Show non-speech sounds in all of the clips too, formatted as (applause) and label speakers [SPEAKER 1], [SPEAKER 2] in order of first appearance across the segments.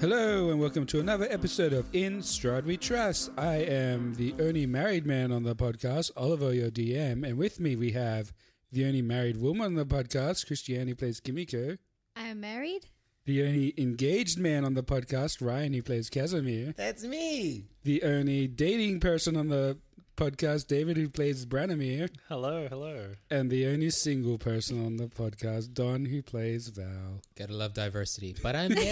[SPEAKER 1] Hello and welcome to another episode of In Stride We Trust. I am the only married man on the podcast, Oliver, your DM, and with me we have the only married woman on the podcast, Christiane, who plays Kimiko.
[SPEAKER 2] I am married.
[SPEAKER 1] The only engaged man on the podcast, Ryan, who plays Casimir.
[SPEAKER 3] That's me.
[SPEAKER 1] The only dating person on the podcast, David, who plays Branimir.
[SPEAKER 4] Hello, hello.
[SPEAKER 1] And the only single person on the podcast, Don, who plays Val.
[SPEAKER 3] Gotta love diversity, but I'm mar-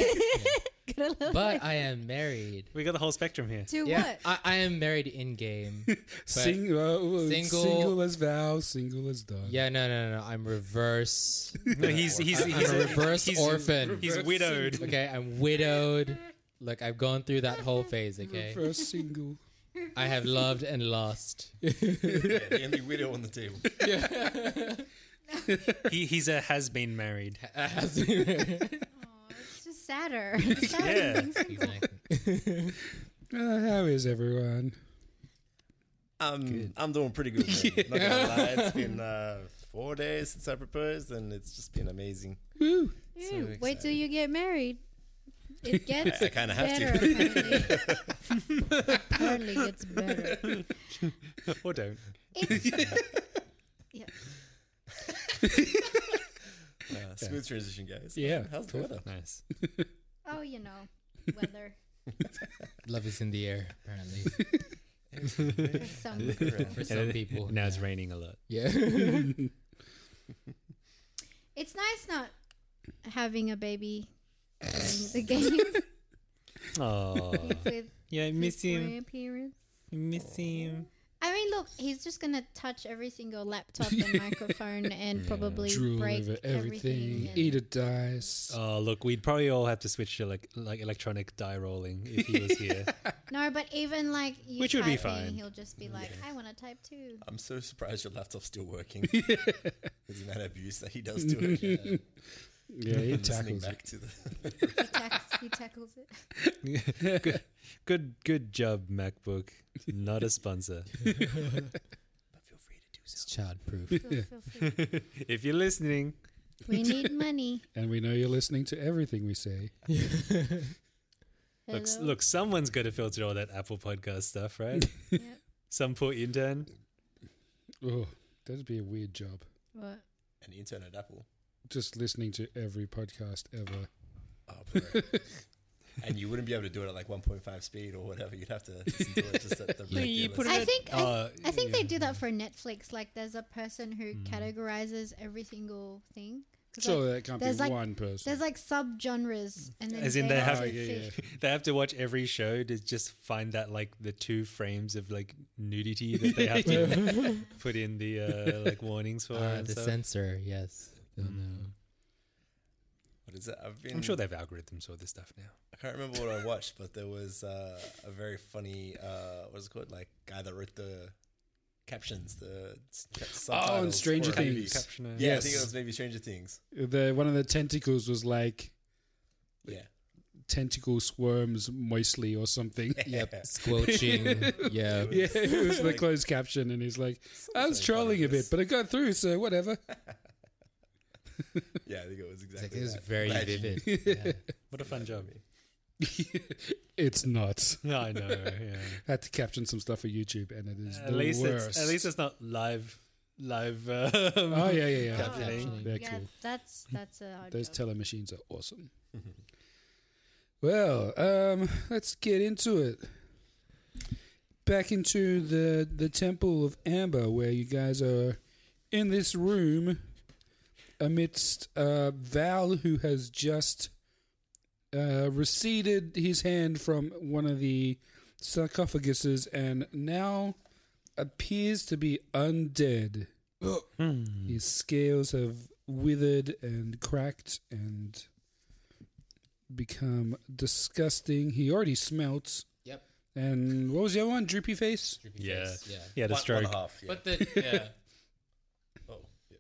[SPEAKER 2] Gonna love
[SPEAKER 3] but
[SPEAKER 2] it.
[SPEAKER 3] I am married.
[SPEAKER 4] We got the whole spectrum
[SPEAKER 3] (laughs)
[SPEAKER 4] here.
[SPEAKER 2] to
[SPEAKER 3] Yeah,
[SPEAKER 2] what?
[SPEAKER 3] I, I am married in game.
[SPEAKER 1] Sing- oh,
[SPEAKER 3] single-
[SPEAKER 1] single as Val, single as Don.
[SPEAKER 3] Yeah, no, no, no, no. I'm reverse.
[SPEAKER 4] No, he's he's
[SPEAKER 3] I'm
[SPEAKER 4] he's
[SPEAKER 3] a reverse
[SPEAKER 4] he's-
[SPEAKER 3] orphan.
[SPEAKER 4] He's
[SPEAKER 1] Reverse
[SPEAKER 4] widowed.
[SPEAKER 3] Okay, I'm widowed. Look, I've gone through that whole phase. Okay,
[SPEAKER 1] First single.
[SPEAKER 3] I have loved and lost.
[SPEAKER 5] the only widow on the table.
[SPEAKER 4] He, he's a has been married.
[SPEAKER 2] It's
[SPEAKER 4] (laughs)
[SPEAKER 2] just sadder. It's sadder
[SPEAKER 4] Yeah.
[SPEAKER 2] than being single.
[SPEAKER 1] Uh, how is everyone?
[SPEAKER 5] Um, I'm doing pretty good. Man. Not gonna lie, it's been uh, four days since I proposed, and it's just been amazing.
[SPEAKER 2] Ew, wait till you get
[SPEAKER 4] (laughs)
[SPEAKER 2] married. It gets
[SPEAKER 5] I kind of have
[SPEAKER 2] better.
[SPEAKER 5] to.
[SPEAKER 2] apparently.
[SPEAKER 4] (laughs)
[SPEAKER 2] apparently gets better.
[SPEAKER 4] or don't. (laughs)
[SPEAKER 2] Yeah.
[SPEAKER 5] Uh, smooth transition, guys.
[SPEAKER 1] Yeah,
[SPEAKER 5] how's the weather?
[SPEAKER 4] (laughs) Nice.
[SPEAKER 2] Oh, you know, weather.
[SPEAKER 3] Love is in the air, apparently,
[SPEAKER 4] (laughs)
[SPEAKER 2] There's some-
[SPEAKER 3] for some people.
[SPEAKER 4] Now it's raining a (laughs) lot.
[SPEAKER 3] Yeah.
[SPEAKER 2] It's nice not having a baby during the
[SPEAKER 4] (laughs)
[SPEAKER 2] games
[SPEAKER 4] Oh,
[SPEAKER 2] with
[SPEAKER 4] yeah, I
[SPEAKER 2] his
[SPEAKER 4] miss him.
[SPEAKER 2] grandparents.
[SPEAKER 4] I miss him.
[SPEAKER 2] I mean, look, he's just gonna touch every single laptop and microphone and probably
[SPEAKER 1] Drool
[SPEAKER 2] break
[SPEAKER 1] over
[SPEAKER 2] everything.
[SPEAKER 1] everything.
[SPEAKER 2] and-
[SPEAKER 1] Eat a dice.
[SPEAKER 4] Oh, look, we'd probably all have to switch to like like electronic die rolling if he was
[SPEAKER 2] (laughs)
[SPEAKER 4] here.
[SPEAKER 2] No, but even like you
[SPEAKER 4] Which would be
[SPEAKER 2] typing,
[SPEAKER 4] fine.
[SPEAKER 2] He'll just be like, "I want to type too."
[SPEAKER 5] I'm so surprised your laptop's still working. There's an abuse that he does to it.
[SPEAKER 1] yeah, he
[SPEAKER 5] I'm listening
[SPEAKER 1] tackles it.
[SPEAKER 5] back to the.
[SPEAKER 2] He, tack- he tackles it.
[SPEAKER 4] good, good, good job, MacBook. Not a sponsor.
[SPEAKER 3] It's childproof.
[SPEAKER 2] Feel- feel free.
[SPEAKER 4] if you're listening,
[SPEAKER 2] we need money.
[SPEAKER 1] And we know you're listening to everything we say.
[SPEAKER 4] look,
[SPEAKER 2] Hello?
[SPEAKER 4] look, someone's got to filter all that Apple podcast stuff, right?
[SPEAKER 2] (laughs) Yep.
[SPEAKER 4] Some poor intern.
[SPEAKER 1] Oh, that'd be a weird job.
[SPEAKER 2] What?
[SPEAKER 5] An intern at Apple.
[SPEAKER 1] Just listening to every podcast ever.
[SPEAKER 5] Oh, bro. and you wouldn't be able to do it at like 1.5 speed or whatever. You'd have to listen to it just at
[SPEAKER 4] (laughs)
[SPEAKER 5] the regular.
[SPEAKER 4] you put it-
[SPEAKER 2] I think I,
[SPEAKER 4] Uh,
[SPEAKER 2] I think they do that for Netflix. Like, there's a person who categorizes every single thing. 'Cause,
[SPEAKER 1] So
[SPEAKER 2] like,
[SPEAKER 1] that can't be
[SPEAKER 2] there's like
[SPEAKER 1] one person.
[SPEAKER 2] there's like subgenres, and then
[SPEAKER 4] As in they have-
[SPEAKER 2] to
[SPEAKER 1] Oh, yeah, yeah.
[SPEAKER 2] fit.
[SPEAKER 4] They have to watch every show to just find that like the two frames of like nudity that they have to (laughs) put in the uh, like warnings for.
[SPEAKER 3] Uh,
[SPEAKER 4] and
[SPEAKER 3] the
[SPEAKER 4] stuff.
[SPEAKER 3] censor, yes.
[SPEAKER 4] Oh,
[SPEAKER 3] Don't know.
[SPEAKER 5] What is it? I've been.
[SPEAKER 4] I'm sure they have algorithms for this stuff now.
[SPEAKER 5] I can't remember what I watched, but there was uh, a very funny, uh, what's it called? Like, guy that wrote the captions. The s- ca-
[SPEAKER 1] Oh, and
[SPEAKER 5] subtitles
[SPEAKER 1] Stranger
[SPEAKER 5] for-
[SPEAKER 1] Things.
[SPEAKER 4] Captioner.
[SPEAKER 5] Yeah, I think it
[SPEAKER 1] Yes.
[SPEAKER 5] was maybe Stranger Things.
[SPEAKER 1] The one of the tentacles was like
[SPEAKER 5] Yeah,
[SPEAKER 1] tentacle squirms moistly or something.
[SPEAKER 4] (laughs)
[SPEAKER 5] yep.
[SPEAKER 3] Squelching. yeah.
[SPEAKER 1] (laughs) Yeah, it was the closed caption, and he's like, "I was
[SPEAKER 5] like
[SPEAKER 1] trolling a bit,
[SPEAKER 5] funniness.
[SPEAKER 1] but it got through, so whatever."
[SPEAKER 5] yeah, I think it was exactly.
[SPEAKER 3] Like, it was
[SPEAKER 5] that.
[SPEAKER 3] very
[SPEAKER 5] Glad you-
[SPEAKER 3] vivid.
[SPEAKER 4] (laughs)
[SPEAKER 3] Yeah.
[SPEAKER 4] What a fun job.
[SPEAKER 1] it's not. (laughs)
[SPEAKER 4] No, I know. Yeah.
[SPEAKER 1] I had to caption some stuff for YouTube, and it is
[SPEAKER 4] at
[SPEAKER 1] the
[SPEAKER 4] least
[SPEAKER 1] worst.
[SPEAKER 4] it's at least it's not live live. Uh, (laughs)
[SPEAKER 1] oh yeah, yeah, yeah.
[SPEAKER 4] captioning.
[SPEAKER 1] They're
[SPEAKER 2] yeah,
[SPEAKER 1] cool.
[SPEAKER 2] that's that's a hard
[SPEAKER 1] Those
[SPEAKER 2] job.
[SPEAKER 1] teller machines are awesome. (laughs) well, um, let's get into it. Back into the the temple of Amber, where you guys are in this room amidst uh, Val, who has just uh, receded his hand from one of the sarcophaguses and now appears to be undead. His scales have withered and cracked and become disgusting. He already smelt.
[SPEAKER 3] Yep.
[SPEAKER 1] And what was the other one? Droopy face?
[SPEAKER 3] Droopy
[SPEAKER 4] Yeah.
[SPEAKER 3] face, Yeah.
[SPEAKER 4] yeah, the
[SPEAKER 5] One- one
[SPEAKER 4] stroke.
[SPEAKER 5] and a half, yeah.
[SPEAKER 3] But the yeah.
[SPEAKER 5] oh, yeah,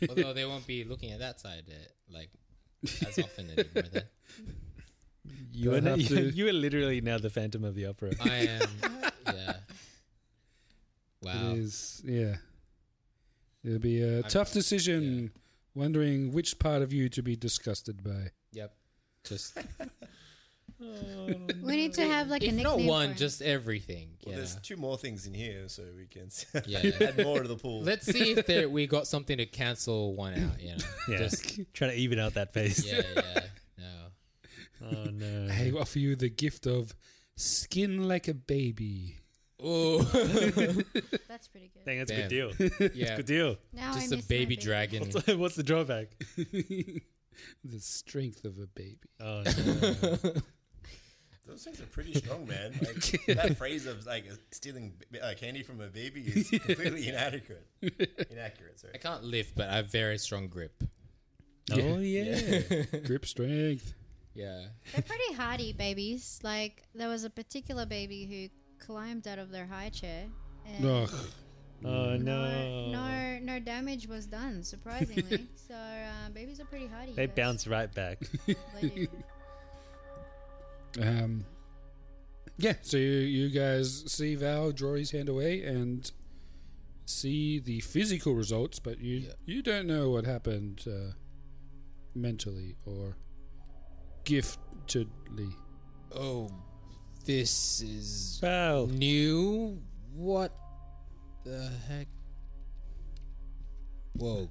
[SPEAKER 5] no.
[SPEAKER 3] Although they won't be looking at that side uh, like as often anymore. Then.
[SPEAKER 4] You
[SPEAKER 1] They'll
[SPEAKER 4] are, (laughs)
[SPEAKER 1] have
[SPEAKER 4] you,
[SPEAKER 1] to-
[SPEAKER 4] you are literally now the Phantom of the Opera.
[SPEAKER 3] I am. Yeah. Wow.
[SPEAKER 1] It is, yeah. It'll be a tough decision wondering which part of you to be disgusted by.
[SPEAKER 3] Yep. Just
[SPEAKER 2] We need to have like a
[SPEAKER 3] if
[SPEAKER 2] nickname.
[SPEAKER 3] not one,
[SPEAKER 2] for him.
[SPEAKER 3] just everything.
[SPEAKER 5] Well,
[SPEAKER 3] yeah.
[SPEAKER 5] there's two more things in here, so we can s- (laughs)
[SPEAKER 3] Yeah.
[SPEAKER 5] add more to the pool.
[SPEAKER 3] Let's see if there, we got something to cancel one out. You know.
[SPEAKER 4] (laughs) yeah.
[SPEAKER 3] Just,
[SPEAKER 4] (laughs) trying to even out that face.
[SPEAKER 3] yeah. Yeah. No.
[SPEAKER 4] (laughs) Oh no.
[SPEAKER 1] I offer you the gift of skin like a baby. (laughs)
[SPEAKER 3] Oh.
[SPEAKER 2] that's pretty good.
[SPEAKER 4] Dang, that's a good
[SPEAKER 3] Damn.
[SPEAKER 4] deal. It's a
[SPEAKER 3] yeah.
[SPEAKER 4] good deal. (laughs)
[SPEAKER 2] Now I
[SPEAKER 3] Just a
[SPEAKER 2] miss my
[SPEAKER 3] baby dragon.
[SPEAKER 4] What's, what's the drawback?
[SPEAKER 1] the strength of a baby.
[SPEAKER 4] Oh no.
[SPEAKER 5] Those things are pretty strong,
[SPEAKER 3] (laughs)
[SPEAKER 5] man. Like, that phrase of like stealing ba- uh, candy from a baby
[SPEAKER 3] (laughs)
[SPEAKER 5] is completely inadequate. Inaccurate, sorry.
[SPEAKER 3] I can't lift, but I have very strong grip.
[SPEAKER 4] Oh yeah.
[SPEAKER 1] Grip strength.
[SPEAKER 3] Yeah.
[SPEAKER 2] They're pretty hardy babies. Like there was a particular baby who climbed out of their high chair. And
[SPEAKER 1] Ugh.
[SPEAKER 4] Oh
[SPEAKER 2] No,
[SPEAKER 4] no.
[SPEAKER 2] no, no damage was done,
[SPEAKER 3] (laughs)
[SPEAKER 2] surprisingly. so uh, babies are pretty hardy.
[SPEAKER 4] They
[SPEAKER 2] guys.
[SPEAKER 4] bounce right (laughs) back.
[SPEAKER 2] They do.
[SPEAKER 1] Um, yeah, so you, you guys see Val draw his hand away and see the physical results, but you you don't know what happened uh, mentally or giftedly.
[SPEAKER 3] Oh, this is
[SPEAKER 4] Wow.
[SPEAKER 3] new. What the heck? Whoa,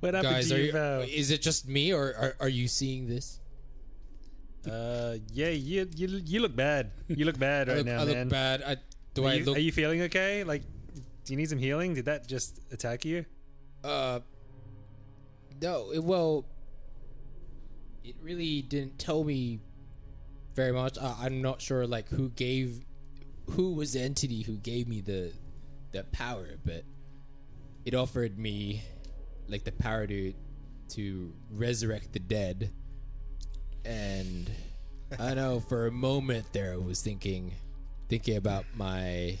[SPEAKER 4] What happened
[SPEAKER 3] guys, are
[SPEAKER 4] to you,
[SPEAKER 3] you,
[SPEAKER 4] Val?
[SPEAKER 3] is it just me, or are, are you seeing this?
[SPEAKER 4] Uh, yeah, you, you you look bad. You look bad
[SPEAKER 3] I
[SPEAKER 4] (laughs) right
[SPEAKER 3] look,
[SPEAKER 4] now,
[SPEAKER 3] I look
[SPEAKER 4] man.
[SPEAKER 3] bad. I, do
[SPEAKER 4] Are
[SPEAKER 3] I
[SPEAKER 4] you,
[SPEAKER 3] look?
[SPEAKER 4] are you feeling okay? Like, do you need some healing? Did that just attack you?
[SPEAKER 3] uh, no. It, well, it really didn't tell me very much. I, I'm not sure, like, who gave, who was the entity who gave me the, the power, but it offered me, like, the power to, to resurrect the dead, and I know for a moment there I was thinking, thinking about my,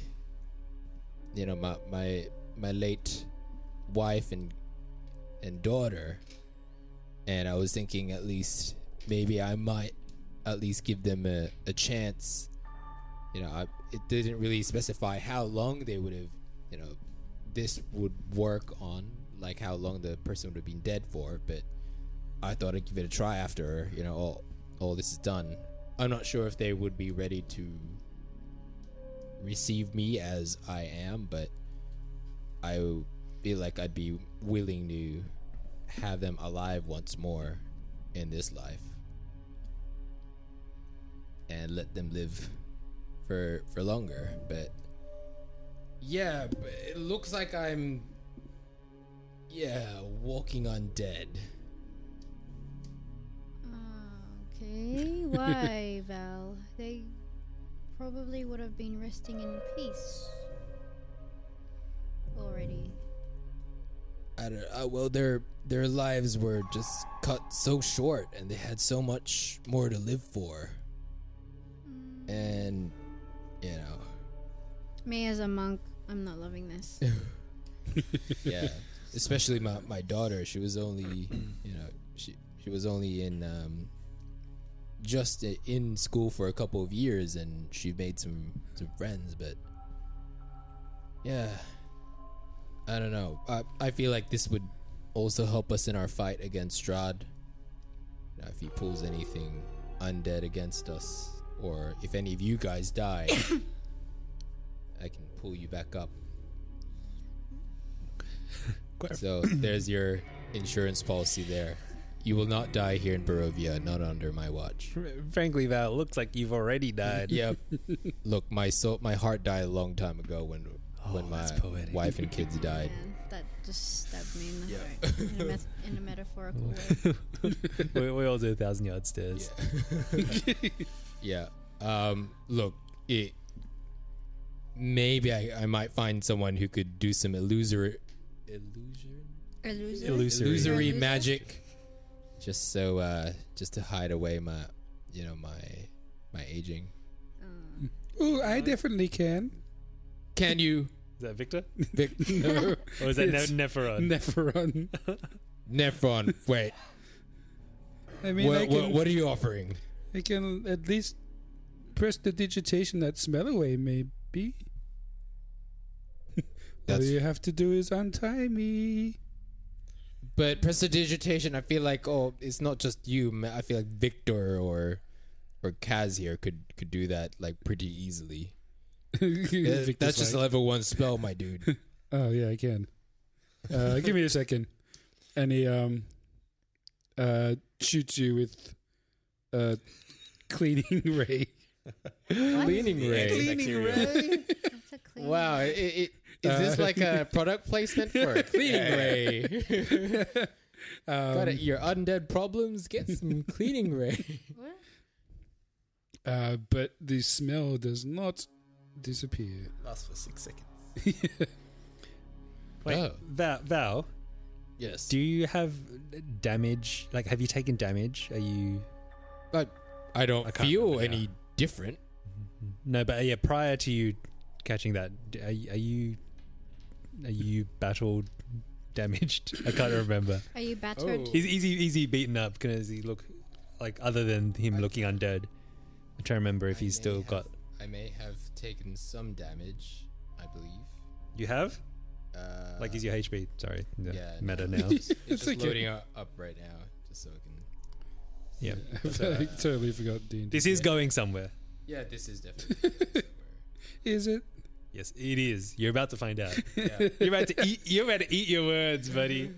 [SPEAKER 3] you know, my my my late wife and and daughter and i was thinking at least maybe i might at least give them a, a chance you know I, it didn't really specify how long they would have you know this would work on like how long the person would have been dead for but i thought i'd give it a try after you know all, all this is done i'm not sure if they would be ready to receive me as i am but I would feel like I'd be willing to have them alive once more in this life and let them live for for longer but yeah but it looks like I'm yeah walking undead (laughs)
[SPEAKER 2] Okay, why, Val? They probably would have been resting in peace already.
[SPEAKER 3] I don't uh, well their their lives were just cut so short and they had so much more to live for and you know
[SPEAKER 2] Me as a monk, I'm not loving this.
[SPEAKER 3] yeah (laughs) especially my, my daughter she was only you know she she was only in um just i- in school for a couple of years and she made some some friends but yeah i don't know i i feel like this would also help us in our fight against strad You know, if he pulls anything undead against us or if any of you guys die (coughs) i can pull you back up so there's your insurance policy there. You will not die here in Barovia, not under my watch.
[SPEAKER 4] Frankly, Val, looks like you've already died.
[SPEAKER 3] Yep. (laughs) Look, my soul, my heart died a long time ago when when my
[SPEAKER 4] that's poetic.
[SPEAKER 3] wife and kids died.
[SPEAKER 2] Man, that just stabbed me in the heart in, a meth- in a metaphorical way.
[SPEAKER 4] (laughs) we, we all do a thousand yard stairs.
[SPEAKER 3] Yeah. Um, look, it. Maybe I, I might find someone who could do some illusory, illusion,
[SPEAKER 2] Illusory.
[SPEAKER 4] Illusory.
[SPEAKER 3] illusory
[SPEAKER 2] Illusion?
[SPEAKER 3] magic, just so uh, just to hide away my, you know, my my aging.
[SPEAKER 2] Uh,
[SPEAKER 1] Ooh, I definitely can.
[SPEAKER 3] Can you?
[SPEAKER 4] Is that (laughs) Victor?
[SPEAKER 3] Vic-
[SPEAKER 4] Or is that
[SPEAKER 1] It's-
[SPEAKER 4] ne- Neferon?
[SPEAKER 1] Nephron.
[SPEAKER 3] Nephron, wait.
[SPEAKER 1] (laughs) I mean, I,
[SPEAKER 3] what,
[SPEAKER 1] can,
[SPEAKER 3] what, what are you offering?
[SPEAKER 1] I can at least press the digitation that smell away, maybe. All
[SPEAKER 3] That's-
[SPEAKER 1] you have to do is untie me.
[SPEAKER 3] (laughs) But prestidigitation, I feel like oh, it's not just you. ma- I feel like Victor or or Kaz here could could do that like pretty easily. Uh,
[SPEAKER 1] Victor's
[SPEAKER 3] That's just a
[SPEAKER 1] like,
[SPEAKER 3] level one spell, my dude.
[SPEAKER 1] oh yeah, I can. Uh, give me a second, (laughs) and he um, uh, shoots you with uh, (laughs) cleaning (laughs) ray.
[SPEAKER 3] (laughs) Cleaning ray.
[SPEAKER 5] Cleaning
[SPEAKER 2] That's a clean.
[SPEAKER 3] Wow, it, it, is (laughs) this like a product placement for a cleaning ray? (laughs) Got it. Your undead problems. Get some cleaning ray.
[SPEAKER 2] What?
[SPEAKER 1] Uh, but the smell does not disappear.
[SPEAKER 5] Lasts for six seconds.
[SPEAKER 4] Wait,
[SPEAKER 3] Oh.
[SPEAKER 4] Val, Val,
[SPEAKER 3] Yes.
[SPEAKER 4] do you have damage? Like, have you taken damage? Are you
[SPEAKER 3] I, I don't
[SPEAKER 4] I can't
[SPEAKER 3] feel
[SPEAKER 4] remember
[SPEAKER 3] any different.
[SPEAKER 4] Mm-hmm. no? But uh, yeah, prior to you catching that, d- are, y- are you are you battled, damaged? (laughs) I can't remember.
[SPEAKER 2] Are you battered?
[SPEAKER 3] Oh.
[SPEAKER 4] He's e- easy, easy beaten up. Can he look like other than him looking undead? I'm trying to remember if
[SPEAKER 3] I
[SPEAKER 4] he's
[SPEAKER 3] may
[SPEAKER 4] still
[SPEAKER 3] have-
[SPEAKER 4] got.
[SPEAKER 3] I may have taken some damage, I believe.
[SPEAKER 4] You have
[SPEAKER 3] Uh,
[SPEAKER 4] like
[SPEAKER 3] (laughs)
[SPEAKER 4] is your HP? Sorry, the
[SPEAKER 3] yeah, no,
[SPEAKER 4] meta
[SPEAKER 3] it's (laughs)
[SPEAKER 4] now.
[SPEAKER 3] just- It's,
[SPEAKER 1] It's
[SPEAKER 3] just
[SPEAKER 1] okay.
[SPEAKER 3] loading u- up right now, just so I can. (laughs)
[SPEAKER 4] yeah,
[SPEAKER 1] (laughs) I totally forgot D.
[SPEAKER 4] this is going somewhere.
[SPEAKER 3] Yeah, this is (laughs) definitely.
[SPEAKER 1] (laughs) Is it?
[SPEAKER 4] Yes, it is. You're about to find
[SPEAKER 3] (laughs)
[SPEAKER 4] out. You're about to eat. You're about to eat your words, buddy.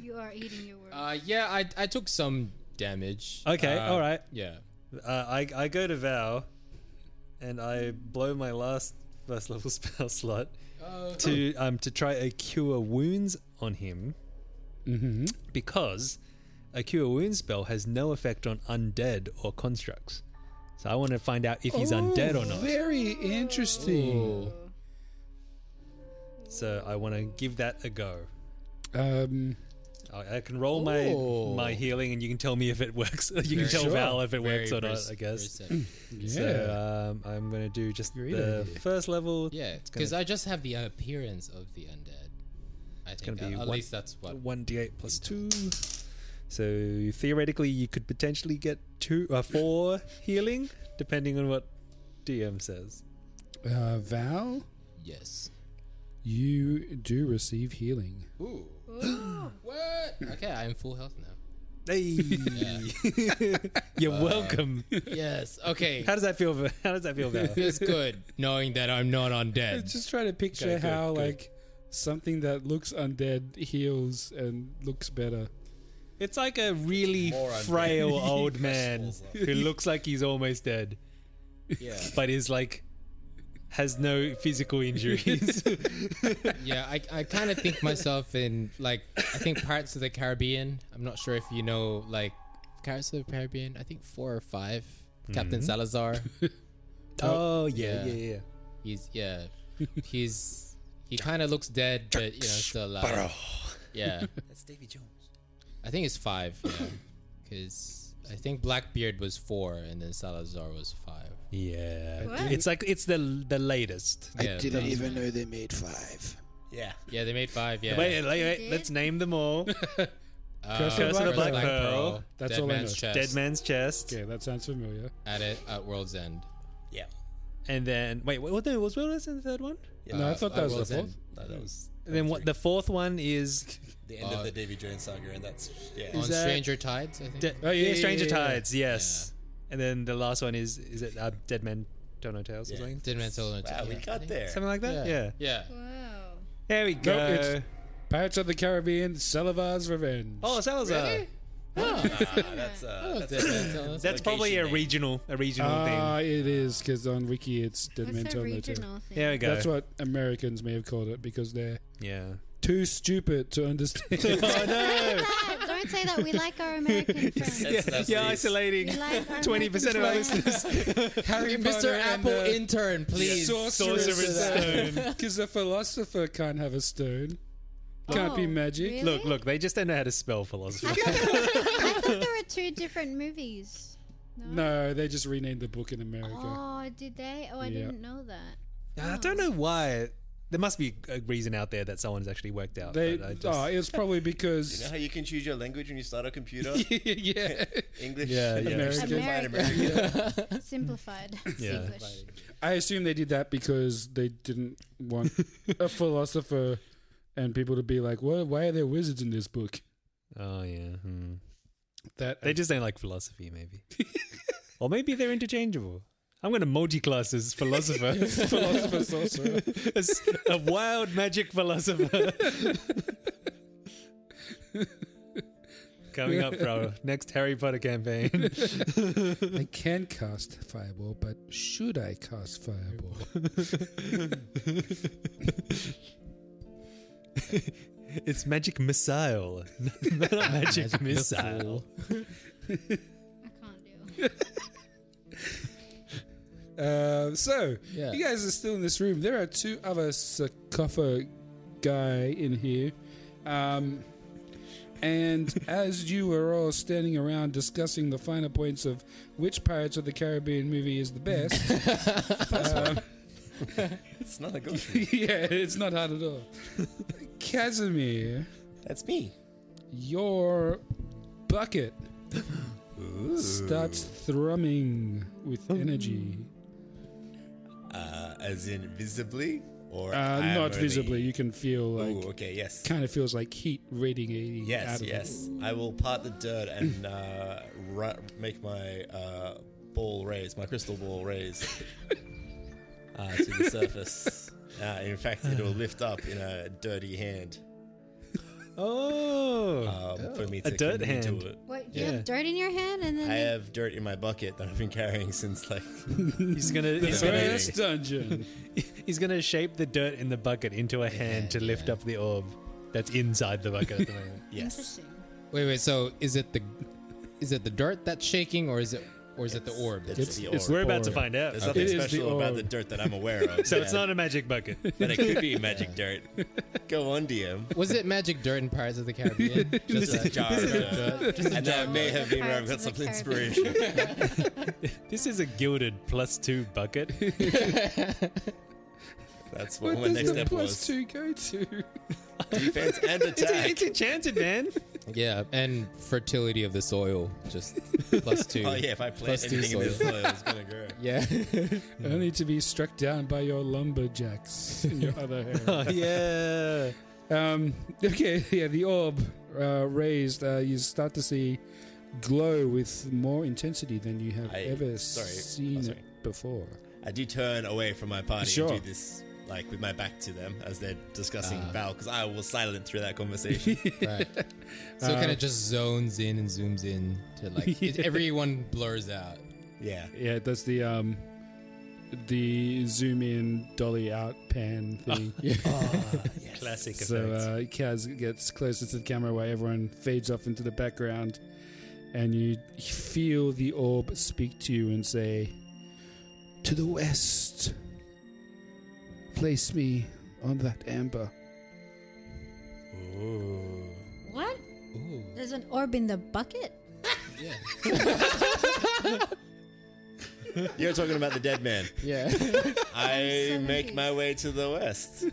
[SPEAKER 2] You are eating your words.
[SPEAKER 3] uh, yeah, I I took some damage.
[SPEAKER 4] Okay,
[SPEAKER 3] Uh,
[SPEAKER 4] all right.
[SPEAKER 3] Yeah.
[SPEAKER 4] Uh, I I go to Val, and I blow my last first level (laughs) spell slot to um to try a cure wounds on him, mm-hmm. because a cure wounds spell has no effect on undead or constructs. So I want to find out if he's undead or not.
[SPEAKER 1] Oh,
[SPEAKER 4] Oh.
[SPEAKER 1] Very interesting.
[SPEAKER 3] Ooh.
[SPEAKER 4] So I want to give that a go.
[SPEAKER 1] Um,
[SPEAKER 4] I, I can roll my
[SPEAKER 3] Oh.
[SPEAKER 4] my healing, and you can tell me if it works. (laughs) you can tell
[SPEAKER 3] Sure.
[SPEAKER 4] Val if it
[SPEAKER 3] Very
[SPEAKER 4] works or not.
[SPEAKER 3] perce-
[SPEAKER 4] I guess. (clears throat)
[SPEAKER 3] perception.
[SPEAKER 1] yeah.
[SPEAKER 4] So um, I'm gonna do just
[SPEAKER 1] Great
[SPEAKER 4] the
[SPEAKER 1] idea.
[SPEAKER 4] first level.
[SPEAKER 3] yeah,
[SPEAKER 4] It's
[SPEAKER 3] because
[SPEAKER 4] gonna,
[SPEAKER 3] I just have the appearance of the undead. I think
[SPEAKER 4] gonna be
[SPEAKER 3] uh, at
[SPEAKER 4] one-
[SPEAKER 3] least that's what.
[SPEAKER 4] one d8 plus two. So theoretically, you could potentially get two, uh, four healing, depending on what DM says.
[SPEAKER 1] Uh, Val,
[SPEAKER 3] Yes.
[SPEAKER 1] you do receive healing.
[SPEAKER 3] Ooh. what? Okay, I'm full health now.
[SPEAKER 4] Hey, (laughs) you're welcome. (laughs)
[SPEAKER 3] yes. Okay.
[SPEAKER 4] How does that feel? Val? How does that feel,
[SPEAKER 3] (laughs)
[SPEAKER 4] Val?
[SPEAKER 3] feels good knowing that I'm not undead.
[SPEAKER 1] Just try to picture
[SPEAKER 3] Okay, good,
[SPEAKER 1] how
[SPEAKER 3] good.
[SPEAKER 1] like something that looks undead heals and looks better.
[SPEAKER 4] It's like a really
[SPEAKER 5] More undead.
[SPEAKER 4] frail old man
[SPEAKER 5] falls off.
[SPEAKER 4] who looks like he's almost dead,
[SPEAKER 3] Yeah.
[SPEAKER 4] but is like has no physical injuries. (laughs)
[SPEAKER 3] Yeah, I, I kind of think myself in like I think parts of the Caribbean. I'm not sure if you know like parts of the Caribbean. I think four or 5 Captain
[SPEAKER 6] Mm-hmm. (laughs)
[SPEAKER 3] Salazar.
[SPEAKER 4] oh yeah,
[SPEAKER 3] Yeah.
[SPEAKER 4] yeah, yeah.
[SPEAKER 3] He's yeah. He's he kind of looks dead, but you know still alive.
[SPEAKER 6] (laughs)
[SPEAKER 3] Yeah,
[SPEAKER 5] That's Davy Jones.
[SPEAKER 3] I think it's five. Yeah, because I think Blackbeard was four, and then Salazar was five.
[SPEAKER 4] Yeah,
[SPEAKER 2] What?
[SPEAKER 4] it's like it's the the latest.
[SPEAKER 3] Yeah, that-
[SPEAKER 6] even know they made five.
[SPEAKER 5] Yeah.
[SPEAKER 3] yeah, they made five. Yeah,
[SPEAKER 4] Wait, wait, wait,
[SPEAKER 2] did?
[SPEAKER 4] let's name them all.
[SPEAKER 3] Uh,
[SPEAKER 1] Curse of the Black Pearl. That's
[SPEAKER 3] That's
[SPEAKER 1] all I
[SPEAKER 3] Man's
[SPEAKER 1] know.
[SPEAKER 3] Chest,
[SPEAKER 4] Dead Man's Chest,
[SPEAKER 1] Okay, that sounds familiar.
[SPEAKER 3] At it at World's End.
[SPEAKER 5] Yeah.
[SPEAKER 4] and then wait, what, what the- was what was in the third one?
[SPEAKER 5] yeah.
[SPEAKER 1] No, I
[SPEAKER 3] Uh,
[SPEAKER 1] thought
[SPEAKER 3] at
[SPEAKER 1] that was the
[SPEAKER 3] World's
[SPEAKER 1] fourth.
[SPEAKER 3] End.
[SPEAKER 5] no, that was
[SPEAKER 4] And then what? The fourth one is
[SPEAKER 5] the end
[SPEAKER 3] Uh,
[SPEAKER 5] of the Davy Jones saga, and that's yeah.
[SPEAKER 3] On
[SPEAKER 4] that-
[SPEAKER 3] Stranger Tides, I think.
[SPEAKER 4] De-
[SPEAKER 1] Oh, yeah,
[SPEAKER 4] yeah,
[SPEAKER 1] yeah,
[SPEAKER 4] Stranger
[SPEAKER 1] yeah, yeah.
[SPEAKER 4] Tides, yes. And then the last one is is it uh, Dead Men Don't Know Tales or
[SPEAKER 5] Yeah.
[SPEAKER 4] something?
[SPEAKER 3] Dead Man's Tale. and-
[SPEAKER 5] wow, we
[SPEAKER 3] yeah, I
[SPEAKER 5] got
[SPEAKER 3] think-
[SPEAKER 5] there.
[SPEAKER 4] Something like that? Yeah.
[SPEAKER 3] Yeah. Yeah.
[SPEAKER 2] Wow.
[SPEAKER 4] There we go.
[SPEAKER 1] it's- Pirates of the Caribbean, Selivar's Revenge.
[SPEAKER 4] oh, Salazar.
[SPEAKER 5] Ah, that's uh,
[SPEAKER 3] Dead
[SPEAKER 5] that's,
[SPEAKER 3] Man's Tale and-
[SPEAKER 4] That's probably a
[SPEAKER 5] Location name.
[SPEAKER 4] regional a regional
[SPEAKER 1] Ah,
[SPEAKER 4] thing.
[SPEAKER 1] it is, because on Wiki it's Dead Man
[SPEAKER 2] What's a
[SPEAKER 1] Tell No Tale.
[SPEAKER 2] regional thing?
[SPEAKER 4] There we go.
[SPEAKER 1] That's what Americans may have called it, because they're
[SPEAKER 4] Yeah.
[SPEAKER 1] too stupid to (laughs) understand.
[SPEAKER 4] oh no.
[SPEAKER 2] Ah, Don't say that. We like our American friends.
[SPEAKER 5] That's- that's
[SPEAKER 4] You're
[SPEAKER 5] the-
[SPEAKER 2] We
[SPEAKER 4] isolating
[SPEAKER 2] like our
[SPEAKER 4] 20% of our
[SPEAKER 2] American friends.
[SPEAKER 4] listeners.
[SPEAKER 3] Harry
[SPEAKER 1] Potter
[SPEAKER 3] Mr.
[SPEAKER 1] and
[SPEAKER 3] Apple
[SPEAKER 1] the-
[SPEAKER 3] intern, please.
[SPEAKER 4] Sorcerer's
[SPEAKER 1] (laughs)
[SPEAKER 4] Stone.
[SPEAKER 1] Because the philosopher can't have a stone. Can't be
[SPEAKER 2] Oh,
[SPEAKER 1] magic.
[SPEAKER 4] (laughs)
[SPEAKER 2] really?
[SPEAKER 4] Look, look, they just don't know how to spell philosophy.
[SPEAKER 2] I thought there were two different movies.
[SPEAKER 1] No, they just renamed the book in America.
[SPEAKER 2] Oh, did they? Oh, I
[SPEAKER 1] Yeah.
[SPEAKER 2] didn't know that.
[SPEAKER 4] I don't know why. There must be a reason out there that someone's actually worked out.
[SPEAKER 1] They,
[SPEAKER 4] but I just-
[SPEAKER 1] oh, it's probably
[SPEAKER 5] You
[SPEAKER 1] because
[SPEAKER 5] know how you can choose your language when you start a computer?
[SPEAKER 1] (laughs) yeah,
[SPEAKER 5] English, (laughs)
[SPEAKER 4] Yeah, yeah.
[SPEAKER 1] American.
[SPEAKER 5] Latin
[SPEAKER 2] America.
[SPEAKER 5] American.
[SPEAKER 2] Simplified.
[SPEAKER 4] Yeah.
[SPEAKER 2] English.
[SPEAKER 1] I assume they did that because they didn't want a philosopher and people to be like, "Well, why are there wizards in this book?"
[SPEAKER 4] oh yeah. Hmm.
[SPEAKER 1] That (laughs)
[SPEAKER 4] They just don't like philosophy, maybe. or maybe they're interchangeable. I'm going to multi-class as philosopher, (laughs)
[SPEAKER 1] philosopher sorcerer.
[SPEAKER 4] as a wild magic philosopher. Coming up for our next Harry Potter campaign. (laughs)
[SPEAKER 1] I can cast fireball, but should I cast fireball?
[SPEAKER 4] It's magic missile, (laughs) not magic, missile.
[SPEAKER 2] I can't do.
[SPEAKER 1] Uh, so
[SPEAKER 3] Yeah.
[SPEAKER 1] you guys are still in this room. There are two other sarcophagi in here, um, and as you were all standing around discussing the finer points of which Pirates of the Caribbean movie is the best, (laughs)
[SPEAKER 5] It's not a good
[SPEAKER 1] yeah, it's not hard at all. Casimir,
[SPEAKER 5] That's me.
[SPEAKER 1] your bucket starts thrumming with energy.
[SPEAKER 5] Uh, as in visibly or
[SPEAKER 1] Uh, not
[SPEAKER 5] primarily?
[SPEAKER 1] visibly, you can feel like
[SPEAKER 5] Ooh, okay, yes.
[SPEAKER 1] kind of feels like heat radiating out
[SPEAKER 5] Yes,
[SPEAKER 1] of it.
[SPEAKER 5] yes. I will part the dirt and uh, ru- make my uh, ball raise, my crystal ball raise uh, to
[SPEAKER 1] (laughs)
[SPEAKER 5] the surface. Uh, in fact, it will lift up in a dirty hand
[SPEAKER 4] Oh,
[SPEAKER 5] um, for me
[SPEAKER 4] A
[SPEAKER 5] to
[SPEAKER 4] dirt
[SPEAKER 5] continue
[SPEAKER 4] hand.
[SPEAKER 5] to it.
[SPEAKER 2] What? Do you have dirt in your hand and then
[SPEAKER 5] I
[SPEAKER 2] you-
[SPEAKER 5] have dirt in my bucket that I've been (laughs) carrying since like
[SPEAKER 4] he's gonna he's gonna
[SPEAKER 1] First dungeon. (laughs)
[SPEAKER 4] (laughs) he's gonna shape the dirt in the bucket into a hand to lift up the orb that's inside the bucket
[SPEAKER 3] (laughs)
[SPEAKER 4] at the moment.
[SPEAKER 5] yes,
[SPEAKER 2] Interesting.
[SPEAKER 3] Wait, wait. So is it the is it the dirt that's shaking, or is it or is it the orb?
[SPEAKER 5] it's,
[SPEAKER 1] It's-
[SPEAKER 5] the orb.
[SPEAKER 1] it's
[SPEAKER 4] We're about to
[SPEAKER 1] Orb.
[SPEAKER 4] find out.
[SPEAKER 5] There's
[SPEAKER 4] So
[SPEAKER 5] nothing
[SPEAKER 1] It is the
[SPEAKER 5] special about
[SPEAKER 1] orb.
[SPEAKER 5] the dirt that I'm aware
[SPEAKER 4] (laughs)
[SPEAKER 5] of.
[SPEAKER 4] it's not a magic bucket.
[SPEAKER 5] (laughs) but it could be magic dirt. (laughs) Go on, DM.
[SPEAKER 3] Was it magic dirt in Pirates of the Caribbean?
[SPEAKER 5] Just a jar of
[SPEAKER 2] dirt.
[SPEAKER 5] dirt.
[SPEAKER 2] Just a
[SPEAKER 5] And
[SPEAKER 2] jar
[SPEAKER 5] that
[SPEAKER 2] of
[SPEAKER 5] may
[SPEAKER 2] dirt.
[SPEAKER 5] have been where I've got
[SPEAKER 2] Pirates of
[SPEAKER 5] some
[SPEAKER 2] the Caribbean.
[SPEAKER 5] inspiration.
[SPEAKER 2] (laughs)
[SPEAKER 4] This is a gilded plus two bucket.
[SPEAKER 5] That's what my
[SPEAKER 1] What does
[SPEAKER 5] next
[SPEAKER 1] the
[SPEAKER 5] step
[SPEAKER 1] plus
[SPEAKER 5] was.
[SPEAKER 1] two go to?
[SPEAKER 5] Defense and attack.
[SPEAKER 4] it's enchanted, (laughs) man.
[SPEAKER 3] yeah, and fertility of the soil, just plus two.
[SPEAKER 5] (laughs) oh yeah, if I plant
[SPEAKER 3] Plus two
[SPEAKER 5] anything in this
[SPEAKER 3] soil.
[SPEAKER 5] soil, it's gonna grow.
[SPEAKER 3] Yeah.
[SPEAKER 1] (laughs) Only to be struck down by your lumberjacks in your other
[SPEAKER 5] (laughs)
[SPEAKER 1] hand.
[SPEAKER 5] Oh,
[SPEAKER 4] yeah.
[SPEAKER 1] Um, okay, yeah, the orb uh, raised, uh, you start to see glow with more intensity than you have
[SPEAKER 5] I-
[SPEAKER 1] ever
[SPEAKER 5] sorry. Oh,
[SPEAKER 1] seen
[SPEAKER 5] sorry.
[SPEAKER 1] it before.
[SPEAKER 5] I do turn away from my party
[SPEAKER 1] Sure.
[SPEAKER 5] and do this like with my back to them as they're discussing Val because I was silent through that conversation.
[SPEAKER 3] Right. So it kind of just zones in and zooms in to like it- everyone blurs out.
[SPEAKER 5] yeah.
[SPEAKER 1] Yeah, that's the um, the zoom in, dolly out, pan
[SPEAKER 5] Oh, (laughs)
[SPEAKER 1] thing.
[SPEAKER 4] Classic
[SPEAKER 1] so
[SPEAKER 4] effects.
[SPEAKER 1] uh, Kaz gets closer to the camera while everyone fades off into the background, and you feel the orb speak to you and say, "To the west, place me on that amber."
[SPEAKER 2] What? There's an orb in the bucket?
[SPEAKER 5] (laughs) You're talking about the dead man.
[SPEAKER 3] Yeah.
[SPEAKER 5] (laughs) I make
[SPEAKER 2] Seventy.
[SPEAKER 5] my way to the west.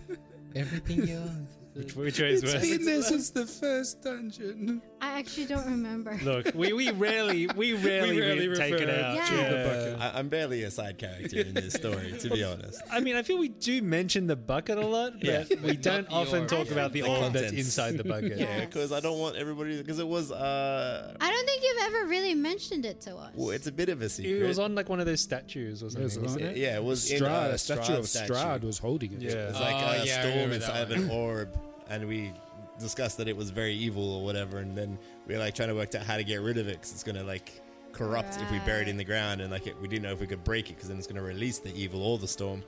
[SPEAKER 3] Everything else.
[SPEAKER 4] Which, which way is west?
[SPEAKER 1] Been there since the first dungeon.
[SPEAKER 5] uh,
[SPEAKER 2] I actually don't
[SPEAKER 5] (laughs)
[SPEAKER 2] remember.
[SPEAKER 4] (laughs) Look, we, we rarely we rarely,
[SPEAKER 1] rarely
[SPEAKER 4] re- take it
[SPEAKER 1] refer
[SPEAKER 4] out.
[SPEAKER 2] to the
[SPEAKER 4] Yeah.
[SPEAKER 5] I, I'm barely a side character in this story, to be honest.
[SPEAKER 4] I mean, I feel we do mention the bucket a lot, but
[SPEAKER 5] Yeah.
[SPEAKER 4] we don't
[SPEAKER 3] the
[SPEAKER 4] often
[SPEAKER 3] orb.
[SPEAKER 4] talk about the
[SPEAKER 5] The
[SPEAKER 4] orb that's
[SPEAKER 5] contents.
[SPEAKER 4] inside the bucket.
[SPEAKER 5] (laughs) Yeah, because I don't want everybody. Because it was uh,
[SPEAKER 2] I don't think you've ever really mentioned it to us.
[SPEAKER 5] well, it's a bit of a secret.
[SPEAKER 4] It was on like one of those statues or something.
[SPEAKER 1] was on
[SPEAKER 4] wasn't
[SPEAKER 1] it.
[SPEAKER 4] it?
[SPEAKER 5] yeah, it was in
[SPEAKER 1] Strahd,
[SPEAKER 5] uh,
[SPEAKER 1] a statue of
[SPEAKER 5] Strahd's statue.
[SPEAKER 1] Strahd was holding it.
[SPEAKER 4] Yeah.
[SPEAKER 5] It's like
[SPEAKER 3] Oh,
[SPEAKER 5] a
[SPEAKER 3] yeah, I
[SPEAKER 5] storm
[SPEAKER 3] remember that
[SPEAKER 5] inside of
[SPEAKER 3] one.
[SPEAKER 5] an orb, and we discussed that it was very evil or whatever. And then we were like trying to work out how to get rid of it because it's gonna like corrupt if we bury it in the ground, and like it, we didn't know if we could break it because then it's gonna release the evil or the storm.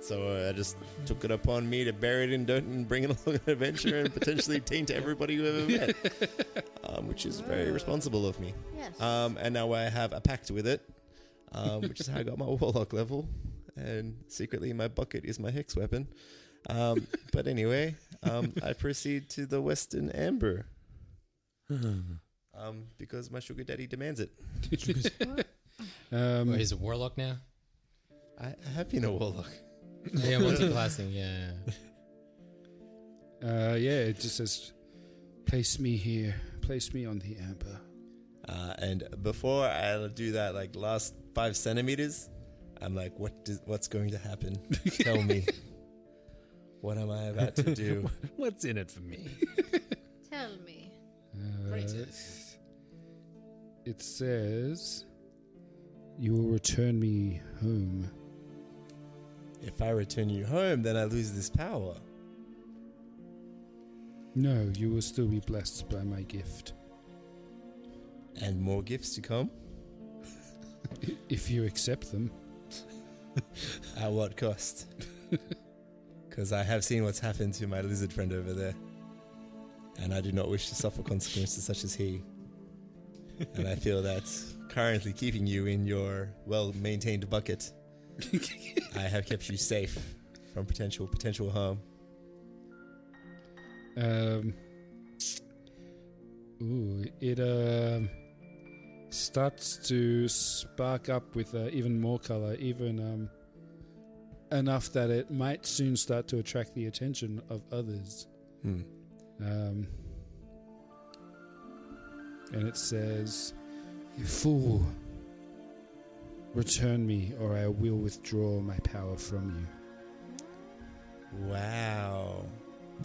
[SPEAKER 5] So uh, I just took it upon me to bury it in dirt and bring it (laughs) along an adventure and potentially taint everybody you ever met, um, which is very responsible of me.
[SPEAKER 2] Yes.
[SPEAKER 5] Um, and now I have a pact with it, um, which is how I got my warlock level. And secretly, my bucket is my hex weapon. Um, but anyway, um, I proceed to the Western Amber. Um, because my sugar daddy demands it. (laughs)
[SPEAKER 1] Um,
[SPEAKER 3] Wait, he's a warlock now? (laughs)
[SPEAKER 5] I, I have been a warlock.
[SPEAKER 3] yeah, multi-classing, yeah. (laughs)
[SPEAKER 1] uh, yeah, it just says, place me here. Place me on the amber.
[SPEAKER 5] Uh, and before I do that, like last five centimeters, I'm like, what? Does, what's going to happen? Tell me. What am I about to do?
[SPEAKER 4] What's in it for me?
[SPEAKER 2] Tell me.
[SPEAKER 1] Uh, it says, you will return me home.
[SPEAKER 5] If I return you home, then I lose this power.
[SPEAKER 1] No, you will still be blessed by my gift.
[SPEAKER 5] and more gifts to come.
[SPEAKER 1] I- If you accept them.
[SPEAKER 5] At what cost? (laughs) Because I have seen what's happened to my lizard friend over there, and I do not wish to suffer consequences such as he. And I feel that currently keeping you in your well-maintained bucket, I have kept you safe from potential potential harm.
[SPEAKER 1] Um, ooh, it um starts to spark up with uh, even more color, even um, enough that it might soon start to attract the attention of others.
[SPEAKER 5] Hmm.
[SPEAKER 1] Um, and it says, You fool, return me, or I will withdraw my power from you.
[SPEAKER 5] Wow,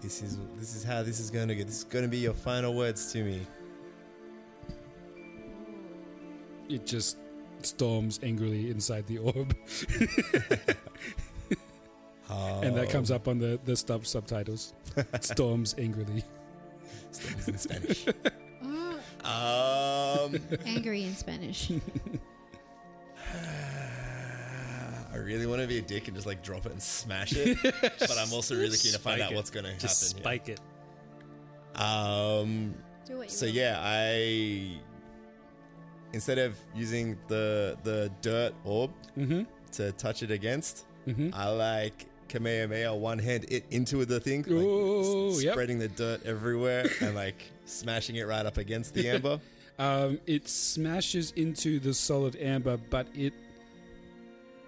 [SPEAKER 5] this is this is how this is going to go. This is going to be your final words to me.
[SPEAKER 1] It just storms angrily inside the orb. And that comes up on the, the sub subtitles. Storms angrily.
[SPEAKER 5] in Spanish.
[SPEAKER 2] Mm,
[SPEAKER 5] um.
[SPEAKER 2] angry in
[SPEAKER 5] (laughs)
[SPEAKER 2] Spanish.
[SPEAKER 5] I really want to be a dick and just like drop it and smash (laughs) it, but I'm also really keen to find out what's going to happen.
[SPEAKER 4] Just
[SPEAKER 5] here.
[SPEAKER 4] spike it.
[SPEAKER 5] Um.
[SPEAKER 2] Do what you
[SPEAKER 5] So
[SPEAKER 2] want.
[SPEAKER 5] yeah, I instead of using the the dirt orb to touch it against, I like Kamehameha one hand it into the thing, like, s-
[SPEAKER 1] Ooh, yep.
[SPEAKER 5] spreading the dirt everywhere and like smashing it right up against (laughs) the amber.
[SPEAKER 1] Um, it smashes into the solid amber, but it,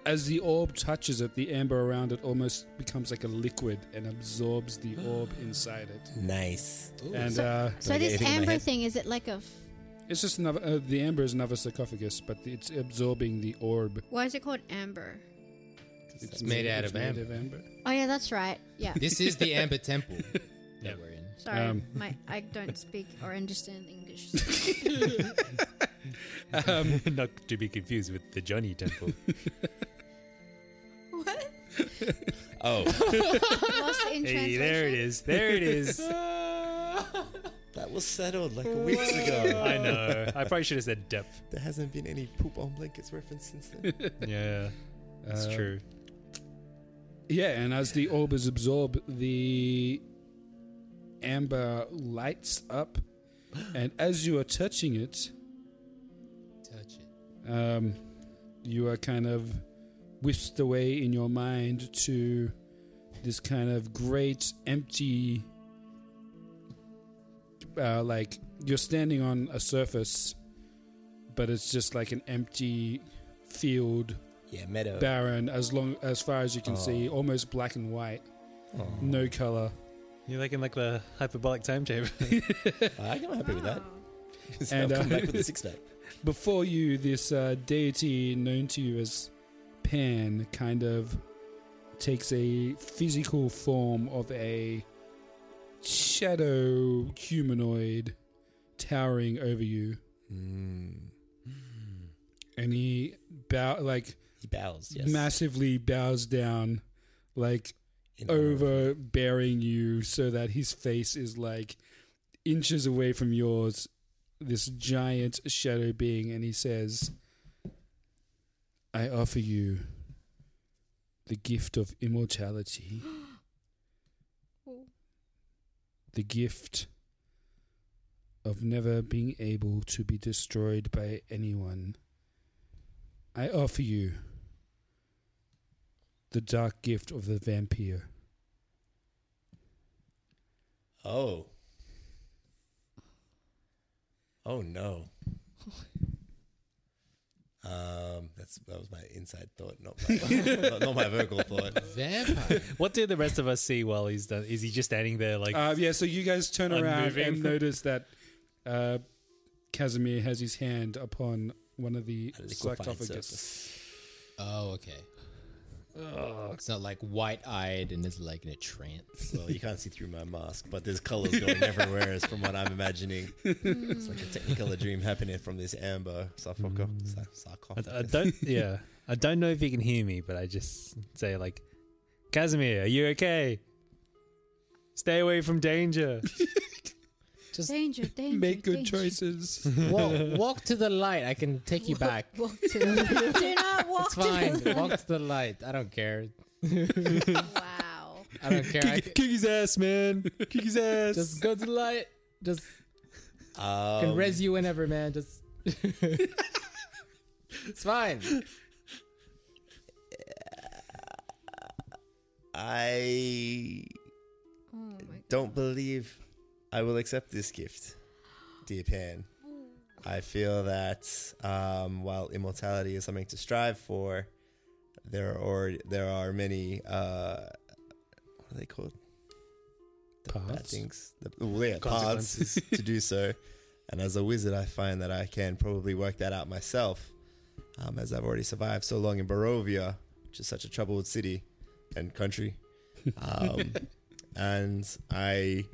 [SPEAKER 1] as the orb touches it, the amber around it almost becomes like a liquid and absorbs the
[SPEAKER 3] (gasps)
[SPEAKER 1] orb inside it.
[SPEAKER 5] nice.
[SPEAKER 1] And uh,
[SPEAKER 2] So
[SPEAKER 5] I get
[SPEAKER 2] this
[SPEAKER 5] anything in my
[SPEAKER 2] amber
[SPEAKER 5] head?
[SPEAKER 2] thing is it like a? F-
[SPEAKER 1] it's just another. Uh, the amber is another sarcophagus, but it's absorbing the orb.
[SPEAKER 2] why is it called amber?
[SPEAKER 1] It's
[SPEAKER 3] made out
[SPEAKER 1] it's
[SPEAKER 3] of amber.
[SPEAKER 2] Oh yeah, that's right. Yeah.
[SPEAKER 5] (laughs)
[SPEAKER 2] (laughs)
[SPEAKER 3] This is the Amber Temple that we're in.
[SPEAKER 2] Sorry,
[SPEAKER 1] Um.
[SPEAKER 2] my I don't speak or understand
[SPEAKER 5] (laughs)
[SPEAKER 2] English.
[SPEAKER 4] (laughs) Not to be confused with the Johnny Temple.
[SPEAKER 2] what?
[SPEAKER 5] Oh,
[SPEAKER 2] Lost
[SPEAKER 4] (laughs)
[SPEAKER 2] in
[SPEAKER 4] hey,
[SPEAKER 2] translation.
[SPEAKER 4] there it is. There it (laughs) is.
[SPEAKER 5] that was settled (laughs) like a weeks ago.
[SPEAKER 4] I
[SPEAKER 5] (laughs)
[SPEAKER 4] know. I probably should have said depth.
[SPEAKER 5] There hasn't been any poop on blankets reference since then.
[SPEAKER 4] Yeah, that's
[SPEAKER 1] Uh,
[SPEAKER 4] true.
[SPEAKER 1] Yeah, and as the orb is absorbed, the amber lights up, and as you are touching it,
[SPEAKER 3] Touch it.
[SPEAKER 1] um, you are kind of whisked away in your mind to this kind of great empty uh, like you're standing on a surface but it's just like an empty field
[SPEAKER 5] (laughs) Yeah, Meadow.
[SPEAKER 1] barren, as long as far as you can see, almost black and white, no color.
[SPEAKER 4] You're making like the hyperbolic time (laughs) chamber.
[SPEAKER 5] I am happy with that.
[SPEAKER 4] Ah.
[SPEAKER 5] (laughs) So
[SPEAKER 1] And,
[SPEAKER 5] I've
[SPEAKER 4] um,
[SPEAKER 5] come
[SPEAKER 1] uh,
[SPEAKER 5] back with the
[SPEAKER 4] (laughs)
[SPEAKER 5] six pack.
[SPEAKER 1] Before you, this uh, deity known to you as Pan kind of takes a physical form of a shadow humanoid towering over you,
[SPEAKER 4] Hmm.
[SPEAKER 1] and he bow like
[SPEAKER 5] He bows. Yes.
[SPEAKER 1] massively bows down, like
[SPEAKER 5] In honor of-
[SPEAKER 1] overbearing you so that his face is like inches away from yours this giant shadow being and he says i offer you the gift of immortality
[SPEAKER 2] Cool.
[SPEAKER 1] the gift of never being able to be destroyed by anyone i offer you the dark gift of the vampire
[SPEAKER 5] Oh. Oh
[SPEAKER 4] (laughs)
[SPEAKER 5] no. Um, that's that was my inside thought, not my (laughs) not, not my vocal thought.
[SPEAKER 3] Vampire.
[SPEAKER 4] what do the rest of us see while he's done? Is he just standing there like?
[SPEAKER 1] Uh, yeah, so you guys turn around
[SPEAKER 4] unmoving.
[SPEAKER 5] (laughs)
[SPEAKER 1] and notice that uh, Casimir has his hand upon one of the
[SPEAKER 5] A liquefied
[SPEAKER 1] sarcophagus.
[SPEAKER 5] surface.
[SPEAKER 3] oh, okay. It's not like white eyed and it's like in a (laughs) trance.
[SPEAKER 5] Well, you can't see through my mask, but there's colors going everywhere. Is from what I'm imagining. It's like a technicolor dream happening from this amber sarcophagus. sarcophagus.
[SPEAKER 4] Hmm. I, I (laughs) don't. Yeah, I don't know if he can hear me, but I just say like, Casimir, are you okay? Stay away from danger.
[SPEAKER 3] Just
[SPEAKER 5] (laughs)
[SPEAKER 2] Danger, danger.
[SPEAKER 1] Make good
[SPEAKER 2] danger. (laughs)
[SPEAKER 1] choices.
[SPEAKER 3] walk, walk to the light. I can take you back.
[SPEAKER 7] Walk to the Do
[SPEAKER 5] (laughs)
[SPEAKER 7] not walk
[SPEAKER 3] It's
[SPEAKER 7] to
[SPEAKER 3] fine.
[SPEAKER 7] the
[SPEAKER 3] Walk to the light. I don't (laughs) care.
[SPEAKER 2] Wow.
[SPEAKER 3] I don't care.
[SPEAKER 4] (laughs)
[SPEAKER 3] I
[SPEAKER 4] kick,
[SPEAKER 3] can,
[SPEAKER 4] kick his ass, man. Kick (laughs) his ass.
[SPEAKER 3] just go to the light. Just I can
[SPEAKER 5] Um,
[SPEAKER 3] res you whenever, man. Just (laughs) it's fine.
[SPEAKER 5] I
[SPEAKER 2] Oh my
[SPEAKER 5] don't believe I will accept this gift, dear Pan. I feel that um, while immortality is something to strive for, there are already, there are many uh, what are they called? The bad
[SPEAKER 1] Paths?
[SPEAKER 5] things. The, oh, yeah, paths
[SPEAKER 4] Consequences.
[SPEAKER 5] to do so. And as a wizard, I find that I can probably work that out myself, um, as I've already survived so long in Barovia, which is such a troubled city and country. Um, and I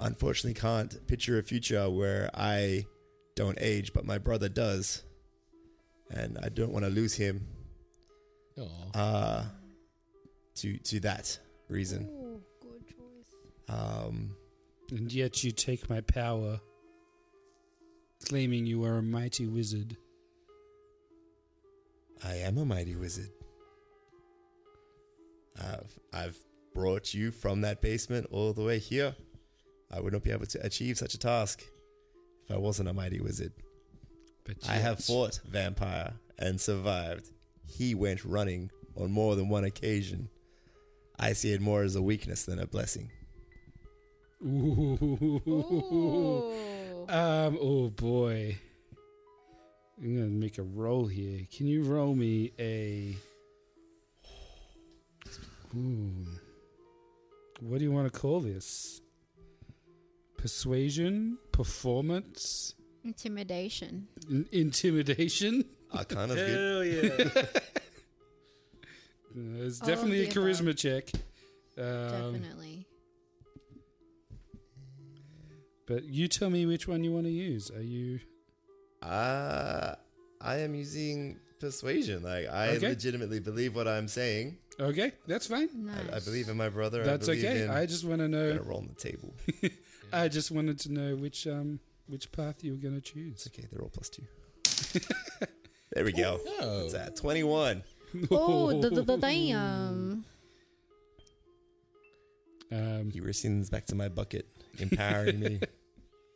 [SPEAKER 5] unfortunately can't picture a future where I don't age, but my brother does. And I don't want to lose him
[SPEAKER 3] Oh,
[SPEAKER 5] uh, to to that reason.
[SPEAKER 2] Oh, good choice.
[SPEAKER 5] Um,
[SPEAKER 1] and yet you take my power, claiming you are a mighty wizard.
[SPEAKER 5] I am a mighty wizard. I've, I've brought you from that basement all the way here. I would not be able to achieve such a task if I wasn't a mighty wizard.
[SPEAKER 1] But
[SPEAKER 5] I
[SPEAKER 1] yet-
[SPEAKER 5] have fought vampire and survived. He went running on more than one occasion. I see it more as a weakness than a blessing.
[SPEAKER 1] Ooh.
[SPEAKER 7] Ooh.
[SPEAKER 1] Um, oh boy. I'm gonna make a roll here. Can you roll me a? Ooh. What do you want to call this? Persuasion, performance,
[SPEAKER 2] (laughs) Intimidation.
[SPEAKER 1] In- intimidation.
[SPEAKER 5] I Ah, kind of good.
[SPEAKER 4] Hell
[SPEAKER 1] (laughs)
[SPEAKER 4] yeah.
[SPEAKER 1] Uh, It's
[SPEAKER 2] All of
[SPEAKER 1] definitely a
[SPEAKER 2] the
[SPEAKER 1] charisma check. Um,
[SPEAKER 2] Definitely.
[SPEAKER 1] but you tell me which one you want to use. Are you?
[SPEAKER 5] Uh, I am using persuasion. Like I
[SPEAKER 1] Okay.
[SPEAKER 5] legitimately believe what I'm saying.
[SPEAKER 1] Okay, that's fine.
[SPEAKER 2] Nice.
[SPEAKER 5] I, I believe in my brother.
[SPEAKER 1] That's
[SPEAKER 5] I believe
[SPEAKER 1] okay.
[SPEAKER 5] In,
[SPEAKER 1] I just want to know.
[SPEAKER 5] gonna roll on the table.
[SPEAKER 1] I just wanted to know which um which path you were going to choose.
[SPEAKER 5] It's okay. They're all plus two. (laughs) there we go.
[SPEAKER 4] Oh.
[SPEAKER 5] It's at twenty-one.
[SPEAKER 4] (laughs)
[SPEAKER 2] Oh, the, the, the damn.
[SPEAKER 1] Um,
[SPEAKER 5] He rescinds back to my bucket, empowering me.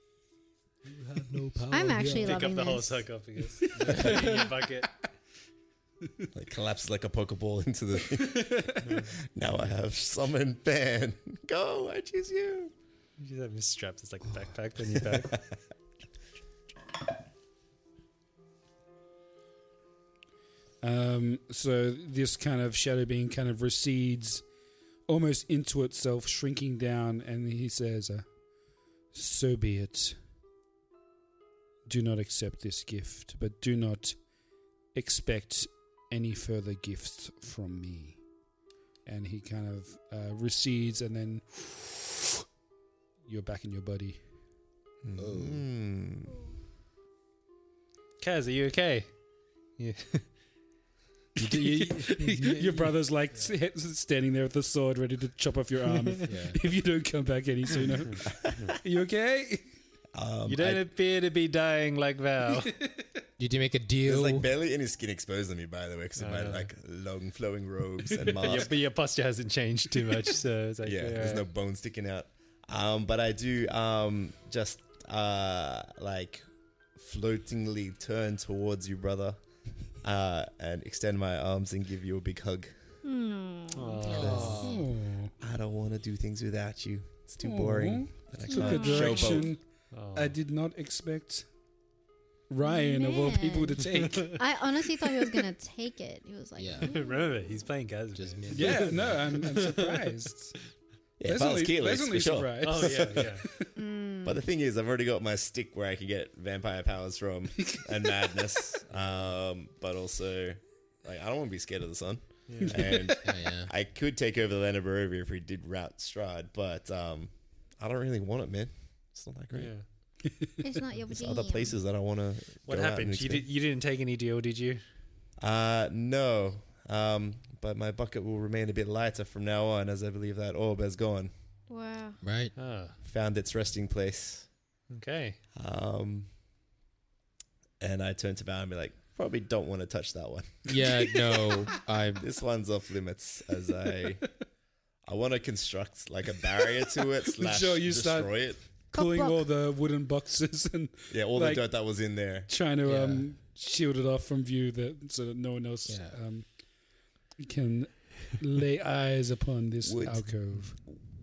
[SPEAKER 5] (laughs)
[SPEAKER 2] I'm actually
[SPEAKER 4] Pick
[SPEAKER 2] loving
[SPEAKER 4] up the whole
[SPEAKER 2] this.
[SPEAKER 4] sarcophagus. (laughs)
[SPEAKER 2] (laughs)
[SPEAKER 4] In your bucket.
[SPEAKER 5] Like collapses like a pokeball into the. (laughs) now I have summon ban. (laughs) Go! I choose you.
[SPEAKER 4] You just have him strapped. It's like a backpack on your back.
[SPEAKER 1] Um, so this kind of shadow being kind of recedes almost into itself, shrinking down, and he says, uh, So be it. Do not accept this gift, but do not expect any further gifts from me. And he kind of uh, recedes, and then you're back in your body.
[SPEAKER 5] Mm.
[SPEAKER 4] Kaz, are you okay? Yeah. you,
[SPEAKER 1] (laughs)
[SPEAKER 4] do- you,
[SPEAKER 1] your brother's like s- standing there with the sword ready to chop off your arm if, (laughs) if you don't come back any sooner. (laughs) you okay?
[SPEAKER 5] Um,
[SPEAKER 4] you don't
[SPEAKER 5] I-
[SPEAKER 4] appear to be dying like Val.
[SPEAKER 3] Did you make a
[SPEAKER 5] there's
[SPEAKER 3] deal?
[SPEAKER 5] like barely any skin exposed on me, by the way, because of my
[SPEAKER 4] Uh.
[SPEAKER 5] like long flowing
[SPEAKER 4] (laughs)
[SPEAKER 5] robes and
[SPEAKER 4] but, your,
[SPEAKER 5] mask.
[SPEAKER 4] but your posture hasn't changed too much, so it's like,
[SPEAKER 5] yeah, there's
[SPEAKER 4] alright.
[SPEAKER 5] no bone sticking out. Um, but I do um, just uh, like floatingly turn towards you, brother, uh, and extend my arms and give you a big hug.
[SPEAKER 2] Hmm.
[SPEAKER 4] Oh. Aw.
[SPEAKER 1] Oh,
[SPEAKER 5] I don't want to do things without you. It's too
[SPEAKER 1] Aw.
[SPEAKER 5] boring. And I
[SPEAKER 1] Look at
[SPEAKER 5] can't
[SPEAKER 1] the
[SPEAKER 5] showboat.
[SPEAKER 1] direction
[SPEAKER 4] (laughs) Aw.
[SPEAKER 1] I did not expect Ryan of all people to take.
[SPEAKER 2] I honestly thought he
[SPEAKER 4] (laughs)
[SPEAKER 2] was gonna take it. He was like,
[SPEAKER 3] Yeah.
[SPEAKER 2] "Ooh."
[SPEAKER 4] Remember, he's playing Kaz.
[SPEAKER 3] Just
[SPEAKER 4] man.
[SPEAKER 3] missed.
[SPEAKER 1] (laughs) yeah, no, I'm, I'm (laughs) surprised.
[SPEAKER 5] Yeah, if I was Keelix,
[SPEAKER 1] pleasantly
[SPEAKER 5] for sure.
[SPEAKER 4] (laughs)
[SPEAKER 1] surprised.
[SPEAKER 4] Oh yeah, yeah.
[SPEAKER 2] hmm,
[SPEAKER 5] But the thing is, I've already got my stick where I can get vampire powers from and madness. Um, but also, like, I don't want to be scared of the sun. And
[SPEAKER 3] Oh, yeah.
[SPEAKER 5] I could take over the land of Barovia if we did route Stride, but um, I don't really want it, man. It's not that great.
[SPEAKER 4] yeah.
[SPEAKER 2] it's not your
[SPEAKER 5] There's
[SPEAKER 2] jam.
[SPEAKER 5] other places that I want to.
[SPEAKER 4] What happened? You, did, you didn't take any deal, did you?
[SPEAKER 5] Uh, no. Um, but my bucket will remain a bit lighter from now on, as I believe that orb has gone,
[SPEAKER 2] Wow.
[SPEAKER 3] Right.
[SPEAKER 4] Oh,
[SPEAKER 5] found its resting place.
[SPEAKER 4] okay.
[SPEAKER 5] Um, and I turn to Val and be like, probably don't want to touch that one.
[SPEAKER 3] Yeah. No. I'm.
[SPEAKER 5] This one's off limits
[SPEAKER 4] (laughs)
[SPEAKER 5] as I. I want to construct like a barrier
[SPEAKER 4] (laughs)
[SPEAKER 5] to it slash
[SPEAKER 1] Sure, you
[SPEAKER 5] destroy
[SPEAKER 1] start-
[SPEAKER 5] it.
[SPEAKER 1] Pulling all the wooden boxes (laughs) and
[SPEAKER 5] Yeah, all
[SPEAKER 1] Like-
[SPEAKER 5] the dirt that was in there.
[SPEAKER 1] trying to
[SPEAKER 3] Yeah.
[SPEAKER 1] um, shield it off from view that so that no one else
[SPEAKER 3] Yeah.
[SPEAKER 1] um, can lay eyes upon this
[SPEAKER 5] Would-
[SPEAKER 1] alcove.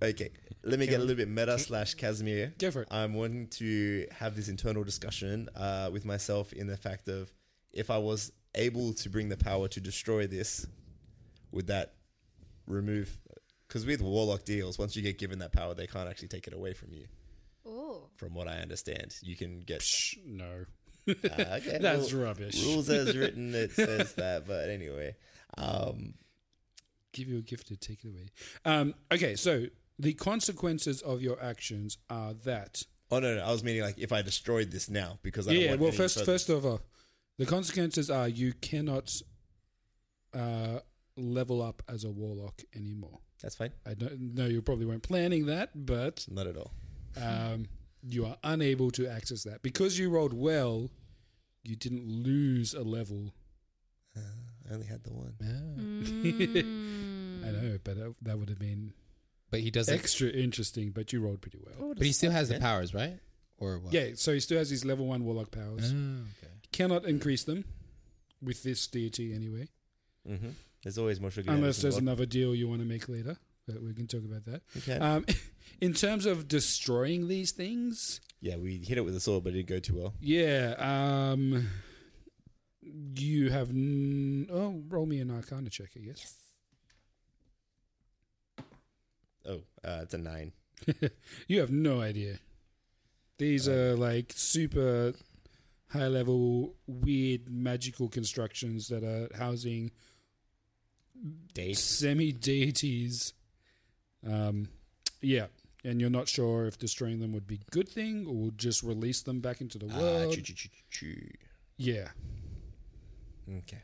[SPEAKER 5] Okay, let me get a little bit meta slash Casimir.
[SPEAKER 1] Go for it.
[SPEAKER 5] I'm wanting to have this internal discussion uh, with myself in the fact of if I was able to bring the power to destroy this, would that remove? Because with warlock deals, once you get given that power, they can't actually take it away from you.
[SPEAKER 2] Oh.
[SPEAKER 5] From what I understand, you can get.
[SPEAKER 1] No.
[SPEAKER 5] Uh, okay,
[SPEAKER 1] (laughs) That's
[SPEAKER 5] well,
[SPEAKER 1] rubbish.
[SPEAKER 5] Rules
[SPEAKER 1] (laughs)
[SPEAKER 5] as written, it says that. But anyway, um,
[SPEAKER 1] Give you a gift to take it away. Um, okay, so the consequences of your actions are that.
[SPEAKER 5] oh no, no, I was meaning like if I destroyed this now because I don't
[SPEAKER 1] yeah,
[SPEAKER 5] want
[SPEAKER 1] well,
[SPEAKER 5] any
[SPEAKER 1] first,
[SPEAKER 5] further-
[SPEAKER 1] first of all, the consequences are you cannot uh, level up as a warlock anymore.
[SPEAKER 5] that's fine.
[SPEAKER 1] I don't know you probably weren't planning that, but
[SPEAKER 5] Not at all.
[SPEAKER 1] um, you are unable to access that because you rolled well. You didn't lose a level.
[SPEAKER 5] Uh, (laughs) I only had the one.
[SPEAKER 2] Hmm.
[SPEAKER 1] I
[SPEAKER 2] Mm.
[SPEAKER 1] know, but that, that would have been
[SPEAKER 3] But he doesn't.
[SPEAKER 1] extra interesting. But you rolled pretty well.
[SPEAKER 3] but he still has the powers, right? Or what?
[SPEAKER 1] Yeah, so he still has his level one warlock
[SPEAKER 3] Oh,
[SPEAKER 1] powers.
[SPEAKER 3] okay.
[SPEAKER 1] Cannot increase them with this deity anyway,
[SPEAKER 5] Mm-hmm. There's always more Uh, sugar.
[SPEAKER 1] unless there's
[SPEAKER 5] involved.
[SPEAKER 1] another deal you want to make later. But we can talk about that.
[SPEAKER 5] Okay.
[SPEAKER 1] Um, (laughs) in terms of destroying these things,
[SPEAKER 5] yeah, we hit it with a sword, but it didn't go too well.
[SPEAKER 1] yeah, um, you have n- oh, roll me an Arcana check, I guess.
[SPEAKER 5] Oh, uh, it's a nine.
[SPEAKER 1] You have no idea. These are like super high level, weird, magical constructions that are housing
[SPEAKER 5] Date.
[SPEAKER 1] semi deities. Um, yeah, and you're not sure if destroying them would be a good thing or just release them back into the
[SPEAKER 5] Ah,
[SPEAKER 1] world. yeah,
[SPEAKER 5] Okay.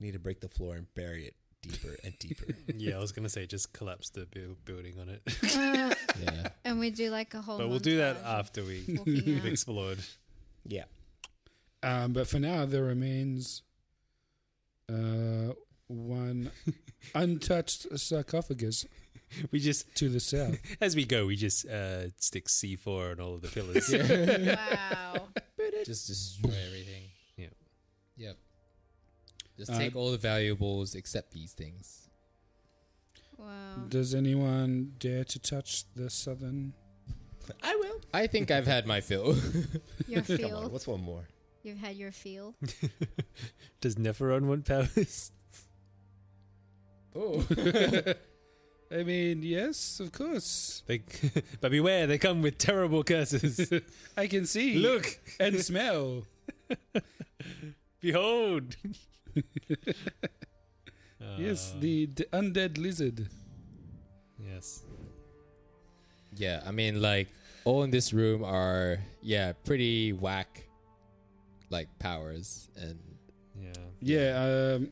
[SPEAKER 5] We need to break the floor and bury it deeper and
[SPEAKER 3] (laughs)
[SPEAKER 5] deeper.
[SPEAKER 4] Yeah, I was gonna say just collapse the bu- building on it, (laughs)
[SPEAKER 2] Uh,
[SPEAKER 3] Yeah.
[SPEAKER 2] (laughs) and we do like a whole.
[SPEAKER 4] but we'll do that uh,
[SPEAKER 2] montage of
[SPEAKER 4] after we
[SPEAKER 2] walking
[SPEAKER 4] (laughs) we've
[SPEAKER 2] out.
[SPEAKER 4] explored.
[SPEAKER 5] yeah.
[SPEAKER 1] um, but for now there remains uh, one untouched sarcophagus
[SPEAKER 4] We just
[SPEAKER 1] to the south.
[SPEAKER 4] as we go, we just uh, stick C four on all of the pillars.
[SPEAKER 2] Wow.
[SPEAKER 3] Just destroy everything.
[SPEAKER 4] Yeah.
[SPEAKER 3] Yep. Just
[SPEAKER 1] Uh,
[SPEAKER 3] take all the valuables except these things.
[SPEAKER 2] Wow.
[SPEAKER 1] Does anyone dare to touch the southern? (laughs)
[SPEAKER 3] I will. I think I've had my fill. (laughs)
[SPEAKER 5] (laughs)
[SPEAKER 2] Your
[SPEAKER 5] Come on,
[SPEAKER 2] field.
[SPEAKER 5] what's one more?
[SPEAKER 2] You've had your feel.
[SPEAKER 4] (laughs) Does Neferon want powers? (laughs)
[SPEAKER 3] Oh,
[SPEAKER 1] I mean, yes, of course.
[SPEAKER 4] They, (laughs) but beware, they come with terrible curses. (laughs)
[SPEAKER 1] I can see.
[SPEAKER 4] Look,
[SPEAKER 1] and smell.
[SPEAKER 4] behold. (laughs)
[SPEAKER 1] yes,
[SPEAKER 4] Uh,
[SPEAKER 1] the d- undead lizard.
[SPEAKER 4] yes.
[SPEAKER 3] yeah. I mean, like all in this room are yeah, pretty whack, like powers, and
[SPEAKER 4] Yeah.
[SPEAKER 1] Yeah. Um,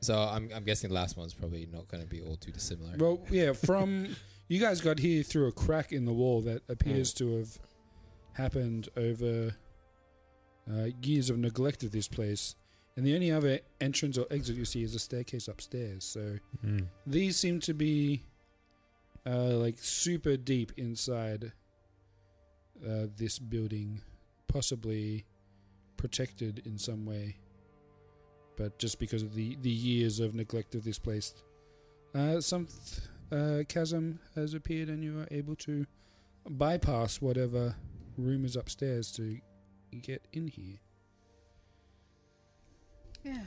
[SPEAKER 3] so I'm I'm guessing the last one's probably not going to be all too dissimilar.
[SPEAKER 1] well,
[SPEAKER 4] (laughs)
[SPEAKER 1] yeah. From you guys got here through a crack in the wall that appears to have happened over uh, years of neglect of this place, and the only other entrance or exit you see is a staircase upstairs. So
[SPEAKER 4] Mm.
[SPEAKER 1] these seem to be uh, like super deep inside uh, this building, possibly protected in some way. But just because of the, the years of neglect of this place, uh, some th- uh, chasm has appeared, and you are able to bypass whatever room is upstairs to get in here.
[SPEAKER 2] Yeah.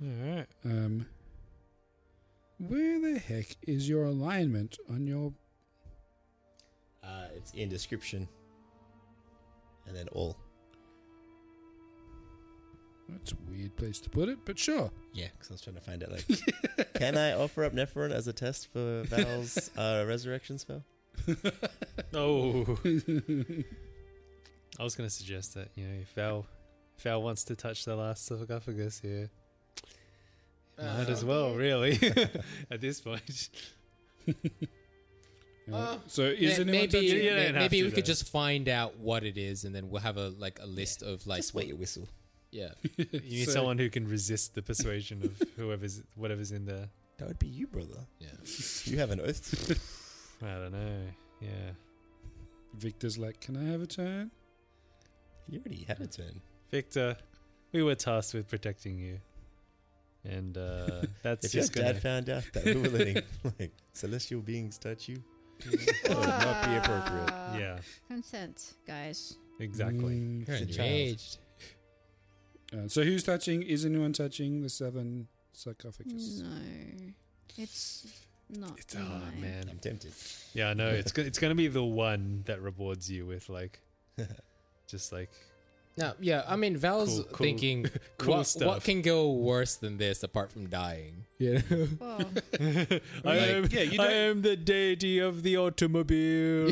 [SPEAKER 4] All right.
[SPEAKER 1] Um, where the heck is your alignment on your
[SPEAKER 5] Uh, it's in description. And then all.
[SPEAKER 1] That's a weird place to put it, but sure.
[SPEAKER 5] (laughs) Yeah, because I was trying to find out, like, can I offer up Nephiron as a test for Val's uh, resurrection spell?
[SPEAKER 1] (laughs)
[SPEAKER 4] Oh. I was going to suggest that, you know, if Val, if Val wants to touch the last sarcophagus here, might
[SPEAKER 1] Uh,
[SPEAKER 4] as well, really,
[SPEAKER 1] (laughs)
[SPEAKER 4] (laughs) at this point. (laughs)
[SPEAKER 3] Uh,
[SPEAKER 1] so
[SPEAKER 3] Ma-
[SPEAKER 1] is anyone
[SPEAKER 3] maybe
[SPEAKER 1] touching?
[SPEAKER 4] You
[SPEAKER 3] ma-
[SPEAKER 4] don't have
[SPEAKER 3] maybe
[SPEAKER 4] to,
[SPEAKER 3] we could
[SPEAKER 4] though.
[SPEAKER 3] just find out what it is, and then we'll have a like a list of like
[SPEAKER 5] Just wait your whistle.
[SPEAKER 3] yeah.
[SPEAKER 4] You need
[SPEAKER 1] (laughs) So-
[SPEAKER 4] someone who can resist the persuasion
[SPEAKER 1] (laughs)
[SPEAKER 4] of whoever's, whatever's in there. (laughs)
[SPEAKER 5] That would be you, brother.
[SPEAKER 3] Yeah.
[SPEAKER 5] You have an oath.
[SPEAKER 4] I don't know. Yeah.
[SPEAKER 1] Victor's like, can I have a turn?
[SPEAKER 5] you already had a turn.
[SPEAKER 4] Victor, we were tasked with protecting you. And
[SPEAKER 1] (laughs)
[SPEAKER 4] uh, that's
[SPEAKER 5] If your
[SPEAKER 4] just gonna...
[SPEAKER 5] dad found out that we were letting like celestial beings touch you, (laughs) that would not be appropriate.
[SPEAKER 2] Wow.
[SPEAKER 4] yeah,
[SPEAKER 2] Consent, guys.
[SPEAKER 4] exactly.
[SPEAKER 1] Mm.
[SPEAKER 3] You're
[SPEAKER 5] It's a child.
[SPEAKER 3] engaged.
[SPEAKER 1] Uh, so who's touching? Is anyone touching the seven sarcophagus?
[SPEAKER 2] No. It's not.
[SPEAKER 5] ah,
[SPEAKER 4] It's oh
[SPEAKER 2] mine.
[SPEAKER 4] man.
[SPEAKER 5] I'm tempted.
[SPEAKER 4] Yeah, (laughs) no, it's go- it's gonna be the one that rewards you with (laughs) like, just like
[SPEAKER 3] No, yeah. I mean, Val's
[SPEAKER 4] Cool, cool.
[SPEAKER 3] thinking
[SPEAKER 4] Cool
[SPEAKER 3] what, what
[SPEAKER 4] stuff.
[SPEAKER 3] can go worse than this apart from dying? Yeah.
[SPEAKER 2] Well,
[SPEAKER 4] I
[SPEAKER 3] Like,
[SPEAKER 4] am, (laughs)
[SPEAKER 1] yeah, you
[SPEAKER 4] I am
[SPEAKER 1] don't-
[SPEAKER 4] the deity of the
[SPEAKER 3] (laughs)
[SPEAKER 4] automobile.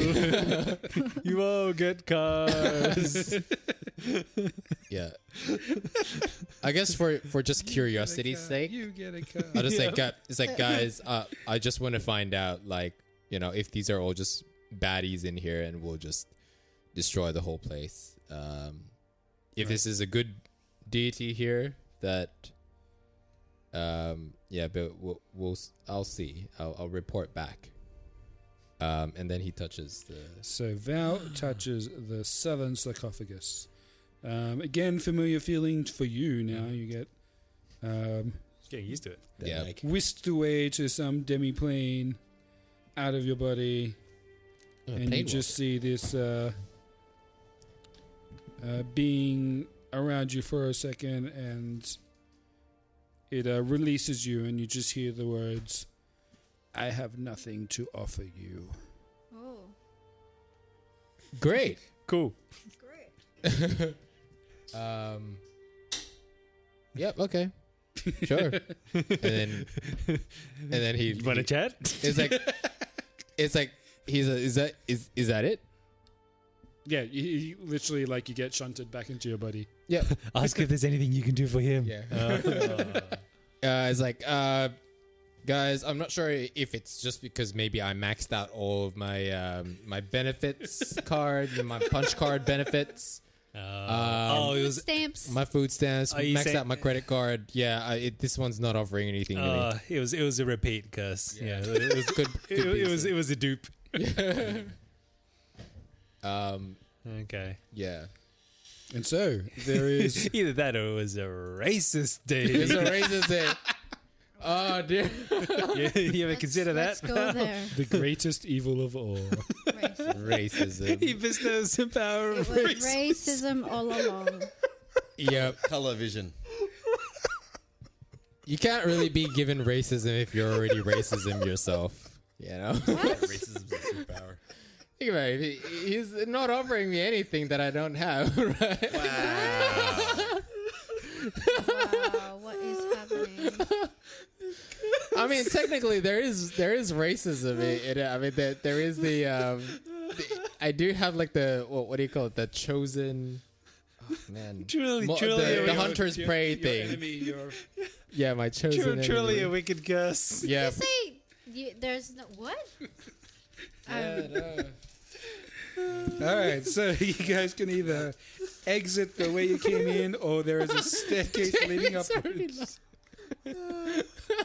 [SPEAKER 4] (laughs) you all get cars.
[SPEAKER 3] yeah. I guess for for just curiosity's sake,
[SPEAKER 1] You get a card.
[SPEAKER 3] I just like gu- it's like guys, uh, I just want to find out like you know if these are all just baddies in here and we'll just destroy the whole place. Um, if this is a good deity here, that um, yeah, but we'll, we'll s- I'll see. I'll, I'll report back. Um, and then he touches the
[SPEAKER 1] So Val touches the southern sarcophagus. Um, again, familiar feelings for you now. You get um,
[SPEAKER 4] (laughs) Getting used to it.
[SPEAKER 5] That,
[SPEAKER 3] Yeah.
[SPEAKER 5] like,
[SPEAKER 1] whisked away to some demi-plane out of your body. and you
[SPEAKER 3] Paywall.
[SPEAKER 1] just see this uh, uh, being around you for a second, and it uh, releases you, and you just hear the words, "I have nothing to offer you."
[SPEAKER 2] oh,
[SPEAKER 3] great.
[SPEAKER 4] Cool.
[SPEAKER 2] great.
[SPEAKER 3] (laughs) Um, yep. Okay. Sure. and then and then he
[SPEAKER 4] You want to
[SPEAKER 3] he-
[SPEAKER 4] chat?
[SPEAKER 3] It's like it's like he's a, is that is is that it?
[SPEAKER 1] Yeah, you, you literally like you get shunted back into your body.
[SPEAKER 4] (laughs)
[SPEAKER 3] Yeah.
[SPEAKER 4] (laughs) Ask if there's anything you can do for him. (laughs)
[SPEAKER 3] Yeah.
[SPEAKER 4] Uh,
[SPEAKER 3] Uh, it's like uh guys, I'm not sure if it's just because maybe I maxed out all of my um,
[SPEAKER 4] (laughs)
[SPEAKER 3] my benefits card, and my punch card benefits,
[SPEAKER 4] uh, oh, it
[SPEAKER 2] Food
[SPEAKER 4] (laughs) was.
[SPEAKER 2] stamps.
[SPEAKER 3] my food stamps,
[SPEAKER 4] Are you
[SPEAKER 3] maxed
[SPEAKER 4] saying-
[SPEAKER 3] out my credit card. Yeah, I, it, this one's not offering anything to me.
[SPEAKER 4] Uh, it was. It was a repeat curse. Yeah, it (laughs) was.
[SPEAKER 3] (laughs) Good,
[SPEAKER 4] It,
[SPEAKER 3] good
[SPEAKER 4] it was.
[SPEAKER 3] business.
[SPEAKER 4] It was a dupe.
[SPEAKER 3] (laughs) um
[SPEAKER 4] Okay.
[SPEAKER 3] yeah.
[SPEAKER 1] And so there is
[SPEAKER 4] Either that or it was a racist
[SPEAKER 3] It's
[SPEAKER 4] (laughs) day.
[SPEAKER 3] a racist day. (laughs) Oh, dear.
[SPEAKER 4] you, you ever
[SPEAKER 2] Let's-
[SPEAKER 4] consider
[SPEAKER 2] let's
[SPEAKER 4] that?
[SPEAKER 2] (laughs) go there.
[SPEAKER 1] (laughs) The greatest evil of (laughs) all.
[SPEAKER 2] Racism.
[SPEAKER 4] he
[SPEAKER 3] (laughs) Racism.
[SPEAKER 4] bestows the power
[SPEAKER 2] It
[SPEAKER 4] of
[SPEAKER 2] was
[SPEAKER 4] race.
[SPEAKER 2] racism all (laughs) along.
[SPEAKER 3] yep.
[SPEAKER 5] Color vision.
[SPEAKER 3] You can't really be given racism if you're already racism yourself. You (laughs) know?
[SPEAKER 5] Racism is a superpower.
[SPEAKER 3] Think about it. he- He's not offering me anything that I don't have, (laughs) right?
[SPEAKER 2] Wow, Uh, what is happening?
[SPEAKER 3] I mean, technically, there is there is racism. In, in, I mean, there, there is the, um, the- I do have like the what, what do you call it? The chosen. Oh, (laughs) man,
[SPEAKER 4] Truly,
[SPEAKER 3] Mo-
[SPEAKER 4] truly,
[SPEAKER 3] the,
[SPEAKER 4] a
[SPEAKER 3] the
[SPEAKER 4] wicked-
[SPEAKER 3] hunter's prey
[SPEAKER 1] Your
[SPEAKER 3] thing.
[SPEAKER 1] enemy, your
[SPEAKER 3] (laughs) Yeah, my chosen.
[SPEAKER 4] Tru- truly
[SPEAKER 3] enemy.
[SPEAKER 4] a wicked curse.
[SPEAKER 2] (laughs)
[SPEAKER 3] yeah.
[SPEAKER 2] You say you, there's no what? Um,
[SPEAKER 1] All right, so you guys can either exit the way you came in, or there is a staircase leading
[SPEAKER 2] (laughs)
[SPEAKER 1] up.
[SPEAKER 4] (laughs)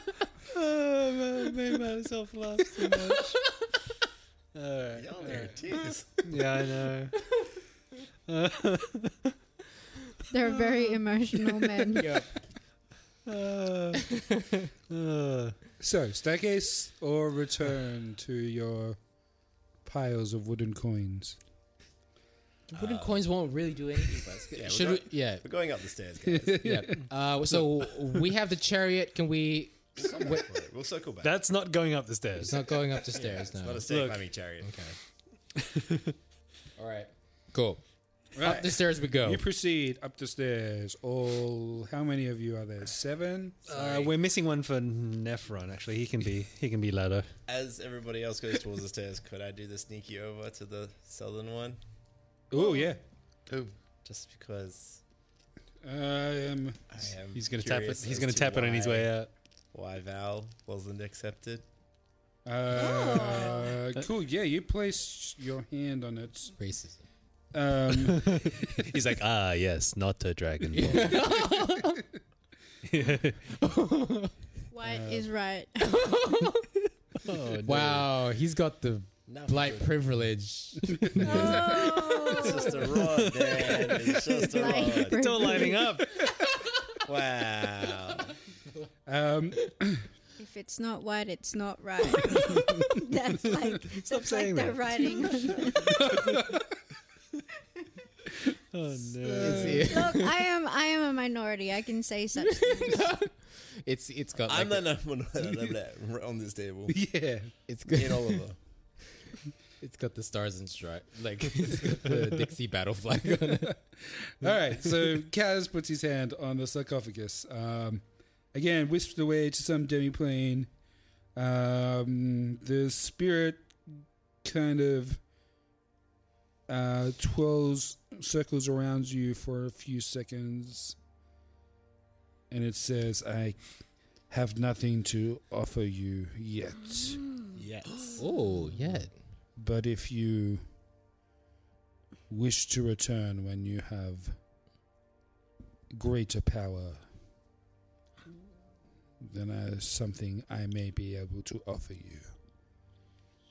[SPEAKER 4] Oh, man, I made myself laugh too much. All right.
[SPEAKER 5] Y'all there, tears.
[SPEAKER 4] Yeah, I know.
[SPEAKER 2] they're very emotional (laughs) men.
[SPEAKER 4] Uh, uh,
[SPEAKER 1] So staircase or return to your piles of wooden coins.
[SPEAKER 3] Wooden coins won't really do anything for us.
[SPEAKER 5] we're
[SPEAKER 3] Should we?
[SPEAKER 5] going-
[SPEAKER 3] (laughs) Yeah.
[SPEAKER 5] We're going up the stairs,
[SPEAKER 4] (laughs)
[SPEAKER 5] guys.
[SPEAKER 3] (laughs) Yeah. Uh, so we have the chariot. Can we?
[SPEAKER 5] we'll circle back.
[SPEAKER 4] that's not going up the
[SPEAKER 3] It's
[SPEAKER 4] stairs.
[SPEAKER 3] not going (laughs) up the stairs now.
[SPEAKER 5] Not a stair
[SPEAKER 4] Look.
[SPEAKER 5] climbing chariot.
[SPEAKER 3] (laughs) All right. Cool.
[SPEAKER 1] Right.
[SPEAKER 3] Up the stairs we go.
[SPEAKER 1] You proceed up the stairs. All how many of you are there? Seven.
[SPEAKER 4] Uh, we're missing one for Nephron. Actually, he can be he can be ladder.
[SPEAKER 5] As everybody else goes towards the stairs, could I do the sneaky over to the southern one?
[SPEAKER 1] Oh yeah.
[SPEAKER 5] Just because
[SPEAKER 1] Um,
[SPEAKER 5] I am.
[SPEAKER 4] He's gonna tap it.
[SPEAKER 5] curious
[SPEAKER 4] He's
[SPEAKER 5] as
[SPEAKER 4] gonna
[SPEAKER 5] to
[SPEAKER 4] tap it on his
[SPEAKER 5] why-
[SPEAKER 4] way out.
[SPEAKER 5] Why Val wasn't accepted?
[SPEAKER 1] uh, cool. Yeah, you place your hand on it.
[SPEAKER 3] Racism.
[SPEAKER 1] Um,
[SPEAKER 4] He's like, ah, yes, not a dragon ball. (laughs)
[SPEAKER 2] White is right. (laughs)
[SPEAKER 4] Oh,
[SPEAKER 3] Wow, he's got the
[SPEAKER 5] No,
[SPEAKER 3] blight privilege. (laughs)
[SPEAKER 2] Oh.
[SPEAKER 5] it's just a rod, man. It's
[SPEAKER 4] (laughs)
[SPEAKER 5] just a
[SPEAKER 2] (laughs) Like,
[SPEAKER 5] rod.
[SPEAKER 4] it's all lining
[SPEAKER 2] (laughs)
[SPEAKER 4] up.
[SPEAKER 5] Wow.
[SPEAKER 1] um,
[SPEAKER 2] if it's not white, it's not right. (laughs) that's like
[SPEAKER 4] Stop
[SPEAKER 2] that's like
[SPEAKER 4] saying
[SPEAKER 2] the (laughs)
[SPEAKER 4] that.
[SPEAKER 2] writing. Look,
[SPEAKER 4] Oh no.
[SPEAKER 2] Uh,
[SPEAKER 3] it's,
[SPEAKER 2] I am I am a minority. I can say (laughs) such things.
[SPEAKER 3] it's it's got like,
[SPEAKER 5] I'm the number (laughs) one on this table.
[SPEAKER 1] yeah.
[SPEAKER 3] it's got,
[SPEAKER 5] In Oliver.
[SPEAKER 4] (laughs)
[SPEAKER 3] it's got the stars and stripes. Like (laughs) it's got the Dixie battle flag on it.
[SPEAKER 1] All right, so Kaz puts his hand on the sarcophagus. Um, again, whisked away to some demiplane. Um, the spirit kind of uh, twirls, circles around you for a few seconds, and it says, "I have nothing to offer you yet."
[SPEAKER 5] Yes.
[SPEAKER 3] Oh yeah.
[SPEAKER 1] but if you wish to return when you have greater power, then that is something I may be able to offer you.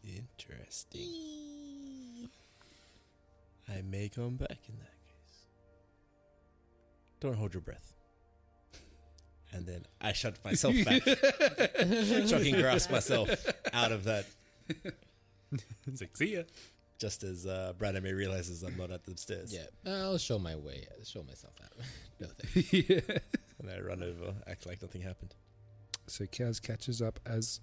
[SPEAKER 5] Interesting. I may come back in that case. Don't hold your breath. And then I shut myself back. Choking grasp myself out of that.
[SPEAKER 4] It's like, see ya.
[SPEAKER 5] Just as uh, Brandomir realizes I'm not at the stairs.
[SPEAKER 3] Yeah. I'll show my way. I'll show myself out. (laughs) no thanks.
[SPEAKER 1] (laughs)
[SPEAKER 5] And I run over, act like nothing happened.
[SPEAKER 1] So Kaz catches up as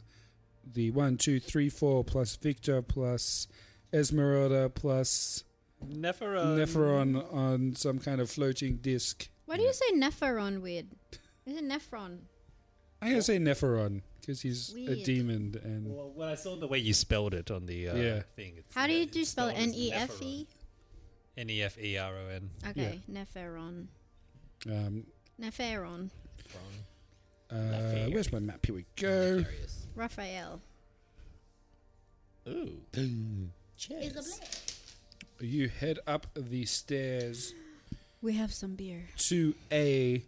[SPEAKER 1] the one, two, three, four plus Victor plus Esmeralda plus
[SPEAKER 4] Nephron.
[SPEAKER 1] Nephron on some kind of floating disc.
[SPEAKER 2] Why do you say Nepheron weird? Is it Nephron?
[SPEAKER 1] I'm gonna say Nepheron because he's a
[SPEAKER 2] Weird.
[SPEAKER 1] demon and
[SPEAKER 4] Well, when I saw the way you spelled it on the uh,
[SPEAKER 1] Yeah.
[SPEAKER 4] thing, it's,
[SPEAKER 2] How do you,
[SPEAKER 4] it's
[SPEAKER 2] do you spell it?
[SPEAKER 4] spelled
[SPEAKER 2] N
[SPEAKER 4] as
[SPEAKER 2] E F E?
[SPEAKER 4] Nepheron. N e f e r o n.
[SPEAKER 2] Okay, Nepheron.
[SPEAKER 1] um,
[SPEAKER 2] Nepheron.
[SPEAKER 1] uh, where's my map? Here we go.
[SPEAKER 3] Curious.
[SPEAKER 2] Raphael.
[SPEAKER 5] Ooh.
[SPEAKER 2] Is
[SPEAKER 5] Cheers.
[SPEAKER 1] You head up the stairs
[SPEAKER 2] We have some beer.
[SPEAKER 1] to a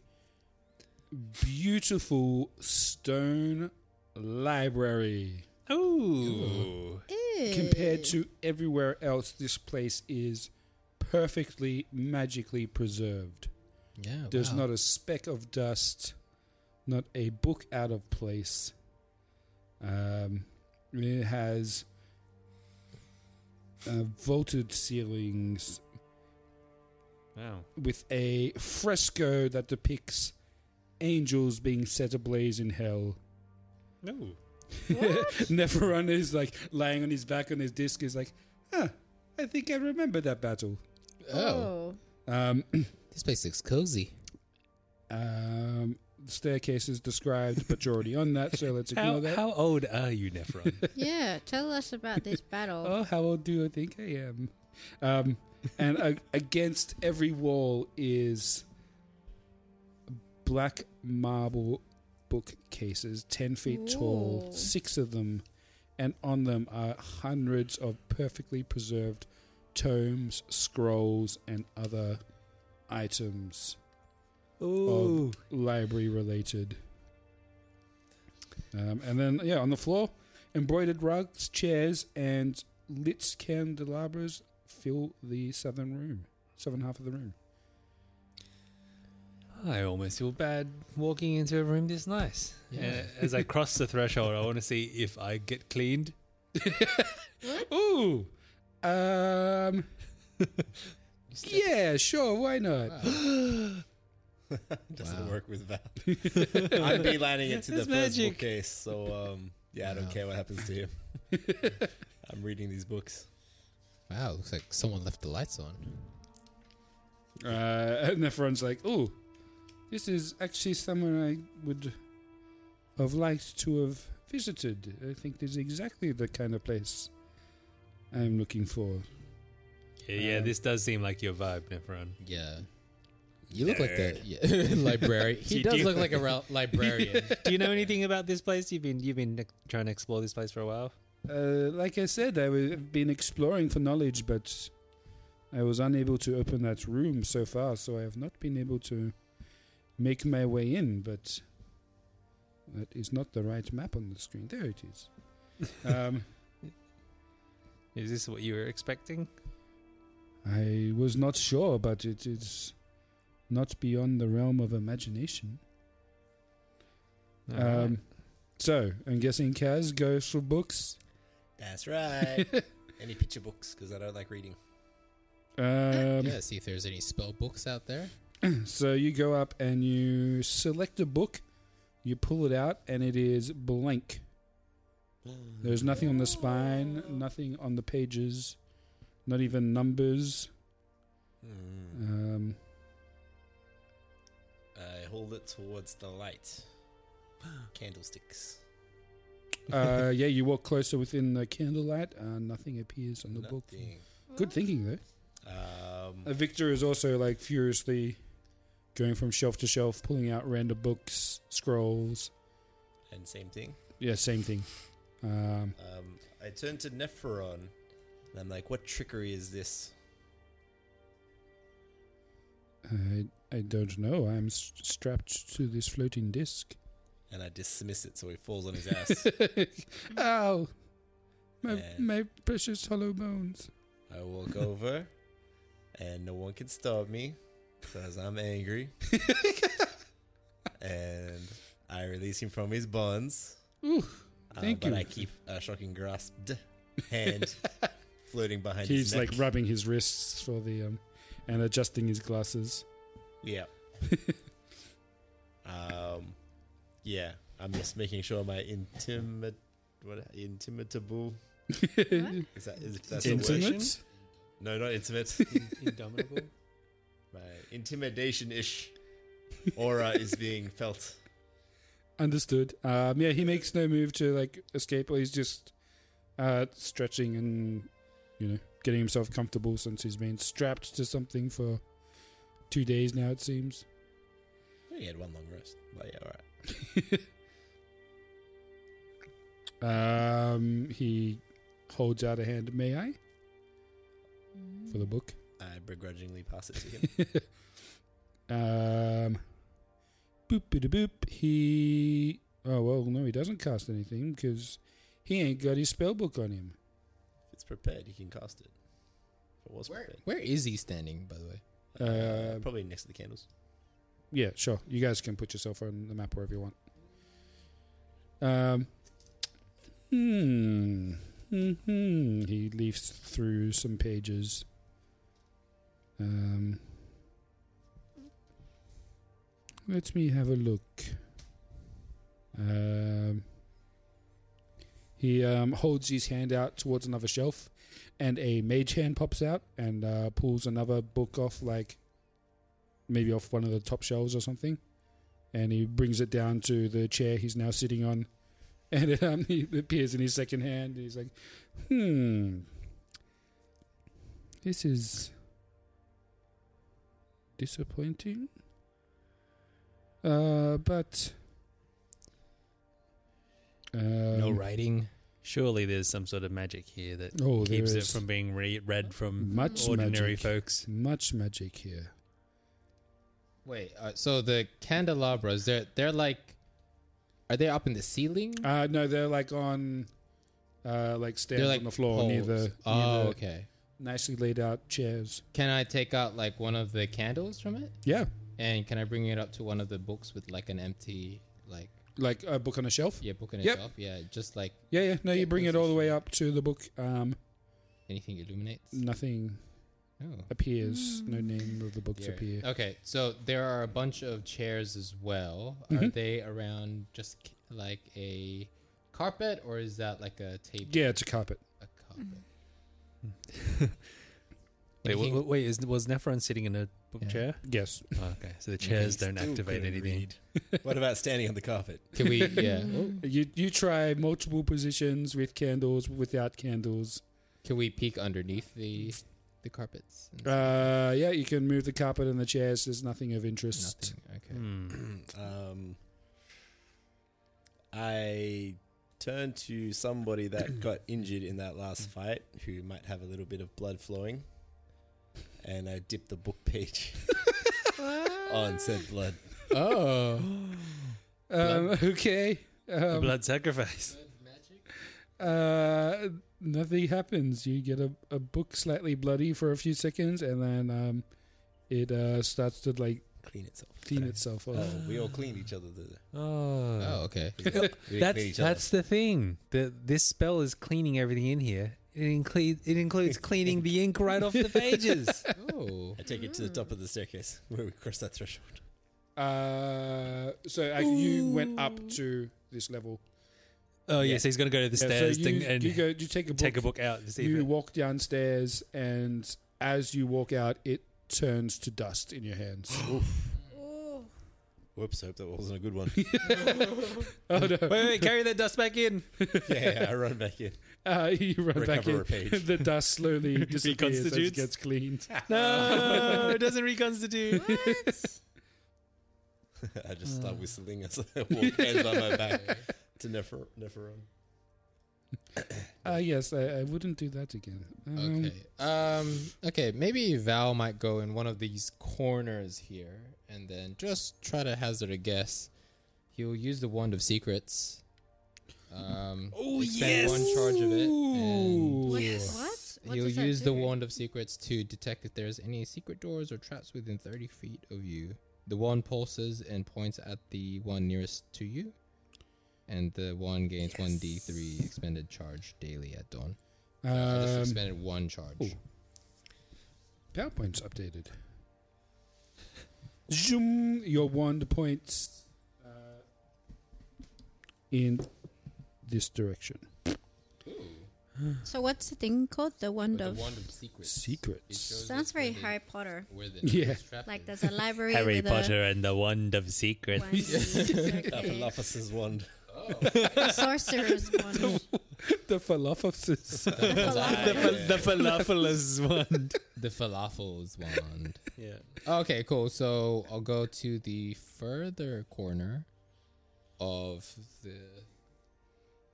[SPEAKER 1] beautiful stone library.
[SPEAKER 4] Ooh.
[SPEAKER 1] Compared to everywhere else, this place is perfectly magically preserved.
[SPEAKER 3] Yeah.
[SPEAKER 1] There's
[SPEAKER 3] wow.
[SPEAKER 1] not a speck of dust. not a book out of place. Um, it has uh, vaulted ceilings
[SPEAKER 4] Wow.
[SPEAKER 1] with a fresco that depicts angels being set ablaze in hell.
[SPEAKER 4] No.
[SPEAKER 1] (laughs) Neferon is like laying on his back on his disc. Is like, huh, I think I remember that battle.
[SPEAKER 3] Oh,
[SPEAKER 2] Oh.
[SPEAKER 1] Um, (clears throat)
[SPEAKER 3] this place looks cozy.
[SPEAKER 1] um, staircase is described, but you're already on that, so let's ignore
[SPEAKER 4] How,
[SPEAKER 1] that.
[SPEAKER 4] how old are you, Nephron?
[SPEAKER 2] (laughs)
[SPEAKER 1] (laughs)
[SPEAKER 2] Yeah, tell us about this battle.
[SPEAKER 1] Oh, how old do I think I am? Um, and a (laughs) against every wall is black marble bookcases, 10 feet tall,
[SPEAKER 2] Ooh.
[SPEAKER 1] six of them. And on them are hundreds of perfectly preserved tomes, scrolls, and other items
[SPEAKER 4] Ooh.
[SPEAKER 1] library related. Um, and then, yeah, on the floor, embroidered rugs, chairs, and lit candelabras fill the southern room, southern half of the room.
[SPEAKER 4] I almost feel bad walking into a room this nice.
[SPEAKER 3] Yeah.
[SPEAKER 4] Uh, as I cross the threshold, I want to see if I get cleaned. Ooh.
[SPEAKER 1] Um, yeah, sure, why not?
[SPEAKER 5] Doesn't work with Val. I'd be landing into the
[SPEAKER 4] It's
[SPEAKER 5] first
[SPEAKER 4] magic.
[SPEAKER 5] bookcase, so um, yeah, I don't care what happens to him. I'm reading these books.
[SPEAKER 3] Wow, looks like someone left the lights on.
[SPEAKER 1] Uh, and everyone's like, oh, this is actually someone I would have liked to have visited. I think this is exactly the kind of place I'm looking for.
[SPEAKER 4] Yeah, yeah,
[SPEAKER 1] Um,
[SPEAKER 4] this does seem like your vibe, Nephron.
[SPEAKER 3] Yeah. You look like the
[SPEAKER 1] (laughs)
[SPEAKER 3] yeah, (laughs) librarian. He
[SPEAKER 4] You
[SPEAKER 3] does
[SPEAKER 4] do.
[SPEAKER 3] look like a rel- librarian.
[SPEAKER 4] (laughs) Do you know anything about this place? You've been you've been trying to explore this place for a while.
[SPEAKER 1] Uh, like I said, I was- I've been exploring for knowledge, but I was unable to open that room so far, so I have not been able to make my way in. But that is not the right map on the screen. There it is. Um,
[SPEAKER 4] Is this what you were expecting?
[SPEAKER 1] I was not sure, but it is not beyond the realm of imagination. Um, so I'm guessing Kaz goes for books.
[SPEAKER 5] That's
[SPEAKER 1] (laughs)
[SPEAKER 5] right. Any picture books because I don't like reading.
[SPEAKER 1] Um,
[SPEAKER 3] (laughs) yeah, see if there's any spell books out there.
[SPEAKER 1] So you go up and you select a book, you pull it out, and it is blank. There's nothing on the spine, nothing on the pages, not even numbers.
[SPEAKER 5] Hmm.
[SPEAKER 1] Um,
[SPEAKER 5] I Uh, hold it towards the light.
[SPEAKER 1] (gasps)
[SPEAKER 5] Candlesticks.
[SPEAKER 1] uh, yeah, you walk closer within the candlelight, uh, nothing appears on the book.
[SPEAKER 5] Nothing.
[SPEAKER 1] Good thinking, though. Uh,
[SPEAKER 5] Um,
[SPEAKER 1] Victor is also like furiously going from shelf to shelf, pulling out random books, scrolls.
[SPEAKER 5] and same thing.
[SPEAKER 1] Yeah, same thing. Um,
[SPEAKER 5] Um, I turn to Nephron and I'm like, what trickery is this?
[SPEAKER 1] I, I don't know. I'm s- strapped to this floating disc.
[SPEAKER 5] And I dismiss it so he falls on his
[SPEAKER 1] (laughs)
[SPEAKER 5] ass.
[SPEAKER 1] Ow! My,
[SPEAKER 5] Yeah.
[SPEAKER 1] my precious hollow bones.
[SPEAKER 5] I walk over and no one can stop me because I'm
[SPEAKER 1] (laughs)
[SPEAKER 5] angry. and I release him from his bonds. Uh,
[SPEAKER 1] thank
[SPEAKER 5] but
[SPEAKER 1] you.
[SPEAKER 5] I keep a shocking grasped hand (laughs) floating behind his
[SPEAKER 1] He's
[SPEAKER 5] neck.
[SPEAKER 1] like rubbing his wrists for the um, and adjusting his glasses.
[SPEAKER 5] Yeah. (laughs) um, yeah. I'm just making sure my intimate, what intimitable
[SPEAKER 1] (laughs)
[SPEAKER 5] is that? Is if that's a word?
[SPEAKER 1] Intimate?
[SPEAKER 5] No, not intimate.
[SPEAKER 4] Indomitable.
[SPEAKER 5] my intimidation ish aura uh, is
[SPEAKER 1] (laughs)
[SPEAKER 5] being felt.
[SPEAKER 1] Understood. Um, yeah, he makes no move to like escape, or he's just uh, stretching and you know getting himself comfortable since he's been strapped to something for two days now. It seems.
[SPEAKER 5] Yeah, He had one long rest, but yeah, all right.
[SPEAKER 1] Um, he holds out a hand. May I? For the book.
[SPEAKER 5] I begrudgingly pass it to (laughs) him.
[SPEAKER 1] Um, boop, boop, boop. He. Oh well, no, he doesn't cast anything because he ain't got his spell book on him.
[SPEAKER 5] if it's prepared, he can cast it. If it was prepared,
[SPEAKER 3] Where is he standing, by the way?
[SPEAKER 5] Uh,
[SPEAKER 1] Um,
[SPEAKER 5] probably next to the candles.
[SPEAKER 1] yeah, sure. You guys can put yourself on the map wherever you want. Um. Hmm. Hmm. He leafs through some pages. Um. Let me have a look. Um. He um, holds his hand out towards another shelf, and a mage hand pops out and uh, pulls another book off, like maybe off one of the top shelves or something. And he brings it down to the chair he's now sitting on, (laughs) and um, he appears in his second hand. And he's like, "Hmm, this is disappointing, uh, but." Um,
[SPEAKER 3] no writing.
[SPEAKER 4] Surely there's some sort of magic here that
[SPEAKER 1] Oh, there
[SPEAKER 4] keeps it
[SPEAKER 1] is.
[SPEAKER 4] from being re- read from
[SPEAKER 1] Much
[SPEAKER 4] ordinary
[SPEAKER 1] magic.
[SPEAKER 4] folks.
[SPEAKER 1] Much magic here.
[SPEAKER 3] Wait, uh, so the candelabras, they're they're like, are they up in the ceiling?
[SPEAKER 1] Uh, no, they're like on, uh, like stands
[SPEAKER 3] they're like
[SPEAKER 1] on the floor near
[SPEAKER 3] poles.
[SPEAKER 1] the, near
[SPEAKER 3] oh,
[SPEAKER 1] the
[SPEAKER 3] okay.
[SPEAKER 1] nicely laid out chairs.
[SPEAKER 3] Can I take out like one of the candles from it,
[SPEAKER 1] Yeah,
[SPEAKER 3] and can I bring it up to one of the books with like an empty like
[SPEAKER 1] like a book on a shelf.
[SPEAKER 3] yeah book in a
[SPEAKER 1] Yep.
[SPEAKER 3] shelf? Yeah, just like
[SPEAKER 1] Yeah, yeah. No, you
[SPEAKER 3] Yeah,
[SPEAKER 1] bring
[SPEAKER 3] this
[SPEAKER 1] it all
[SPEAKER 3] is-
[SPEAKER 1] the way up to the book. Um,
[SPEAKER 3] anything illuminates.
[SPEAKER 1] Mm. nothing
[SPEAKER 3] Oh.
[SPEAKER 1] appears. No name of the books appear.
[SPEAKER 3] Okay, so there are a bunch of chairs as well.
[SPEAKER 1] Mm-hmm.
[SPEAKER 3] Are they around just c- like a carpet, or is that like a table?
[SPEAKER 1] Yeah, it's a carpet.
[SPEAKER 3] a carpet.
[SPEAKER 4] Wait, wait,
[SPEAKER 3] Anything-
[SPEAKER 4] wait, is, was Nephron sitting in a book
[SPEAKER 3] Yeah.
[SPEAKER 4] chair?
[SPEAKER 1] Yes.
[SPEAKER 4] (laughs) Oh, okay, so the chairs don't
[SPEAKER 5] Still
[SPEAKER 4] activate
[SPEAKER 5] couldn't
[SPEAKER 4] anything.
[SPEAKER 5] read. what about standing on the carpet?
[SPEAKER 3] Can
[SPEAKER 1] (laughs)
[SPEAKER 3] we? Yeah.
[SPEAKER 1] You you try multiple positions with candles, without candles.
[SPEAKER 3] Can we peek underneath the the carpets? and
[SPEAKER 1] Uh, yeah, you can move the carpet and the chairs. There's nothing of interest.
[SPEAKER 3] Nothing.
[SPEAKER 1] Mm. (gasps)
[SPEAKER 3] Okay.
[SPEAKER 4] Hmm.
[SPEAKER 5] Um, I turn to somebody that got injured in that last fight, who might have a little bit of blood flowing, and I dip the book page on said blood.
[SPEAKER 3] Oh.
[SPEAKER 1] Um, (laughs) okay.
[SPEAKER 4] A
[SPEAKER 1] Um,
[SPEAKER 4] blood sacrifice.
[SPEAKER 1] Uh, nothing happens. You get a, a book slightly bloody for a few seconds, and then um, it uh, starts to like
[SPEAKER 5] Clean itself.
[SPEAKER 1] clean itself up.
[SPEAKER 5] Oh, we all cleaned each other. the-
[SPEAKER 4] Oh,
[SPEAKER 3] Oh.
[SPEAKER 1] (laughs)
[SPEAKER 3] Okay.
[SPEAKER 5] We didn't clean
[SPEAKER 4] (laughs) that's
[SPEAKER 5] each other.
[SPEAKER 4] that's the thing. The, this spell is cleaning everything in here. It includes it
[SPEAKER 1] (laughs)
[SPEAKER 4] includes cleaning the ink right off the pages.
[SPEAKER 3] Oh.
[SPEAKER 5] I take it to the top of the staircase where we cross that threshold.
[SPEAKER 1] Uh, so I, you went up to this level.
[SPEAKER 4] Oh yeah, so he's gonna go to the
[SPEAKER 1] Yeah,
[SPEAKER 4] stairs
[SPEAKER 1] so you,
[SPEAKER 4] thing and
[SPEAKER 1] you go, you take a book,
[SPEAKER 4] take a book out to see
[SPEAKER 1] You
[SPEAKER 4] if it-
[SPEAKER 1] walk downstairs, and as you walk out, it turns to dust in your
[SPEAKER 4] (gasps)
[SPEAKER 1] hands.
[SPEAKER 5] Whoops, hope that wasn't a good one.
[SPEAKER 1] oh no!
[SPEAKER 4] Wait, wait, carry that dust back in.
[SPEAKER 5] yeah, yeah, I run back in.
[SPEAKER 1] Uh, (laughs) you run back
[SPEAKER 5] Recover
[SPEAKER 1] in.
[SPEAKER 5] a page.
[SPEAKER 1] the dust
[SPEAKER 4] (laughs)
[SPEAKER 1] slowly disappears as it
[SPEAKER 4] Reconstitutes.
[SPEAKER 1] gets
[SPEAKER 4] (laughs)
[SPEAKER 1] cleaned.
[SPEAKER 4] No, it doesn't reconstitute.
[SPEAKER 5] I just start whistling as (laughs) I walk hands on my
[SPEAKER 4] (laughs)
[SPEAKER 5] back to Nefer- Neferon.
[SPEAKER 1] Uh, yes, I, I wouldn't do that again. Um,
[SPEAKER 3] Okay. Um. Okay. Maybe Val might go in one of these corners here, and then just try to hazard a guess. He'll use the wand of secrets. Um. Oh yes. One charge of it. and
[SPEAKER 2] What? What? What
[SPEAKER 3] He'll
[SPEAKER 2] does that
[SPEAKER 3] use the
[SPEAKER 2] do?
[SPEAKER 3] wand of secrets to detect if there's any secret doors or traps within 30 feet of you. The wand pulses and points at the one nearest to you, and the wand gains 1d3 expended charge daily at dawn. So I just
[SPEAKER 1] Um,
[SPEAKER 3] expended one charge.
[SPEAKER 1] PowerPoint's updated. Zoom. Your wand points uh, in this direction.
[SPEAKER 2] So what's the thing called? The wand
[SPEAKER 3] But the
[SPEAKER 2] of
[SPEAKER 3] wand of secrets. It
[SPEAKER 1] Secrets.
[SPEAKER 3] shows
[SPEAKER 2] sounds
[SPEAKER 3] us
[SPEAKER 2] very
[SPEAKER 3] where the-
[SPEAKER 2] Harry Potter.
[SPEAKER 3] Where the
[SPEAKER 1] Yeah.
[SPEAKER 3] nearest trap
[SPEAKER 2] Like
[SPEAKER 3] is.
[SPEAKER 2] there's a library.
[SPEAKER 4] Harry
[SPEAKER 2] with
[SPEAKER 4] Potter and the Wand of
[SPEAKER 2] A
[SPEAKER 4] Secrets. (laughs)
[SPEAKER 2] wand, circuit,
[SPEAKER 5] Lapis' wand.
[SPEAKER 2] a
[SPEAKER 4] (laughs)
[SPEAKER 2] sorcerer's wand.
[SPEAKER 1] The
[SPEAKER 3] (laughs)
[SPEAKER 1] falafels.
[SPEAKER 4] The, fal- the (laughs) Falafel's Wand.
[SPEAKER 3] the falafels wand.
[SPEAKER 4] Yeah.
[SPEAKER 3] Okay, cool. So I'll go to the further corner of the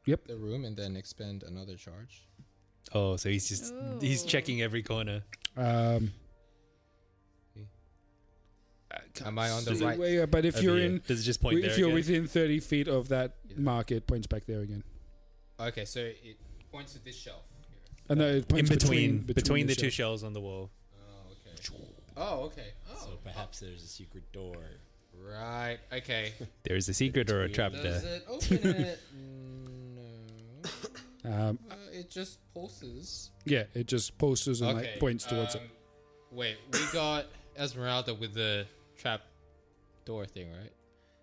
[SPEAKER 1] Yep.
[SPEAKER 3] the room and then expend another charge.
[SPEAKER 4] Oh, so he's just he's checking every corner.
[SPEAKER 1] (laughs) um,
[SPEAKER 3] Am I on the
[SPEAKER 1] so-
[SPEAKER 3] right?
[SPEAKER 1] yeah, but if
[SPEAKER 4] over
[SPEAKER 1] you're
[SPEAKER 4] here.
[SPEAKER 1] in,
[SPEAKER 4] does it just point there?
[SPEAKER 1] if you're
[SPEAKER 4] again?
[SPEAKER 1] within thirty feet of that mark, it points back there again.
[SPEAKER 3] Okay, so it points to this shelf. Here.
[SPEAKER 1] Uh, no, it
[SPEAKER 4] in
[SPEAKER 1] points
[SPEAKER 4] between between, the, two
[SPEAKER 1] shelves.
[SPEAKER 4] shells on the wall.
[SPEAKER 3] Oh, okay. Oh, okay. Oh,
[SPEAKER 5] So perhaps there's a secret door
[SPEAKER 3] Right. Okay.
[SPEAKER 4] There is a secret or a trap
[SPEAKER 3] Does
[SPEAKER 4] there.
[SPEAKER 3] it open it? (laughs) no.
[SPEAKER 1] Um,
[SPEAKER 3] Uh, it just pulses.
[SPEAKER 1] yeah, it just posters and like points towards
[SPEAKER 3] um, Wait, we got Esmeralda with the trap door thing, right?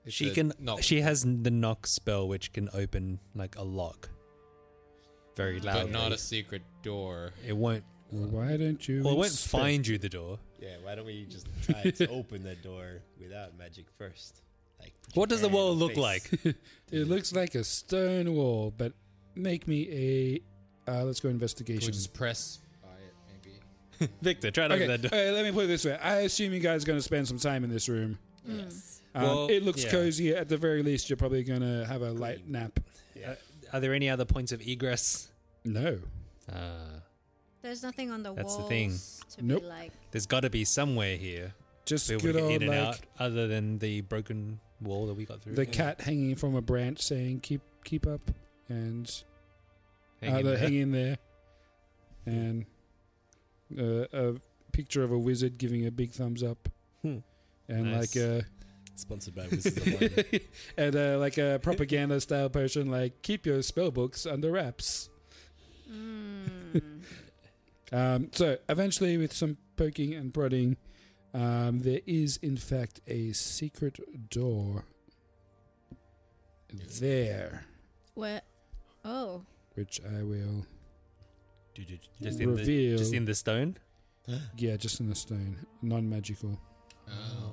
[SPEAKER 3] It's
[SPEAKER 4] She
[SPEAKER 3] a
[SPEAKER 4] can.
[SPEAKER 3] knock,
[SPEAKER 4] She has the knock spell, which can open like a lock, very
[SPEAKER 3] but
[SPEAKER 4] loudly.
[SPEAKER 3] not a secret door.
[SPEAKER 4] it won't.
[SPEAKER 1] it. Why don't you?
[SPEAKER 4] Well, it won't
[SPEAKER 1] expect-
[SPEAKER 4] find you the door.
[SPEAKER 5] Yeah, why don't we just
[SPEAKER 4] (laughs)
[SPEAKER 5] try to open that door without magic first? Like, put your
[SPEAKER 4] What does the
[SPEAKER 5] hand in
[SPEAKER 4] wall look
[SPEAKER 5] face.
[SPEAKER 4] like?
[SPEAKER 1] It looks like a stone wall, but make me a. Uh, let's go
[SPEAKER 3] Can we
[SPEAKER 1] investigation.
[SPEAKER 3] just press by it, maybe?
[SPEAKER 4] Victor, try to
[SPEAKER 1] Okay,
[SPEAKER 4] open that door.
[SPEAKER 1] alright, let me put it this way. I assume you guys are going to spend some time in this room. Um,
[SPEAKER 4] Well,
[SPEAKER 1] it looks
[SPEAKER 4] yeah.
[SPEAKER 1] cozy. At the very least, you're probably going to have a light nap.
[SPEAKER 4] Uh, are there any other points of egress?
[SPEAKER 1] No.
[SPEAKER 4] Uh,
[SPEAKER 2] There's nothing on the
[SPEAKER 4] That's the
[SPEAKER 2] walls
[SPEAKER 4] thing.
[SPEAKER 2] to
[SPEAKER 1] Nope.
[SPEAKER 2] be like.
[SPEAKER 4] there's got to be somewhere here
[SPEAKER 1] Just
[SPEAKER 4] where we
[SPEAKER 1] good
[SPEAKER 4] get
[SPEAKER 1] old
[SPEAKER 4] in and
[SPEAKER 1] like
[SPEAKER 4] out, other than the broken wall that we got through.
[SPEAKER 1] the cat hanging from a branch saying "keep keep up" and
[SPEAKER 4] Hang in
[SPEAKER 1] uh, the-
[SPEAKER 4] there.
[SPEAKER 1] hang in there, and uh, a picture of a wizard giving a big thumbs up,
[SPEAKER 4] Hmm.
[SPEAKER 1] and
[SPEAKER 4] Nice.
[SPEAKER 1] like uh, a
[SPEAKER 5] (laughs) Sponsored by Wizards of Oz.
[SPEAKER 1] and uh, like a propaganda style potion like keep your spell books under wraps.
[SPEAKER 2] Mm.
[SPEAKER 1] Um, so eventually, with some poking and prodding, um, there is in fact a secret door there,
[SPEAKER 2] Where? Oh,
[SPEAKER 1] which I will
[SPEAKER 4] just, in the,
[SPEAKER 1] reveal.
[SPEAKER 4] just in the stone.
[SPEAKER 1] yeah, just in the stone, non-magical.
[SPEAKER 3] Oh.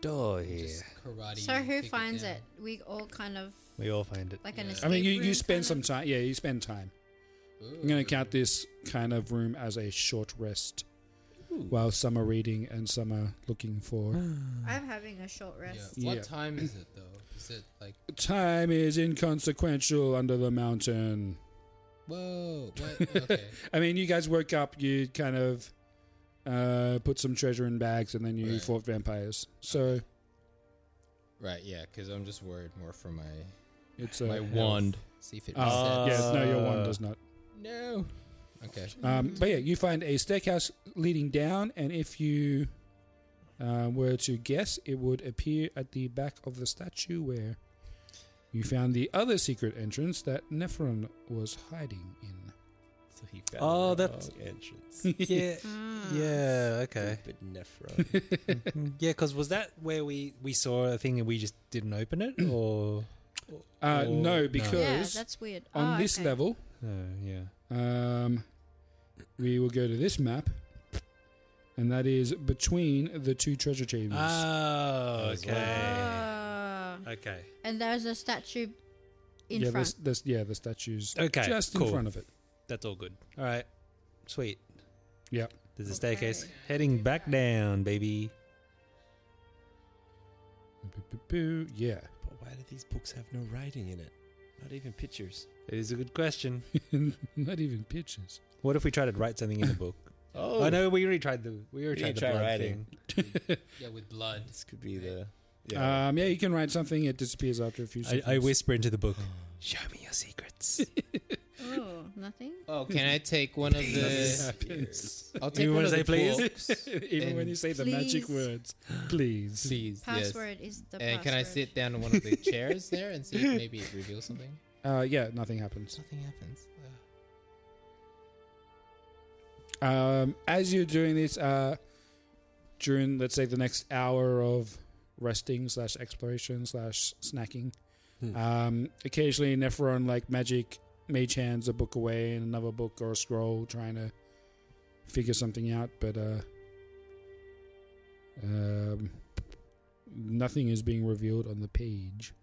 [SPEAKER 4] Door here.
[SPEAKER 3] Karate.
[SPEAKER 2] so who
[SPEAKER 3] kick
[SPEAKER 2] finds
[SPEAKER 3] down.
[SPEAKER 2] it? We all kind of
[SPEAKER 4] We all find it.
[SPEAKER 2] like an.
[SPEAKER 3] Yeah.
[SPEAKER 2] Escape
[SPEAKER 1] I mean, you,
[SPEAKER 2] room
[SPEAKER 1] you spend
[SPEAKER 2] kind
[SPEAKER 1] some
[SPEAKER 2] of-
[SPEAKER 1] time. Yeah, you spend time. I'm going to count this kind of room as a short rest, while some are reading and some are looking for.
[SPEAKER 2] I'm having a short
[SPEAKER 3] Yeah.
[SPEAKER 2] rest.
[SPEAKER 3] What
[SPEAKER 1] Yeah.
[SPEAKER 3] time is it though? Is it like
[SPEAKER 1] Time is inconsequential under the mountain.
[SPEAKER 3] whoa?
[SPEAKER 1] (laughs)
[SPEAKER 3] What? Okay.
[SPEAKER 1] I mean, you guys woke up, you kind of uh, put some treasure in bags, and then you
[SPEAKER 3] Right.
[SPEAKER 1] fought vampires. So
[SPEAKER 3] right. Yeah. Because I'm just worried more for my
[SPEAKER 1] It's a
[SPEAKER 3] My
[SPEAKER 1] health.
[SPEAKER 3] wand. See if it
[SPEAKER 1] Ah, yes, no, your wand
[SPEAKER 3] resets.
[SPEAKER 1] does not.
[SPEAKER 3] No. Okay.
[SPEAKER 1] Um, but yeah, you find a staircase leading down, and if you uh, were to guess, it would appear at the back of the statue where you found the other secret entrance that Nephron was hiding in.
[SPEAKER 5] So he found
[SPEAKER 4] Oh,
[SPEAKER 5] the
[SPEAKER 4] that's-
[SPEAKER 5] wrong entrance.
[SPEAKER 4] (laughs) Yeah, yeah, okay. (laughs)
[SPEAKER 5] Stupid Nephron.
[SPEAKER 4] yeah, because was that where we we saw a thing and we just didn't open it, or,
[SPEAKER 1] (clears throat) Uh,
[SPEAKER 4] or-
[SPEAKER 1] no, because
[SPEAKER 2] that's weird.
[SPEAKER 1] On
[SPEAKER 2] Oh,
[SPEAKER 1] this
[SPEAKER 2] okay.
[SPEAKER 1] level,
[SPEAKER 4] No, Oh, yeah.
[SPEAKER 1] um, we will go to this map, and that is between the two treasure chambers.
[SPEAKER 4] Oh,
[SPEAKER 5] As well.
[SPEAKER 4] okay.
[SPEAKER 2] Uh,
[SPEAKER 4] Okay.
[SPEAKER 2] and there's a statue in
[SPEAKER 1] yeah,
[SPEAKER 2] front.
[SPEAKER 1] This, this, yeah, the statues.
[SPEAKER 4] Okay,
[SPEAKER 1] just
[SPEAKER 4] cool.
[SPEAKER 1] in front of it.
[SPEAKER 4] That's all good. All right. Sweet.
[SPEAKER 1] Yeah.
[SPEAKER 4] There's a staircase heading back down, baby.
[SPEAKER 1] Boo, Yeah. (laughs)
[SPEAKER 5] But why do these books have no writing in it? Not even pictures.
[SPEAKER 4] It is a good question.
[SPEAKER 1] Not even pictures.
[SPEAKER 4] What if we tried to write something in the (laughs) book?
[SPEAKER 5] Oh.
[SPEAKER 4] I know we already tried the we
[SPEAKER 5] We
[SPEAKER 4] already
[SPEAKER 5] didn't
[SPEAKER 4] tried the
[SPEAKER 5] try
[SPEAKER 4] blood
[SPEAKER 5] writing.
[SPEAKER 4] thing.
[SPEAKER 3] Yeah, with blood.
[SPEAKER 5] This could be the. Yeah.
[SPEAKER 1] Um, yeah, you can write something. It disappears after a few seconds.
[SPEAKER 4] I, I
[SPEAKER 1] (laughs)
[SPEAKER 4] whisper into the (sighs) book. Show me your secrets.
[SPEAKER 2] Oh, nothing.
[SPEAKER 3] Oh, can I take one of
[SPEAKER 1] Nothing
[SPEAKER 3] the?
[SPEAKER 1] happens.
[SPEAKER 3] I'll take
[SPEAKER 4] You
[SPEAKER 3] one
[SPEAKER 4] wanna
[SPEAKER 3] of the
[SPEAKER 4] say please?
[SPEAKER 3] books
[SPEAKER 1] Even when
[SPEAKER 3] and-
[SPEAKER 1] you say the
[SPEAKER 2] Please.
[SPEAKER 1] magic words, please.
[SPEAKER 3] please, yes.
[SPEAKER 2] Password is the
[SPEAKER 3] And can I
[SPEAKER 2] password.
[SPEAKER 3] sit down in one of the chairs there and see if maybe it reveals something?
[SPEAKER 2] (laughs)
[SPEAKER 1] Uh, yeah, nothing happens.
[SPEAKER 3] Nothing happens. Uh,
[SPEAKER 1] Um, as you're doing this, uh, during let's say the next hour of resting slash exploration slash snacking,
[SPEAKER 4] Hmm.
[SPEAKER 1] um, occasionally Nephron like magic mage hands a book away and another book or a scroll, trying to figure something out, but uh, um, nothing is being revealed on the page.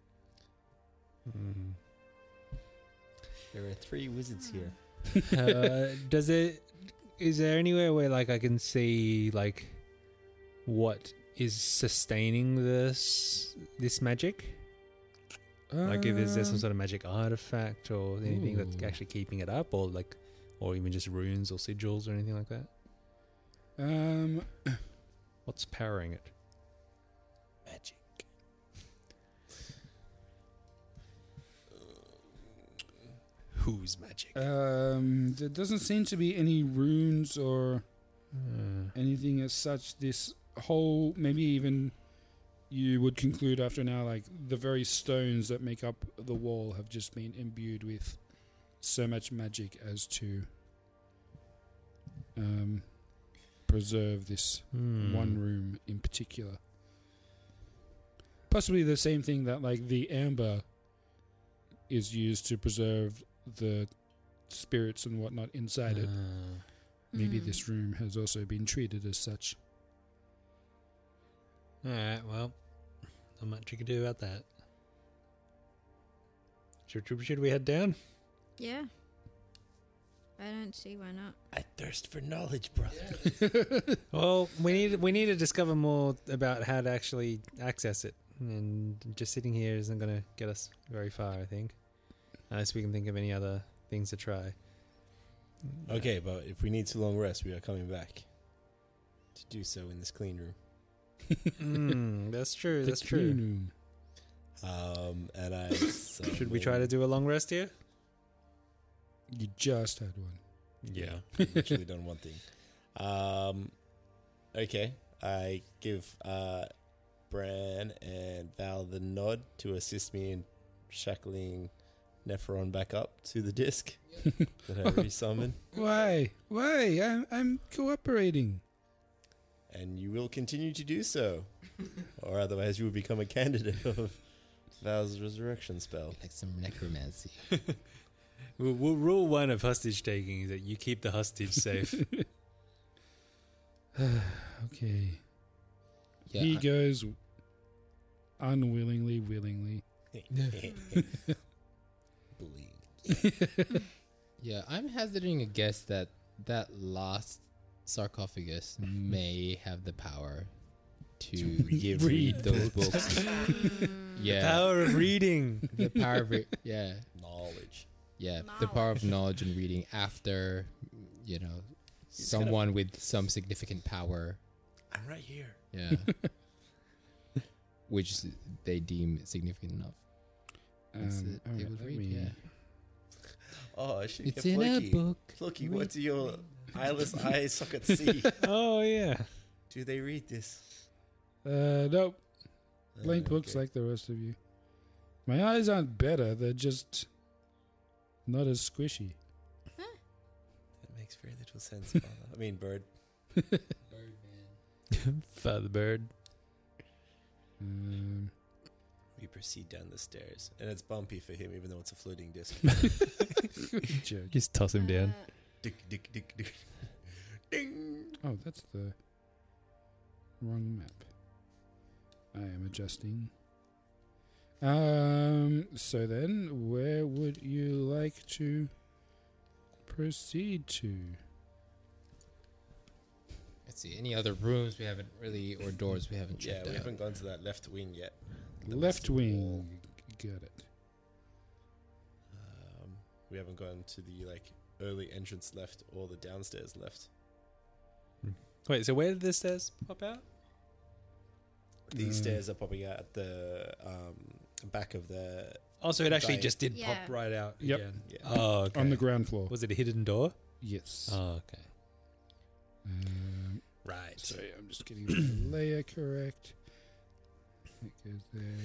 [SPEAKER 5] There are three wizards here.
[SPEAKER 4] (laughs) uh, does it? Is there anywhere where like I can see like what is sustaining this this magic? Like if there's there's some
[SPEAKER 1] Um,
[SPEAKER 4] sort of magic artifact or anything that's
[SPEAKER 1] Ooh.
[SPEAKER 4] actually keeping it up, or like, or even just runes or sigils or anything like that.
[SPEAKER 1] um,
[SPEAKER 4] What's powering it?
[SPEAKER 5] Magic.
[SPEAKER 4] (sighs) Who's magic?
[SPEAKER 1] Um, there doesn't seem to be any runes or
[SPEAKER 4] Hmm.
[SPEAKER 1] anything as such. This whole, maybe even you would conclude after now, like the very stones that make up the wall have just been imbued with so much magic as to um, preserve this
[SPEAKER 4] Hmm.
[SPEAKER 1] one room in particular. Possibly the same thing that, like, the amber is used to preserve the spirits and whatnot inside it.
[SPEAKER 4] Ah.
[SPEAKER 1] Maybe
[SPEAKER 2] Mm.
[SPEAKER 1] this room has also been treated as such.
[SPEAKER 4] All right. Uh, Well, not much you can do about that. Should, should we head down?
[SPEAKER 2] Yeah. I don't see why not.
[SPEAKER 5] I thirst for knowledge, brother. (laughs)
[SPEAKER 4] Well, we need we need to discover more about how to actually access it, and just sitting here isn't going to get us very far. I think, unless we can think of any other things to try.
[SPEAKER 5] Okay, but if we need too long rest, we are coming back to do so in this clean room.
[SPEAKER 4] Mm, that's true. That's
[SPEAKER 1] the clean
[SPEAKER 4] true.
[SPEAKER 1] room.
[SPEAKER 5] Um, and (laughs) I
[SPEAKER 4] Should we try to do a long rest here?
[SPEAKER 1] You just had one.
[SPEAKER 4] Yeah.
[SPEAKER 5] We've literally done one thing. Um, okay, I give uh, Bran and Val the nod to assist me in shackling Nephron back up to the (laughs) disc that I resummon,
[SPEAKER 1] Why? Why? I'm, I'm cooperating.
[SPEAKER 5] and you will continue to do so, or otherwise you will become a candidate of Val's resurrection spell.
[SPEAKER 3] like some necromancy.
[SPEAKER 4] Well, well, rule one of hostage taking is that you keep the hostage safe.
[SPEAKER 1] Okay.
[SPEAKER 3] Yeah.
[SPEAKER 1] he
[SPEAKER 3] I-
[SPEAKER 1] goes unwillingly, willingly.
[SPEAKER 5] Bullying.
[SPEAKER 3] Yeah, I'm hazarding a guess that that last sarcophagus may have the power to
[SPEAKER 5] read
[SPEAKER 3] (laughs) read, those books. (laughs) yeah,
[SPEAKER 4] Power of (laughs) reading.
[SPEAKER 3] the power of re- yeah,
[SPEAKER 5] (laughs) Knowledge.
[SPEAKER 3] yeah, the power of knowledge and reading after you know someone with some significant power.
[SPEAKER 5] I'm right here.
[SPEAKER 3] Yeah, which they deem significant enough. That's it.
[SPEAKER 1] Um, all
[SPEAKER 3] They
[SPEAKER 1] right,
[SPEAKER 3] would
[SPEAKER 1] let
[SPEAKER 3] read,
[SPEAKER 1] me-
[SPEAKER 3] yeah.
[SPEAKER 5] Oh, she
[SPEAKER 3] It's in a book.
[SPEAKER 5] Floki, what do your eyeless eye sockets see?
[SPEAKER 4] oh (laughs) yeah.
[SPEAKER 5] Do they read this?
[SPEAKER 1] Uh, nope.
[SPEAKER 5] Uh,
[SPEAKER 1] Blank books like the rest of you. My eyes aren't better; they're just not as squishy.
[SPEAKER 5] That makes very little sense, Father. I mean, Bird.
[SPEAKER 3] Father Bird.
[SPEAKER 1] (laughs) Um,
[SPEAKER 5] We proceed down the stairs, and it's bumpy for him, even though it's a floating disc.
[SPEAKER 1] joke.
[SPEAKER 4] Just toss him
[SPEAKER 2] Uh,
[SPEAKER 4] down.
[SPEAKER 5] dick, dick, dick, dick. (laughs)
[SPEAKER 1] Oh, that's the wrong map. I am adjusting. Um. So then, where would you like to proceed to?
[SPEAKER 3] Let's see. Any other rooms we haven't really, or doors we haven't
[SPEAKER 5] Yeah,
[SPEAKER 3] checked
[SPEAKER 5] we
[SPEAKER 3] out?
[SPEAKER 5] haven't gone to that left wing yet.
[SPEAKER 1] Left wing. Got it.
[SPEAKER 5] Um, we haven't gone to the like early entrance left or the downstairs left.
[SPEAKER 4] Uh, Wait, so where did the stairs pop out?
[SPEAKER 5] These
[SPEAKER 4] Mm.
[SPEAKER 5] stairs are popping out at the um, back of the.
[SPEAKER 4] Oh, so it actually
[SPEAKER 5] giant-
[SPEAKER 4] just did
[SPEAKER 2] Yeah.
[SPEAKER 4] pop right out
[SPEAKER 1] Yep.
[SPEAKER 4] again.
[SPEAKER 5] Yeah.
[SPEAKER 4] Oh, okay.
[SPEAKER 1] On the ground floor.
[SPEAKER 4] Was it a hidden door?
[SPEAKER 1] Yes.
[SPEAKER 4] Oh, okay.
[SPEAKER 1] Um,
[SPEAKER 4] Right.
[SPEAKER 1] sorry, I'm just getting the layer correct. It goes there.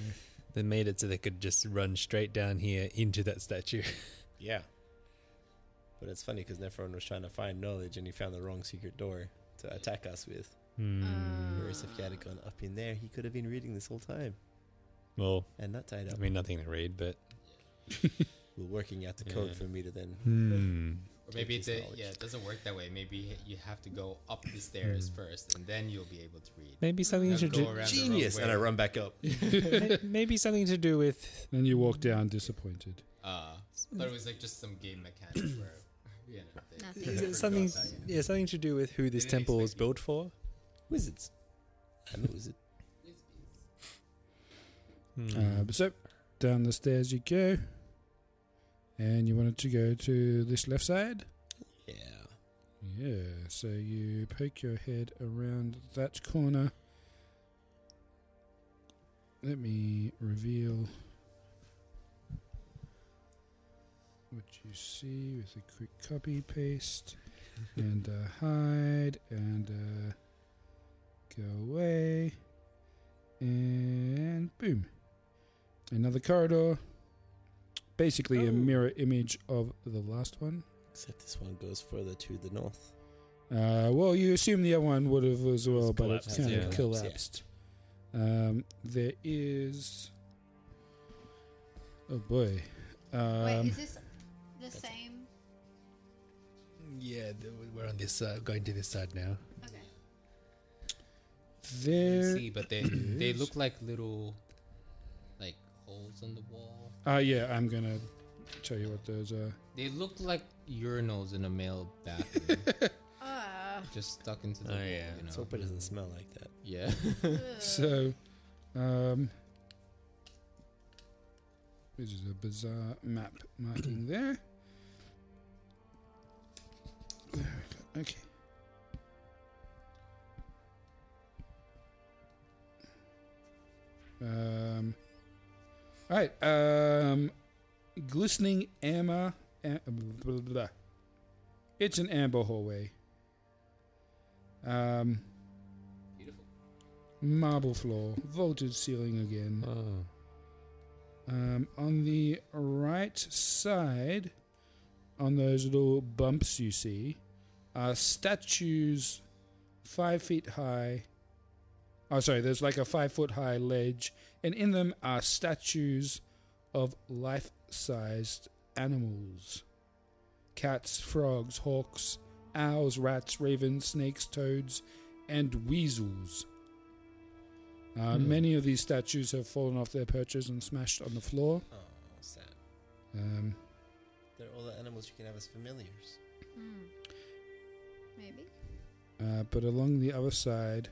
[SPEAKER 4] They made it so they could just run straight down here into that statue. (laughs)
[SPEAKER 5] Yeah. But it's funny because Nephron was trying to find knowledge and he found the wrong secret door to attack us with.
[SPEAKER 1] Hmm.
[SPEAKER 4] Hmm.
[SPEAKER 2] Uh,
[SPEAKER 5] Whereas if he had gone up in there, he could have been reading this whole time
[SPEAKER 4] Well,
[SPEAKER 5] and not tied
[SPEAKER 4] I
[SPEAKER 5] up.
[SPEAKER 4] mean, nothing to read, but.
[SPEAKER 5] We're working out the code
[SPEAKER 4] Yeah.
[SPEAKER 5] for me to then.
[SPEAKER 4] Hmm.
[SPEAKER 3] Or maybe
[SPEAKER 5] Take his
[SPEAKER 3] the,
[SPEAKER 5] knowledge.
[SPEAKER 3] yeah, it doesn't work that way. Maybe you have to go up the
[SPEAKER 4] Hmm.
[SPEAKER 3] stairs first, and then you'll be able to read.
[SPEAKER 4] Maybe something
[SPEAKER 3] Now
[SPEAKER 4] to
[SPEAKER 3] go
[SPEAKER 4] do.
[SPEAKER 3] around the wrong
[SPEAKER 5] Genius!
[SPEAKER 3] way.
[SPEAKER 5] And I run back up.
[SPEAKER 4] may- Maybe something to do
[SPEAKER 5] (laughs)
[SPEAKER 4] with.
[SPEAKER 1] Then you walk down disappointed.
[SPEAKER 3] Uh, but it was like just some game mechanic where, you know, they-
[SPEAKER 2] Nothing.
[SPEAKER 3] they
[SPEAKER 2] Is
[SPEAKER 3] forgot
[SPEAKER 4] Something,
[SPEAKER 3] that, yeah.
[SPEAKER 4] yeah, something to do with who this
[SPEAKER 3] They didn't
[SPEAKER 4] temple was
[SPEAKER 3] expect you-
[SPEAKER 4] built for.
[SPEAKER 5] Wizards. I'm a wizard.
[SPEAKER 4] Hmm.
[SPEAKER 1] Uh, but so down the stairs you go, and you wanted to go to this left side.
[SPEAKER 5] Yeah.
[SPEAKER 1] Yeah. So you poke your head around that corner. Let me reveal what you see with a quick copy paste and uh, hide and uh, go away and boom another corridor basically a mirror image of the last one
[SPEAKER 5] Except this one goes further to the north.
[SPEAKER 1] uh, well, you assume the other one would have as well,
[SPEAKER 4] It's
[SPEAKER 1] but it
[SPEAKER 4] collapsed,
[SPEAKER 1] kind
[SPEAKER 4] yeah.
[SPEAKER 1] of
[SPEAKER 5] Collapsed,
[SPEAKER 1] collapsed. Um, there is. Oh boy. Um,
[SPEAKER 2] Wait, is this the same?
[SPEAKER 3] Yeah, th- we're on this side, going to this side now.
[SPEAKER 2] Okay.
[SPEAKER 1] there.
[SPEAKER 3] See, but they they look like little, like holes on the wall.
[SPEAKER 1] Ah, yeah, I'm gonna tell you what those are.
[SPEAKER 3] They look like urinals in a male
[SPEAKER 4] (laughs)
[SPEAKER 3] bathroom,
[SPEAKER 2] Uh,
[SPEAKER 3] just stuck into the
[SPEAKER 4] Oh,
[SPEAKER 3] wall.
[SPEAKER 4] yeah.
[SPEAKER 3] You know?
[SPEAKER 5] Let's hope it doesn't smell like that.
[SPEAKER 3] yeah. (laughs)
[SPEAKER 2] Uh.
[SPEAKER 1] So, um, this is a bizarre map marking there. There we go. Okay. Um. All right. Um, glistening amber. am- blah, blah, blah. It's an amber hallway. Um
[SPEAKER 3] Beautiful.
[SPEAKER 1] marble floor, vaulted ceiling again.
[SPEAKER 4] Oh.
[SPEAKER 1] Um, on the right side, on those little bumps you see, are statues five feet high. Oh, sorry, there's like a five foot high ledge, and in them are statues of life sized animals cats, frogs, hawks, owls, rats, ravens, snakes, toads, and weasels. Uh, Many of these statues have fallen off their perches and smashed on the floor.
[SPEAKER 5] Oh, sad.
[SPEAKER 1] Um,
[SPEAKER 5] They're all the animals you can have as familiars.
[SPEAKER 2] hmm. Maybe.
[SPEAKER 1] uh, but along the other side,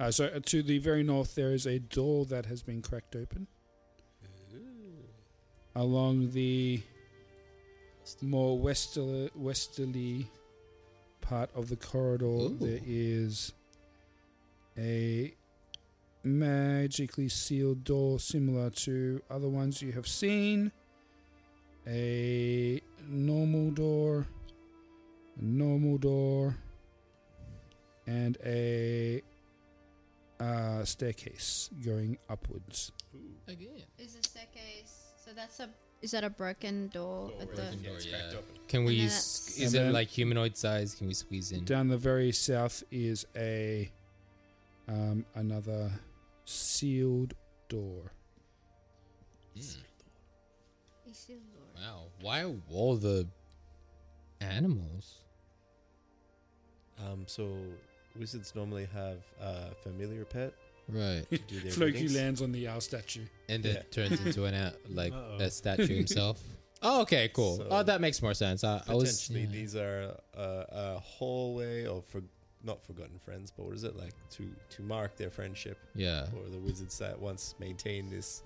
[SPEAKER 1] uh, so uh, to the very north, there is a door that has been cracked open. Along the more westerly, westerly part of the corridor, there is a magically sealed door similar to other ones you have seen. A normal door, a normal door, and a uh, staircase going upwards.
[SPEAKER 3] Again.
[SPEAKER 2] Is the staircase? So that's a. Is that a broken door? at the,
[SPEAKER 3] Can we?
[SPEAKER 2] And
[SPEAKER 3] s-
[SPEAKER 2] that's-
[SPEAKER 1] And
[SPEAKER 3] Is it
[SPEAKER 1] then-
[SPEAKER 3] like humanoid size? Can we squeeze in?
[SPEAKER 1] Down the very south is a um, another sealed door.
[SPEAKER 3] Hmm. Wow. Why are all the animals?
[SPEAKER 5] Um, so wizards normally have a familiar pet.
[SPEAKER 3] Right.
[SPEAKER 5] to do their
[SPEAKER 1] Floki
[SPEAKER 5] readings.
[SPEAKER 1] lands on the owl statue.
[SPEAKER 3] (laughs) And it
[SPEAKER 5] Yeah.
[SPEAKER 3] turns into
[SPEAKER 5] (laughs)
[SPEAKER 3] an a- like
[SPEAKER 1] Uh-oh.
[SPEAKER 3] a statue himself. Oh, okay, cool.
[SPEAKER 5] So-
[SPEAKER 3] oh, that makes more sense. I, I was
[SPEAKER 5] Potentially,
[SPEAKER 3] yeah.
[SPEAKER 5] these are uh, a hallway of for not forgotten friends, but what is it like to to mark their friendship?
[SPEAKER 3] Yeah.
[SPEAKER 5] or the wizards that once maintained this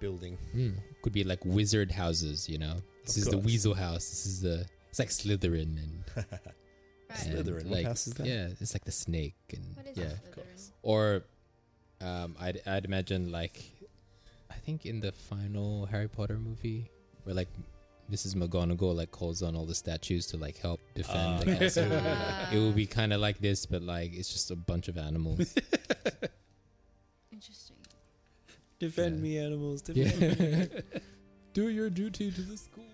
[SPEAKER 5] building. (laughs)
[SPEAKER 3] Hmm. could be like wizard houses. You know, this
[SPEAKER 5] Of
[SPEAKER 3] is the
[SPEAKER 5] course.
[SPEAKER 3] weasel house. This is the it's like Slytherin and, and
[SPEAKER 5] Slytherin, what
[SPEAKER 3] Like,
[SPEAKER 5] house is that?
[SPEAKER 3] Yeah, it's like the snake and
[SPEAKER 2] What is a
[SPEAKER 3] yeah.
[SPEAKER 2] Slytherin?
[SPEAKER 3] Or, um, I'd I'd imagine like, I think in the final Harry Potter movie, where like. Mrs. McGonagall like calls on all the statues to like help defend
[SPEAKER 5] Ah,
[SPEAKER 3] the castle.
[SPEAKER 2] Ah.
[SPEAKER 3] It will be kind of like this, but like it's just a bunch of animals.
[SPEAKER 2] Interesting.
[SPEAKER 4] Defend
[SPEAKER 3] Yeah.
[SPEAKER 4] me, animals.
[SPEAKER 3] Yeah.
[SPEAKER 4] Defend
[SPEAKER 3] (laughs)
[SPEAKER 4] me.
[SPEAKER 3] Do your duty to the (laughs) school.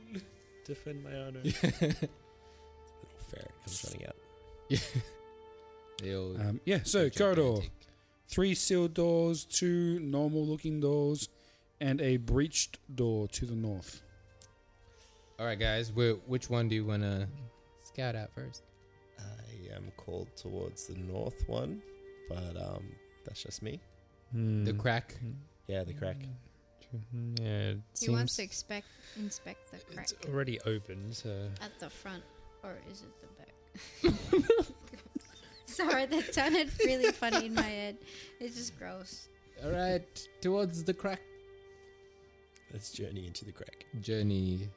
[SPEAKER 4] defend my honor.
[SPEAKER 5] Little ferret comes running out.
[SPEAKER 3] They'll
[SPEAKER 1] Um, yeah, so corridor. Three sealed doors, two normal looking doors, and a breached door to the north.
[SPEAKER 3] All right, guys. wh- which one do you want to scout out first?
[SPEAKER 5] I am called towards the north one, but um, that's just me.
[SPEAKER 4] hmm.
[SPEAKER 3] The crack.
[SPEAKER 5] Yeah, the crack.
[SPEAKER 3] Mm.
[SPEAKER 4] Yeah, it
[SPEAKER 2] He wants to
[SPEAKER 4] seems
[SPEAKER 2] expect, inspect the crack
[SPEAKER 4] it's already open, so
[SPEAKER 2] at the front, or is it the back? Sorry, that sounded really funny in my head. It's just gross.
[SPEAKER 3] All right, towards the crack.
[SPEAKER 5] Let's journey into the crack.
[SPEAKER 3] Journey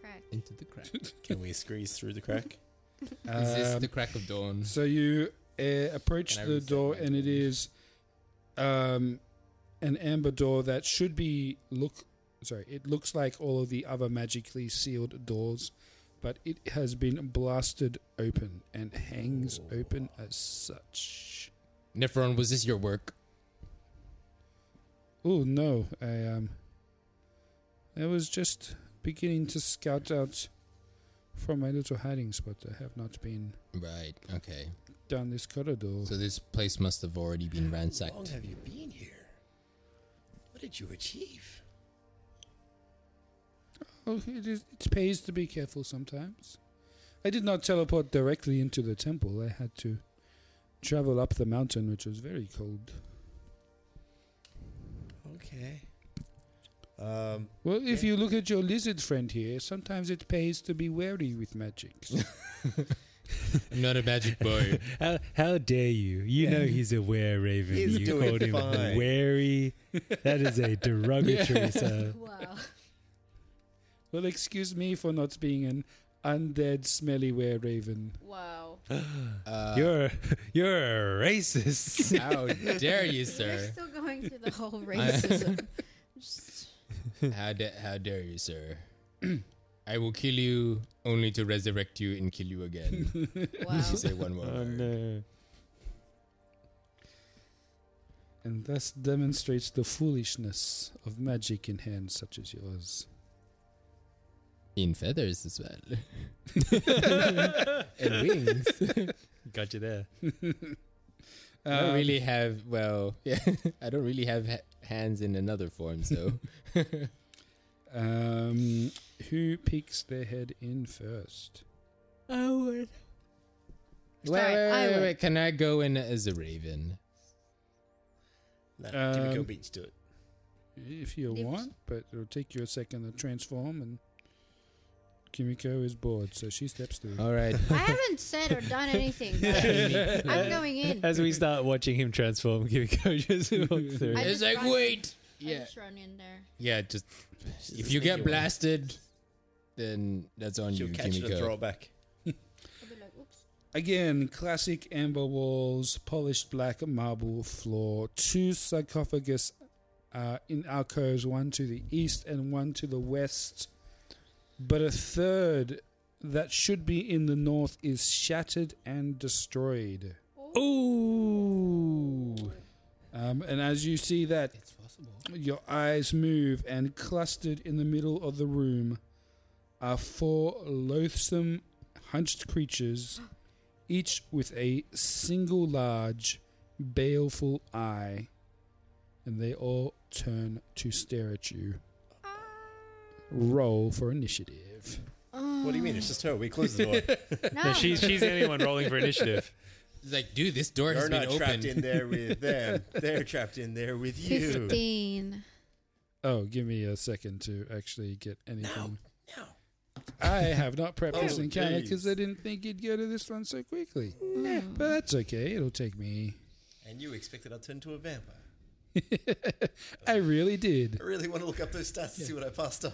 [SPEAKER 2] Crack.
[SPEAKER 3] into the crack.
[SPEAKER 5] Can we squeeze through the crack?
[SPEAKER 3] (laughs) Is this
[SPEAKER 1] Um,
[SPEAKER 3] the crack of dawn?
[SPEAKER 1] So you uh, approach
[SPEAKER 3] Can I
[SPEAKER 1] the
[SPEAKER 3] reset
[SPEAKER 1] door,
[SPEAKER 3] my
[SPEAKER 1] and it is um, an amber door that should be look. Sorry, it looks like all of the other magically sealed doors, but it has been blasted open and hangs open as such.
[SPEAKER 3] Nephron, was this your work?
[SPEAKER 1] Oh no! I um, I was just beginning to scout out from my little hiding spot. I have not been
[SPEAKER 3] Right. Okay.
[SPEAKER 1] down this corridor.
[SPEAKER 3] So this place must have already been
[SPEAKER 5] How long
[SPEAKER 3] (laughs) ransacked.
[SPEAKER 5] have you been here? What did you achieve?
[SPEAKER 1] Oh, it, is, it pays to be careful sometimes. I did not teleport directly into the temple. I had to travel up the mountain, which was very cold.
[SPEAKER 5] Okay. Um,
[SPEAKER 1] Well, if
[SPEAKER 5] Yeah.
[SPEAKER 1] you look at your lizard friend here, sometimes it pays to be wary with magic.
[SPEAKER 3] I'm not a magic boy.
[SPEAKER 4] how, how dare you? You know he's a were raven.
[SPEAKER 5] He's
[SPEAKER 4] you
[SPEAKER 5] doing
[SPEAKER 4] called him
[SPEAKER 5] fine.
[SPEAKER 4] wary. That is
[SPEAKER 5] (laughs)
[SPEAKER 4] a derogatory. So
[SPEAKER 2] Wow.
[SPEAKER 1] well, excuse me for not being an undead, smelly were raven.
[SPEAKER 2] Wow.
[SPEAKER 3] Uh,
[SPEAKER 4] you're you're a
[SPEAKER 5] (laughs)
[SPEAKER 4] racist.
[SPEAKER 3] how dare you,
[SPEAKER 2] We're
[SPEAKER 3] sir?
[SPEAKER 2] still going through the whole racism. Just-
[SPEAKER 3] How da- how dare you, sir? (clears throat) I will kill you only to resurrect you and kill you again.
[SPEAKER 2] wow.
[SPEAKER 3] If you say one more
[SPEAKER 4] oh
[SPEAKER 3] word.
[SPEAKER 4] no.
[SPEAKER 1] And thus demonstrates the foolishness of magic in hands such as yours.
[SPEAKER 3] In feathers as well. and wings.
[SPEAKER 4] Got you there.
[SPEAKER 3] I don't
[SPEAKER 1] Um,
[SPEAKER 3] really have, well, (laughs) yeah, I don't really have ha- hands in another form, so.
[SPEAKER 1] Um, who peeks their head in first?
[SPEAKER 3] I would. Wait,
[SPEAKER 2] Sorry,
[SPEAKER 3] wait,
[SPEAKER 2] I
[SPEAKER 3] wait,
[SPEAKER 2] would.
[SPEAKER 3] wait, can I go in as a raven?
[SPEAKER 5] nah, Kimiko
[SPEAKER 1] Um,
[SPEAKER 5] Beach do it.
[SPEAKER 1] If you
[SPEAKER 2] Lips.
[SPEAKER 1] want, but it'll take you a second to transform. And Kimiko is bored, so she steps through.
[SPEAKER 3] All right.
[SPEAKER 2] I haven't said or done anything. but I'm going in.
[SPEAKER 4] (laughs) As we start watching him transform, (laughs) Kimiko just
[SPEAKER 3] (laughs)
[SPEAKER 4] walks through.
[SPEAKER 2] I
[SPEAKER 3] It's
[SPEAKER 2] just
[SPEAKER 3] like,
[SPEAKER 2] run in.
[SPEAKER 3] wait!
[SPEAKER 2] I
[SPEAKER 3] Yeah.
[SPEAKER 2] just run in there.
[SPEAKER 3] Yeah, just. If you get blasted, then that's on
[SPEAKER 5] She'll
[SPEAKER 3] you,
[SPEAKER 5] catch it and
[SPEAKER 3] Kimiko.
[SPEAKER 5] throw it back.
[SPEAKER 2] I'll be like, oops.
[SPEAKER 1] Again, classic amber walls, polished black marble floor, two sarcophagus uh, in alcoves, one to the east and one to the west. But a third that should be in the north is shattered and destroyed. Ooh! Um, and as you see that, your eyes move, and clustered in the middle of the room are four loathsome, hunched creatures, each with a single large, baleful eye, and they all turn to stare at you. Roll for initiative.
[SPEAKER 2] Um,
[SPEAKER 5] What do you mean? It's just her. We closed the door.
[SPEAKER 4] No.
[SPEAKER 2] Oh.
[SPEAKER 4] No, she's- she's the only one rolling for (laughs) initiative.
[SPEAKER 3] It's like, dude, this door
[SPEAKER 5] You're
[SPEAKER 3] has been
[SPEAKER 5] not trapped
[SPEAKER 3] opened.
[SPEAKER 5] in there with them. They're trapped in there with you.
[SPEAKER 2] 15.
[SPEAKER 1] Oh, give me a second to actually get anything. I have not prepped this
[SPEAKER 5] Oh,
[SPEAKER 1] encounter
[SPEAKER 5] geez.
[SPEAKER 1] because I didn't think you'd go to this one so quickly. But that's okay. It'll take me. (laughs)
[SPEAKER 5] And you expected I'd turn to a vampire.
[SPEAKER 1] I really did.
[SPEAKER 5] I really want to look up those stats to see what I passed up.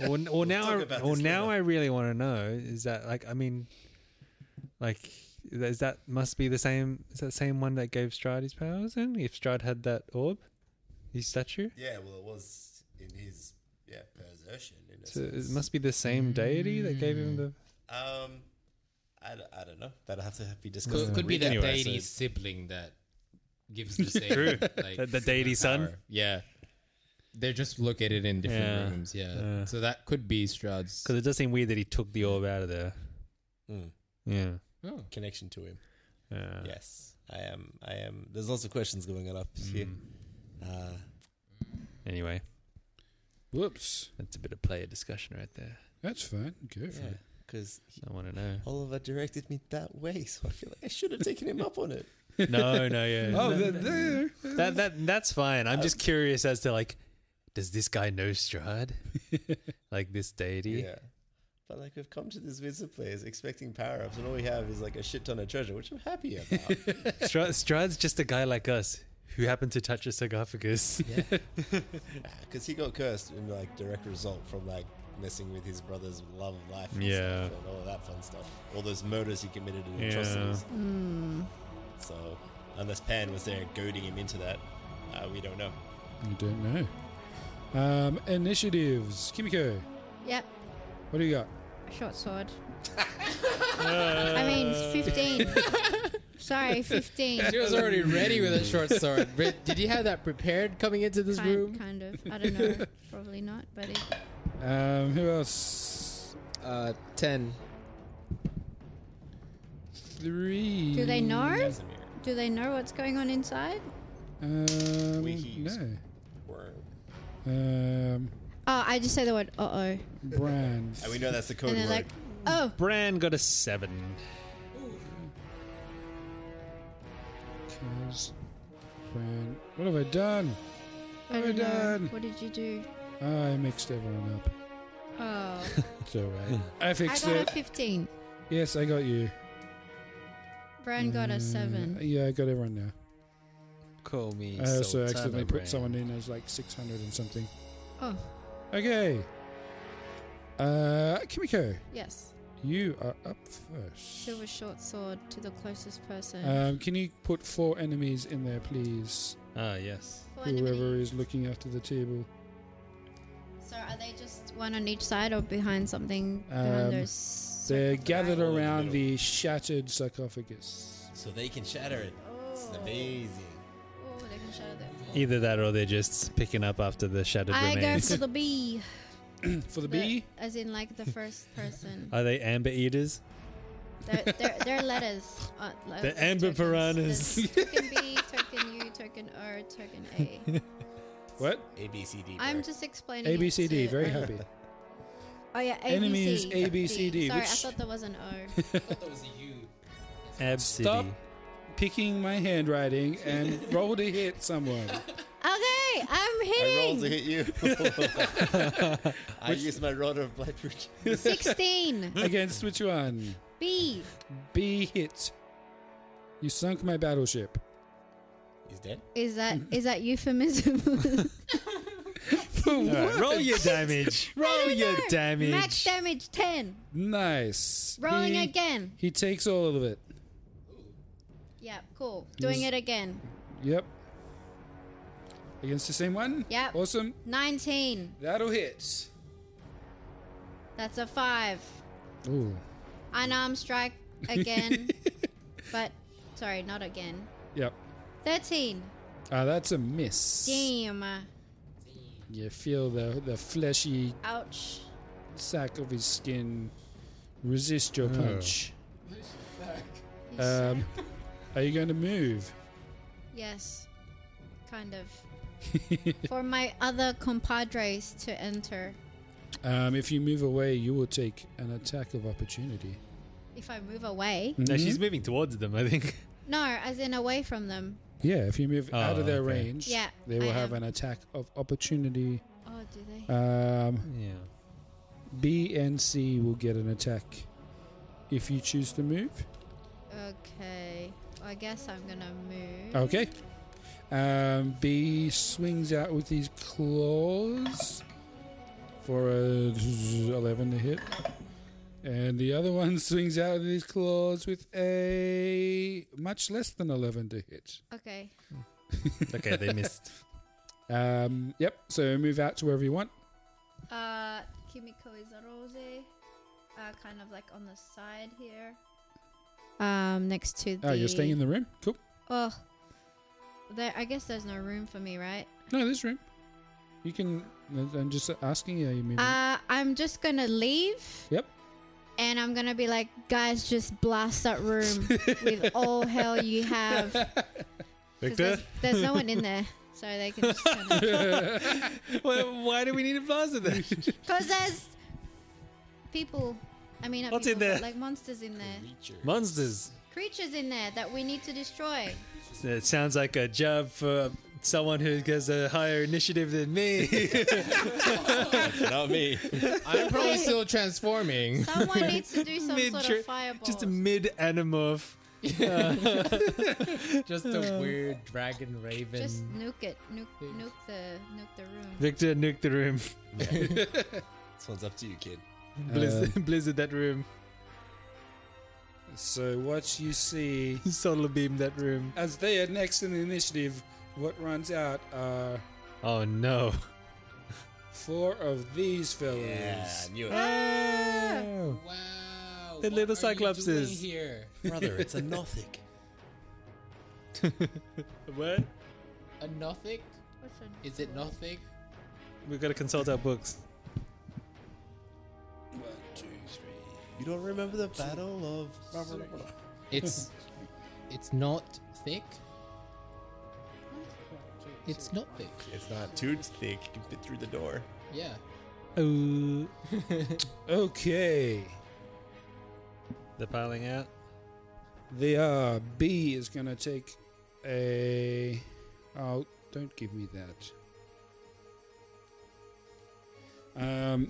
[SPEAKER 4] Or, or now,
[SPEAKER 5] talk
[SPEAKER 4] I,
[SPEAKER 5] about
[SPEAKER 4] or
[SPEAKER 5] this
[SPEAKER 4] now I really want to know is that like I mean, like is that must be the same? Is that the same one that gave Strahd his powers? Then, if Strahd had that orb, his statue,
[SPEAKER 5] Yeah, well, it was in his yeah possession. In a
[SPEAKER 4] so it
[SPEAKER 5] sense.
[SPEAKER 4] must be the same deity that gave him the.
[SPEAKER 5] Um, I, d- I don't know. That'll have to be discussed.
[SPEAKER 3] (laughs) Could,
[SPEAKER 5] in
[SPEAKER 3] could
[SPEAKER 5] the
[SPEAKER 3] be
[SPEAKER 5] week
[SPEAKER 3] that
[SPEAKER 5] anyway,
[SPEAKER 3] deity's
[SPEAKER 5] so-
[SPEAKER 3] sibling that gives the same.
[SPEAKER 4] True. (laughs)
[SPEAKER 3] Mm. Like,
[SPEAKER 4] The- the deity son?
[SPEAKER 3] power. Yeah. They're just located in different
[SPEAKER 4] Yeah.
[SPEAKER 3] rooms. Yeah.
[SPEAKER 4] Yeah.
[SPEAKER 3] So that could be Strahd's.
[SPEAKER 4] Because it does seem weird that he took the orb out of there.
[SPEAKER 5] Mm.
[SPEAKER 4] Yeah.
[SPEAKER 3] Oh.
[SPEAKER 5] connection to him.
[SPEAKER 4] Yeah.
[SPEAKER 5] Yes, I am. I am. There's lots of questions going on up here. Uh,
[SPEAKER 4] Anyway,
[SPEAKER 1] Whoops.
[SPEAKER 4] that's a bit of player discussion right there.
[SPEAKER 1] That's fine. Go for
[SPEAKER 5] yeah,
[SPEAKER 1] it.
[SPEAKER 5] because
[SPEAKER 4] I want to know.
[SPEAKER 5] Oliver directed me that way, so I feel like I should have taken him up
[SPEAKER 4] (laughs)
[SPEAKER 5] on it.
[SPEAKER 4] No, no, (laughs) yeah.
[SPEAKER 1] Oh,
[SPEAKER 4] No,
[SPEAKER 1] they're
[SPEAKER 4] no, no.
[SPEAKER 1] there.
[SPEAKER 4] That that that's fine. I'm just curious as to like, does this guy know (laughs) Strahd? like this deity?
[SPEAKER 5] Yeah. But like we've come to this wizard place expecting power ups, and all we have is like a shit ton of treasure, which I'm happy about.
[SPEAKER 4] Stra- Strahd's just a guy like us who happened to touch a sarcophagus.
[SPEAKER 5] Because he got cursed in like direct result from like messing with his brother's love of life and
[SPEAKER 4] Yeah.
[SPEAKER 5] stuff and all of that fun stuff. All those murders he committed and
[SPEAKER 4] Yeah.
[SPEAKER 5] atrocities.
[SPEAKER 2] Mm.
[SPEAKER 5] So unless Pan was there goading him into that, uh, we don't know.
[SPEAKER 1] You don't know. Um, initiatives. Kimiko,
[SPEAKER 2] Yep.
[SPEAKER 1] what do you got?
[SPEAKER 2] Short sword. I mean, 15. Sorry, 15.
[SPEAKER 3] She was already ready with a short sword. But did you have that prepared coming into this
[SPEAKER 2] kind,
[SPEAKER 3] room?
[SPEAKER 2] kind of. I don't know. Probably not, but it,
[SPEAKER 1] Um, who else?
[SPEAKER 3] Uh, ten.
[SPEAKER 1] Three.
[SPEAKER 2] do they know? Do they know what's going on inside?
[SPEAKER 1] Um,
[SPEAKER 5] Wikis.
[SPEAKER 1] no.
[SPEAKER 5] Or-
[SPEAKER 1] Um,
[SPEAKER 2] Oh, I just say the word uh oh.
[SPEAKER 1] Brand.
[SPEAKER 5] And we know that's the code
[SPEAKER 2] And they're
[SPEAKER 5] word.
[SPEAKER 2] like, oh,
[SPEAKER 4] (laughs) Bran got a seven.
[SPEAKER 1] Cause Brand. What have I done?
[SPEAKER 2] I don't
[SPEAKER 1] done.
[SPEAKER 2] know. What did you do?
[SPEAKER 1] I mixed everyone up.
[SPEAKER 2] Oh.
[SPEAKER 5] (laughs)
[SPEAKER 1] It's alright. I
[SPEAKER 2] I
[SPEAKER 1] fixed
[SPEAKER 2] got
[SPEAKER 1] it.
[SPEAKER 2] a 15.
[SPEAKER 1] yes, I got you.
[SPEAKER 2] Bran got a 7.
[SPEAKER 1] Uh, yeah, I got everyone now.
[SPEAKER 4] Call me.
[SPEAKER 1] I also
[SPEAKER 4] Sultana
[SPEAKER 1] accidentally put
[SPEAKER 4] Bran.
[SPEAKER 1] someone in as like 600 and something.
[SPEAKER 2] Oh,
[SPEAKER 1] Okay. Uh, Kimiko,
[SPEAKER 2] yes.
[SPEAKER 1] you are up first.
[SPEAKER 2] Silver short sword to the closest person.
[SPEAKER 1] Um, can you put four enemies in there, please?
[SPEAKER 4] Ah, yes.
[SPEAKER 2] Four
[SPEAKER 1] Whoever
[SPEAKER 2] enemies.
[SPEAKER 1] is looking after the table.
[SPEAKER 2] So are they just one on each side or behind something?
[SPEAKER 1] Um,
[SPEAKER 2] behind those
[SPEAKER 1] They're gathered
[SPEAKER 5] All in the
[SPEAKER 1] around
[SPEAKER 5] middle.
[SPEAKER 1] the shattered sarcophagus.
[SPEAKER 5] So they can shatter it. It's amazing.
[SPEAKER 2] Oh, they can shadow them.
[SPEAKER 4] Either that or they're just picking up after the shattered
[SPEAKER 2] I go
[SPEAKER 4] remains.
[SPEAKER 2] for
[SPEAKER 1] (laughs)
[SPEAKER 2] the bee.
[SPEAKER 1] For the
[SPEAKER 2] The-
[SPEAKER 1] bee?
[SPEAKER 2] As in, like, the
[SPEAKER 1] (laughs)
[SPEAKER 2] first person.
[SPEAKER 4] Are they amber eaters?
[SPEAKER 2] They're, they're, they're letters. Uh, like
[SPEAKER 4] The amber
[SPEAKER 2] tokens.
[SPEAKER 4] piranhas. (laughs)
[SPEAKER 2] There's Token B, token U, token O, token
[SPEAKER 1] (laughs)
[SPEAKER 2] A.
[SPEAKER 1] What?
[SPEAKER 5] A B C D.
[SPEAKER 2] I'm
[SPEAKER 5] bro.
[SPEAKER 2] just explaining.
[SPEAKER 1] A B
[SPEAKER 2] it
[SPEAKER 1] C D.
[SPEAKER 2] to- (laughs)
[SPEAKER 1] Very happy.
[SPEAKER 2] Oh yeah, A, B,
[SPEAKER 1] Enemies,
[SPEAKER 2] C.
[SPEAKER 1] A, B, C, D,
[SPEAKER 2] Sorry, I
[SPEAKER 1] which-
[SPEAKER 2] thought there was an
[SPEAKER 1] (laughs)
[SPEAKER 2] O.
[SPEAKER 4] Ab
[SPEAKER 1] Stop
[SPEAKER 4] City.
[SPEAKER 1] picking my handwriting and (laughs) roll to hit someone.
[SPEAKER 2] okay, I'm
[SPEAKER 5] I rolled to
[SPEAKER 2] hitting
[SPEAKER 5] hit you. (laughs) I used my rod of blood. (laughs) which-
[SPEAKER 4] (laughs)
[SPEAKER 2] sixteen.
[SPEAKER 1] Against which one?
[SPEAKER 2] B.
[SPEAKER 1] B hit. You sunk my battleship.
[SPEAKER 5] He's dead.
[SPEAKER 1] (laughs)
[SPEAKER 2] Is that is that euphemism?
[SPEAKER 4] Alright, roll (laughs) your damage. Roll your damage.
[SPEAKER 2] Max damage 10.
[SPEAKER 1] Nice.
[SPEAKER 2] Rolling
[SPEAKER 1] He-
[SPEAKER 2] again.
[SPEAKER 1] He takes all of it.
[SPEAKER 2] Yep, cool. Doing
[SPEAKER 1] He's-
[SPEAKER 2] it again.
[SPEAKER 1] Yep. Against the same one?
[SPEAKER 2] Yep.
[SPEAKER 1] Awesome.
[SPEAKER 2] 19.
[SPEAKER 1] That'll hit.
[SPEAKER 2] That's a 5.
[SPEAKER 1] Ooh.
[SPEAKER 2] Unarmed strike again.
[SPEAKER 1] (laughs)
[SPEAKER 2] but, sorry, not again.
[SPEAKER 1] Yep.
[SPEAKER 2] 13.
[SPEAKER 1] Ah, that's a miss.
[SPEAKER 2] Damn.
[SPEAKER 1] You feel the the fleshy
[SPEAKER 2] Ouch.
[SPEAKER 1] sack of his skin resist your punch.
[SPEAKER 2] (laughs)
[SPEAKER 1] Um, are you going to move?
[SPEAKER 2] Yes. Kind of. For my other compadres to enter.
[SPEAKER 1] Um, if you move away, you will take an attack of opportunity.
[SPEAKER 2] If I move away.
[SPEAKER 4] No,
[SPEAKER 1] Mhm.
[SPEAKER 4] she's moving towards them, I think.
[SPEAKER 2] No, as in away from them.
[SPEAKER 1] Yeah, if you move
[SPEAKER 4] Oh,
[SPEAKER 1] out of their
[SPEAKER 4] okay.
[SPEAKER 1] range,
[SPEAKER 2] Yeah,
[SPEAKER 1] they will
[SPEAKER 2] I
[SPEAKER 1] have
[SPEAKER 2] am.
[SPEAKER 1] an attack of opportunity.
[SPEAKER 2] Oh, do they?
[SPEAKER 1] Um,
[SPEAKER 4] yeah.
[SPEAKER 1] B and C will get an attack if you choose to move.
[SPEAKER 2] Okay. I guess I'm gonna move.
[SPEAKER 1] Okay. Um, B swings out with his claws for a 11 to hit. And the other one (laughs) swings out with his claws with a much less than 11 to hit.
[SPEAKER 2] Okay.
[SPEAKER 4] Okay, they (laughs) missed.
[SPEAKER 1] Um, yep, so move out to wherever you want.
[SPEAKER 2] Uh, Kimiko is a rose. Uh, kind of like on the side here. Um, next to the.
[SPEAKER 1] Oh, you're staying in the room? Cool.
[SPEAKER 2] Oh. There, I guess there's no room for me, right?
[SPEAKER 1] No, this room. You can. uh, I'm just asking you. Are you moving?
[SPEAKER 2] Uh, I'm just gonna leave
[SPEAKER 1] Mm-hmm. yep.
[SPEAKER 2] and I'm gonna be like, guys, just blast that room
[SPEAKER 1] (laughs)
[SPEAKER 2] with all hell you have. 'Cause There's, there's no one in there, so they can just
[SPEAKER 1] (laughs)
[SPEAKER 2] kind of.
[SPEAKER 4] well, why do we need a blaster (laughs) then?
[SPEAKER 2] Because there's people. I mean, not
[SPEAKER 4] What's
[SPEAKER 2] people,
[SPEAKER 4] in there?
[SPEAKER 2] but, like monsters in there,
[SPEAKER 4] Monsters.
[SPEAKER 2] creatures in there that we need to destroy.
[SPEAKER 4] It sounds like a job for someone who has a higher initiative than me.
[SPEAKER 5] (laughs) Not me.
[SPEAKER 3] (laughs) I'm probably still transforming.
[SPEAKER 2] Someone needs to do (laughs) some sort
[SPEAKER 4] Mid-tri-
[SPEAKER 2] of fireball.
[SPEAKER 4] Just a mid animorph.
[SPEAKER 3] Just a weird dragon raven.
[SPEAKER 2] Just nuke it, nuke, nuke the, nuke the room.
[SPEAKER 4] Victor nuke the room.
[SPEAKER 5] This one's up to you, kid.
[SPEAKER 3] Uh.
[SPEAKER 4] Blizzard, (laughs) blizzard that room.
[SPEAKER 1] So what you see
[SPEAKER 4] Solar beam that room.
[SPEAKER 1] as they are next in the initiative, what runs out are
[SPEAKER 4] Oh no.
[SPEAKER 1] four of these fellas.
[SPEAKER 5] Yeah, Ah, I knew it.
[SPEAKER 2] Ah.
[SPEAKER 4] Oh.
[SPEAKER 3] Wow.
[SPEAKER 4] The little
[SPEAKER 3] what are you doing
[SPEAKER 4] cyclopses.
[SPEAKER 3] here?
[SPEAKER 5] Brother, it's a Nothic.
[SPEAKER 4] What?
[SPEAKER 3] A Nothic? Is it Nothic?
[SPEAKER 4] We've got to consult our books.
[SPEAKER 1] One, two, three.
[SPEAKER 5] You don't remember the battle of.
[SPEAKER 3] (laughs) It's it's not thick. It's not thick.
[SPEAKER 5] (laughs) It's not too thick. You can fit through the door.
[SPEAKER 3] Yeah. (laughs)
[SPEAKER 4] Oh.
[SPEAKER 1] Okay.
[SPEAKER 4] They're piling out.
[SPEAKER 1] The uh, B is gonna take a. Oh, don't give me that. Um,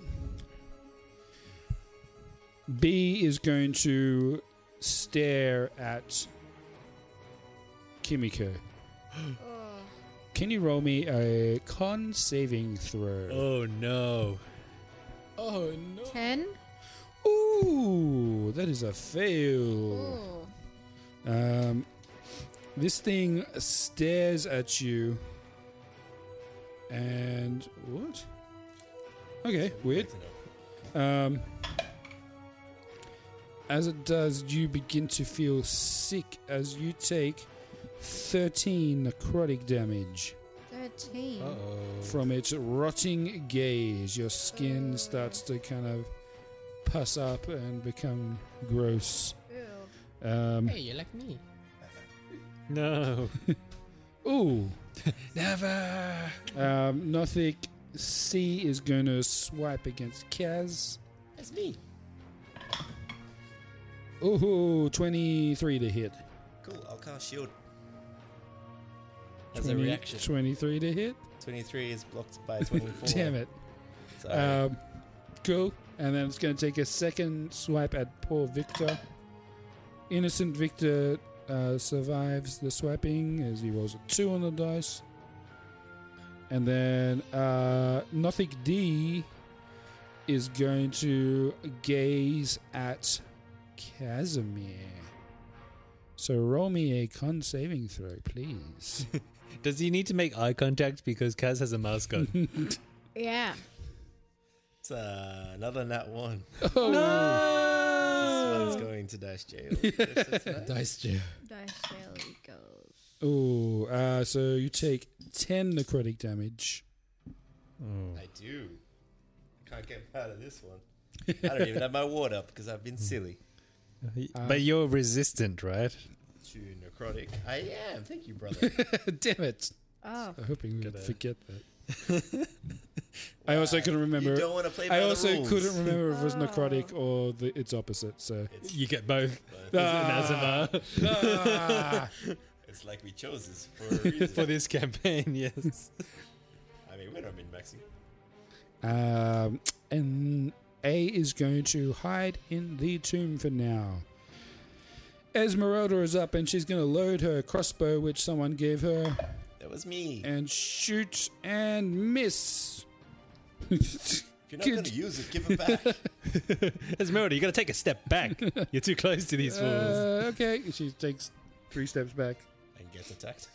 [SPEAKER 1] B is going to stare at Kimiko. Can you roll me a con saving throw?
[SPEAKER 4] Oh no.
[SPEAKER 3] Oh no.
[SPEAKER 2] Ten.
[SPEAKER 1] Ooh, that is a fail.
[SPEAKER 2] Ooh.
[SPEAKER 1] Um, this thing stares at you, and what? Okay, weird. Um, as it does, you begin to feel sick as you take thirteen necrotic damage
[SPEAKER 2] Thirteen.
[SPEAKER 1] Oh. from its rotting gaze. Your skin starts to kind of puss up and become gross.
[SPEAKER 2] Ew.
[SPEAKER 1] Um,
[SPEAKER 3] Hey, you're like me.
[SPEAKER 4] No.
[SPEAKER 1] Ooh. Never. Um, Nothic C is going to swipe against Kaz.
[SPEAKER 3] That's me.
[SPEAKER 1] Ooh, 23 to hit.
[SPEAKER 5] Cool, I'll cast shield. As a
[SPEAKER 1] 20
[SPEAKER 5] reaction.
[SPEAKER 1] 23 to hit.
[SPEAKER 5] 23 is blocked by
[SPEAKER 4] (laughs)
[SPEAKER 5] 24.
[SPEAKER 1] Damn it.
[SPEAKER 5] Sorry.
[SPEAKER 1] Um, cool. And then it's going to take a second swipe at poor Victor. Innocent Victor uh, survives the swiping as he rolls a 2 on the dice. And then uh, Nothic D is going to gaze at Casimir. So roll me a con saving throw, please.
[SPEAKER 4] Does he need to make eye contact because Kaz has a mask on?
[SPEAKER 2] Yeah.
[SPEAKER 5] It's uh, another
[SPEAKER 4] (laughs)
[SPEAKER 5] nat one.
[SPEAKER 1] Oh.
[SPEAKER 5] This one's going to
[SPEAKER 4] (laughs)
[SPEAKER 5] dice jail.
[SPEAKER 3] Dice jail.
[SPEAKER 2] Dice jail goes.
[SPEAKER 1] Ooh, uh, so you take 10 necrotic damage.
[SPEAKER 5] I do. I can't get out of this one. I don't even have my ward up because I've
[SPEAKER 4] (laughs)
[SPEAKER 5] been silly.
[SPEAKER 2] Uh,
[SPEAKER 4] but you're resistant, right?
[SPEAKER 5] To necrotic. I am. Thank you,
[SPEAKER 4] (laughs)
[SPEAKER 5] brother.
[SPEAKER 1] (laughs) Damn it.
[SPEAKER 2] Oh.
[SPEAKER 1] I'm hoping we would forget that.
[SPEAKER 5] (laughs)
[SPEAKER 1] I also couldn't remember.
[SPEAKER 5] You don't wanna play by
[SPEAKER 1] I
[SPEAKER 5] the
[SPEAKER 1] also
[SPEAKER 5] rules.
[SPEAKER 1] couldn't remember if it was necrotic or the, its opposite. So
[SPEAKER 4] You get both. (laughs)
[SPEAKER 1] Ah.
[SPEAKER 4] Nazima.
[SPEAKER 1] Ah.
[SPEAKER 5] it's like we chose this for a
[SPEAKER 4] (laughs)
[SPEAKER 5] reason.
[SPEAKER 4] For this campaign, (laughs) yes.
[SPEAKER 5] I mean, we're not min maxing.
[SPEAKER 1] Um, and A is going to hide in the tomb for now. Esmeralda is up and she's going to load her crossbow, which someone gave her,
[SPEAKER 5] That was me.
[SPEAKER 1] and shoot and miss. (laughs)
[SPEAKER 5] If you're not going to use it, give it
[SPEAKER 4] (laughs)
[SPEAKER 5] back.
[SPEAKER 4] Esmeralda, you gotta take a step
[SPEAKER 2] (laughs)
[SPEAKER 4] back. You're too close to these fools.
[SPEAKER 1] Uh, okay, she takes three steps back.
[SPEAKER 5] and gets
[SPEAKER 4] (laughs)
[SPEAKER 5] attacked.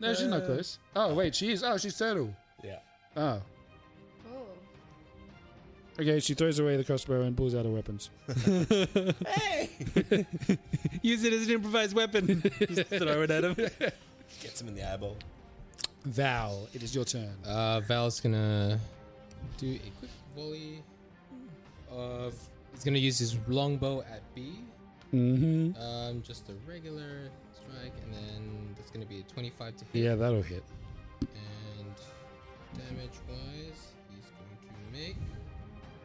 [SPEAKER 1] No, she's not close. Oh, wait, she is. Oh, she's turtle.
[SPEAKER 5] Yeah.
[SPEAKER 1] Oh.
[SPEAKER 2] Oh.
[SPEAKER 1] Okay, she throws away the crossbow and pulls out her weapons.
[SPEAKER 5] Hey!
[SPEAKER 4] Use it as an improvised weapon. Just (laughs) throw it at
[SPEAKER 5] (laughs)
[SPEAKER 4] him.
[SPEAKER 5] Gets him in the eyeball.
[SPEAKER 1] Val, it is your turn.
[SPEAKER 3] Uh, Val's gonna do a quick volley of. He's gonna use his longbow at B.
[SPEAKER 1] Mm-hmm.
[SPEAKER 3] Um, just a regular strike, and then that's gonna be a 25 to hit.
[SPEAKER 1] Yeah, that'll hit.
[SPEAKER 3] And damage wise, he's going to make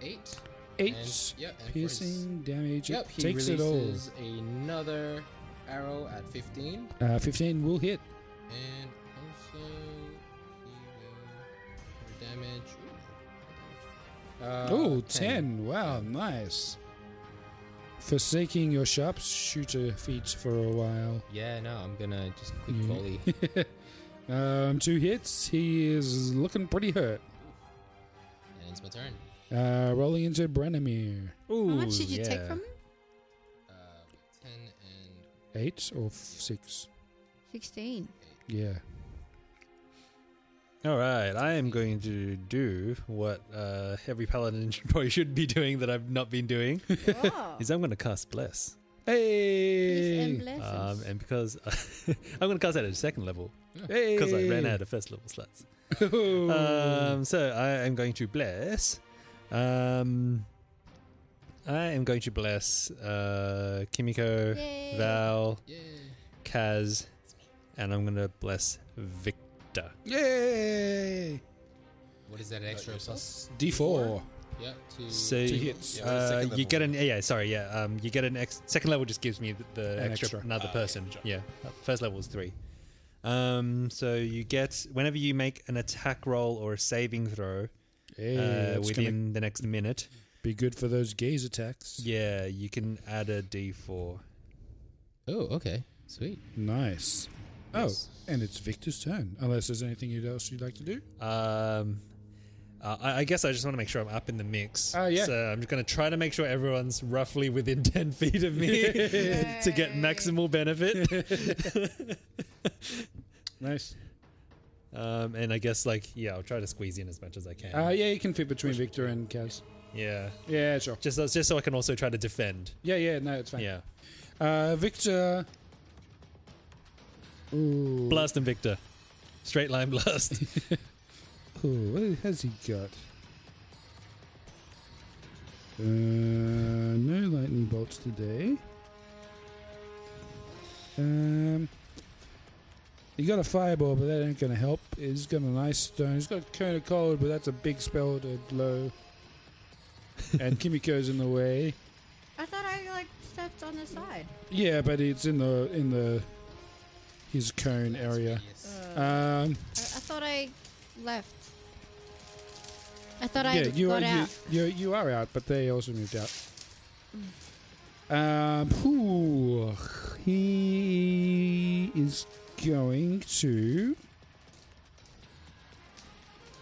[SPEAKER 3] eight.
[SPEAKER 1] Eight
[SPEAKER 3] And- yeah, and for his-
[SPEAKER 1] piercing damage.
[SPEAKER 3] Yep,
[SPEAKER 1] it
[SPEAKER 3] he
[SPEAKER 1] takes it all.
[SPEAKER 3] releases another arrow at 15.
[SPEAKER 1] Uh, 15 will hit.
[SPEAKER 3] And also, he will for damage. ooh, damage. Uh,
[SPEAKER 1] oh, 10. Wow, nice. Forsaking your sharpshooter feat for a while.
[SPEAKER 3] Yeah, no, I'm gonna just quick
[SPEAKER 1] Mhm.
[SPEAKER 3] volley.
[SPEAKER 1] (laughs) Um, two hits. He is looking pretty hurt.
[SPEAKER 3] and it's my turn.
[SPEAKER 1] Uh, rolling into Brennemir.
[SPEAKER 2] How much did you take from him?
[SPEAKER 3] Uh, 10 and
[SPEAKER 1] Eight or f- six?
[SPEAKER 2] 16.
[SPEAKER 1] Yeah.
[SPEAKER 4] All right, I am going to do what uh, every paladin (laughs) should- probably should be doing that I've not been doing.
[SPEAKER 8] Oh.
[SPEAKER 2] Wow.
[SPEAKER 4] Is I'm going to cast bless,
[SPEAKER 2] And
[SPEAKER 1] Hey!
[SPEAKER 4] um,
[SPEAKER 2] blessings.
[SPEAKER 4] and because (laughs) I'm going to cast that at a second level
[SPEAKER 1] Hey!
[SPEAKER 4] (laughs) because I ran out of first level
[SPEAKER 1] (laughs)
[SPEAKER 4] slots. Um, so I am going to bless. Um, I am going to bless uh, Kimiko,
[SPEAKER 2] Yay.
[SPEAKER 4] Val,
[SPEAKER 3] yeah.
[SPEAKER 4] Kaz, and I'm going to bless Victor.
[SPEAKER 1] Yay!
[SPEAKER 3] What is that extra plus?
[SPEAKER 1] D4.
[SPEAKER 3] Yeah, two.
[SPEAKER 4] So
[SPEAKER 1] Two hits.
[SPEAKER 4] uh,
[SPEAKER 5] Yeah, the second
[SPEAKER 4] you
[SPEAKER 5] level.
[SPEAKER 4] get an yeah sorry yeah um you get an ex- second level just gives me the, the
[SPEAKER 1] An
[SPEAKER 4] extra,
[SPEAKER 1] extra.
[SPEAKER 4] another
[SPEAKER 5] Ah,
[SPEAKER 4] person
[SPEAKER 5] okay, sure.
[SPEAKER 4] yeah Uh, first level is three um so you get whenever you make an attack roll or a saving throw
[SPEAKER 1] Hey,
[SPEAKER 4] uh,
[SPEAKER 1] that's gonna
[SPEAKER 4] within the next minute
[SPEAKER 1] be good for those gaze attacks.
[SPEAKER 4] yeah you can add a d4
[SPEAKER 3] Oh, okay. Sweet.
[SPEAKER 1] Nice. Oh, and it's Victor's turn. Unless there's anything you'd- else you'd like to do.
[SPEAKER 4] um uh, I I guess I just want to make sure I'm up in the mix.
[SPEAKER 5] Ah,
[SPEAKER 1] Oh, yeah.
[SPEAKER 4] So I'm just going to try to make sure everyone's roughly within (laughs) 10 feet of
[SPEAKER 5] (laughs)
[SPEAKER 4] me to get maximal benefit.
[SPEAKER 1] Nice.
[SPEAKER 4] Um, and I guess like yeah, I'll try to squeeze in as much as I can.
[SPEAKER 1] Uh, yeah, you can fit between Victor and Kaz.
[SPEAKER 4] yeah,
[SPEAKER 1] Yeah, sure.
[SPEAKER 4] just so- just so I can also try to defend.
[SPEAKER 1] Yeah, yeah, no, it's fine.
[SPEAKER 4] Yeah,
[SPEAKER 1] Uh, Victor. Ooh.
[SPEAKER 4] blast and Victor, straight line blast.
[SPEAKER 1] Ooh, what has he got? Uh, no lightning bolts today. Um, he got a fireball, but that ain't gonna help. He's got an ice stone. He's got cone of cold, but that's a big spell to blow. and Kimiko's in the way.
[SPEAKER 2] I thought I like stepped on the side.
[SPEAKER 1] Yeah, but it's in the in the his cone area.
[SPEAKER 2] Uh,
[SPEAKER 1] Um,
[SPEAKER 2] I, I thought I left. I thought I
[SPEAKER 1] yeah, you are
[SPEAKER 2] got
[SPEAKER 1] you,
[SPEAKER 2] out.
[SPEAKER 1] you you are out, but they also moved out.
[SPEAKER 2] Mm.
[SPEAKER 1] Um, whew, he is going to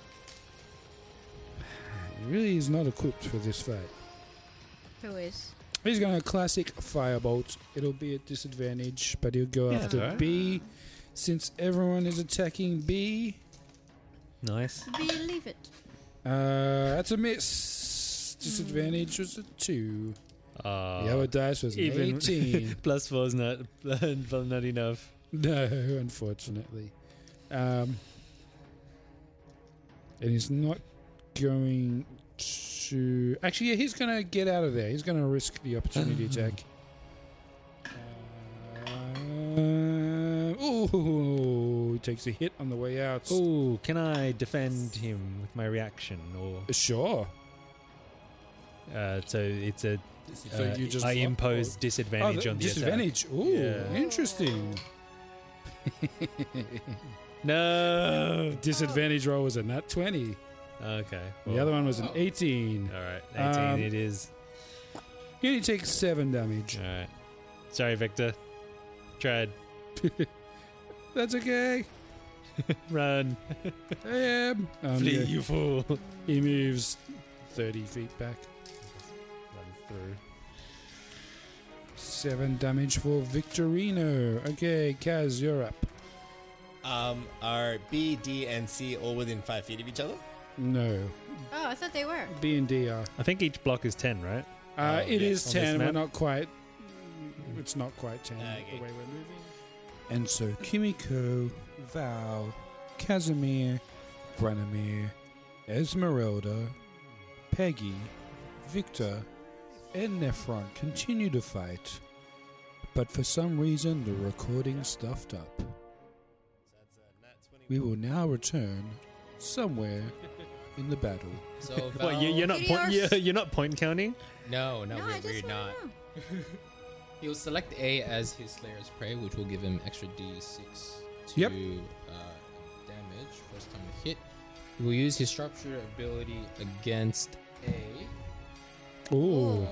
[SPEAKER 1] (sighs) really is not equipped for this fight.
[SPEAKER 2] Who is?
[SPEAKER 1] He's going to classic firebolt. It'll be at disadvantage, but he'll go
[SPEAKER 4] Yeah,
[SPEAKER 1] after
[SPEAKER 4] that's alright.
[SPEAKER 1] B. Since everyone is attacking B,
[SPEAKER 4] (laughs) Nice.
[SPEAKER 2] Believe it.
[SPEAKER 1] uh, that's a miss. Disadvantage was a two.
[SPEAKER 4] Uh,
[SPEAKER 1] The other dice was an
[SPEAKER 4] (laughs)
[SPEAKER 1] 18.
[SPEAKER 4] plus four is not, not enough.
[SPEAKER 1] No, unfortunately. Um, and he's not going to. Actually, yeah, he's going to get out of there. He's going to risk the opportunity attack. Um, ooh, he takes a hit on the way out.
[SPEAKER 4] Ooh, can I defend him with my reaction? Or
[SPEAKER 1] sure.
[SPEAKER 4] Uh, so it's a.
[SPEAKER 1] So
[SPEAKER 4] uh,
[SPEAKER 1] you just
[SPEAKER 4] I
[SPEAKER 1] lo-
[SPEAKER 4] impose
[SPEAKER 1] oh.
[SPEAKER 4] disadvantage
[SPEAKER 1] Oh,
[SPEAKER 4] on the
[SPEAKER 1] disadvantage.
[SPEAKER 4] Attack.
[SPEAKER 1] Ooh,
[SPEAKER 4] Yeah.
[SPEAKER 1] interesting.
[SPEAKER 4] No.
[SPEAKER 1] Disadvantage roll was a nat twenty.
[SPEAKER 4] Okay.
[SPEAKER 1] the
[SPEAKER 4] well,
[SPEAKER 1] other one was an eighteen.
[SPEAKER 4] All right, eighteen.
[SPEAKER 1] Um,
[SPEAKER 4] it is.
[SPEAKER 1] You only take seven damage.
[SPEAKER 4] All right. Sorry, Victor. Tried.
[SPEAKER 1] That's okay.
[SPEAKER 4] Run.
[SPEAKER 1] I am. Um,
[SPEAKER 4] Flee,
[SPEAKER 1] yeah.
[SPEAKER 4] you fool.
[SPEAKER 1] He moves 30 feet back.
[SPEAKER 4] through.
[SPEAKER 1] Seven damage for Victorino. Okay, Kaz, you're up.
[SPEAKER 5] Um, are B, D, and C all within five feet of each other?
[SPEAKER 1] No.
[SPEAKER 2] Oh, I thought they were.
[SPEAKER 1] B and D are.
[SPEAKER 4] I think each block is ten, right?
[SPEAKER 1] Uh,
[SPEAKER 5] Oh,
[SPEAKER 1] it
[SPEAKER 5] yes,
[SPEAKER 1] is
[SPEAKER 5] on this
[SPEAKER 1] 10. We're
[SPEAKER 5] map.
[SPEAKER 1] not quite. It's not quite 10 the way we're moving. And so Kimiko, Val, Casimir, Branimir, Esmeralda, Peggy, Victor, and Nephron continue to fight. But for some reason, the recording stuffed up. We will now return somewhere in the battle.
[SPEAKER 3] So
[SPEAKER 4] What, you, you're not
[SPEAKER 3] Val-
[SPEAKER 4] point. You're, you're not point counting.
[SPEAKER 3] No, no, we're, we're not. He'll select A as his Slayer's Prey, which will give him extra D6 to
[SPEAKER 1] Yep.
[SPEAKER 3] uh, damage. First time to hit. He will use his Sharpshooter ability against A. Um,
[SPEAKER 1] Ooh.
[SPEAKER 3] and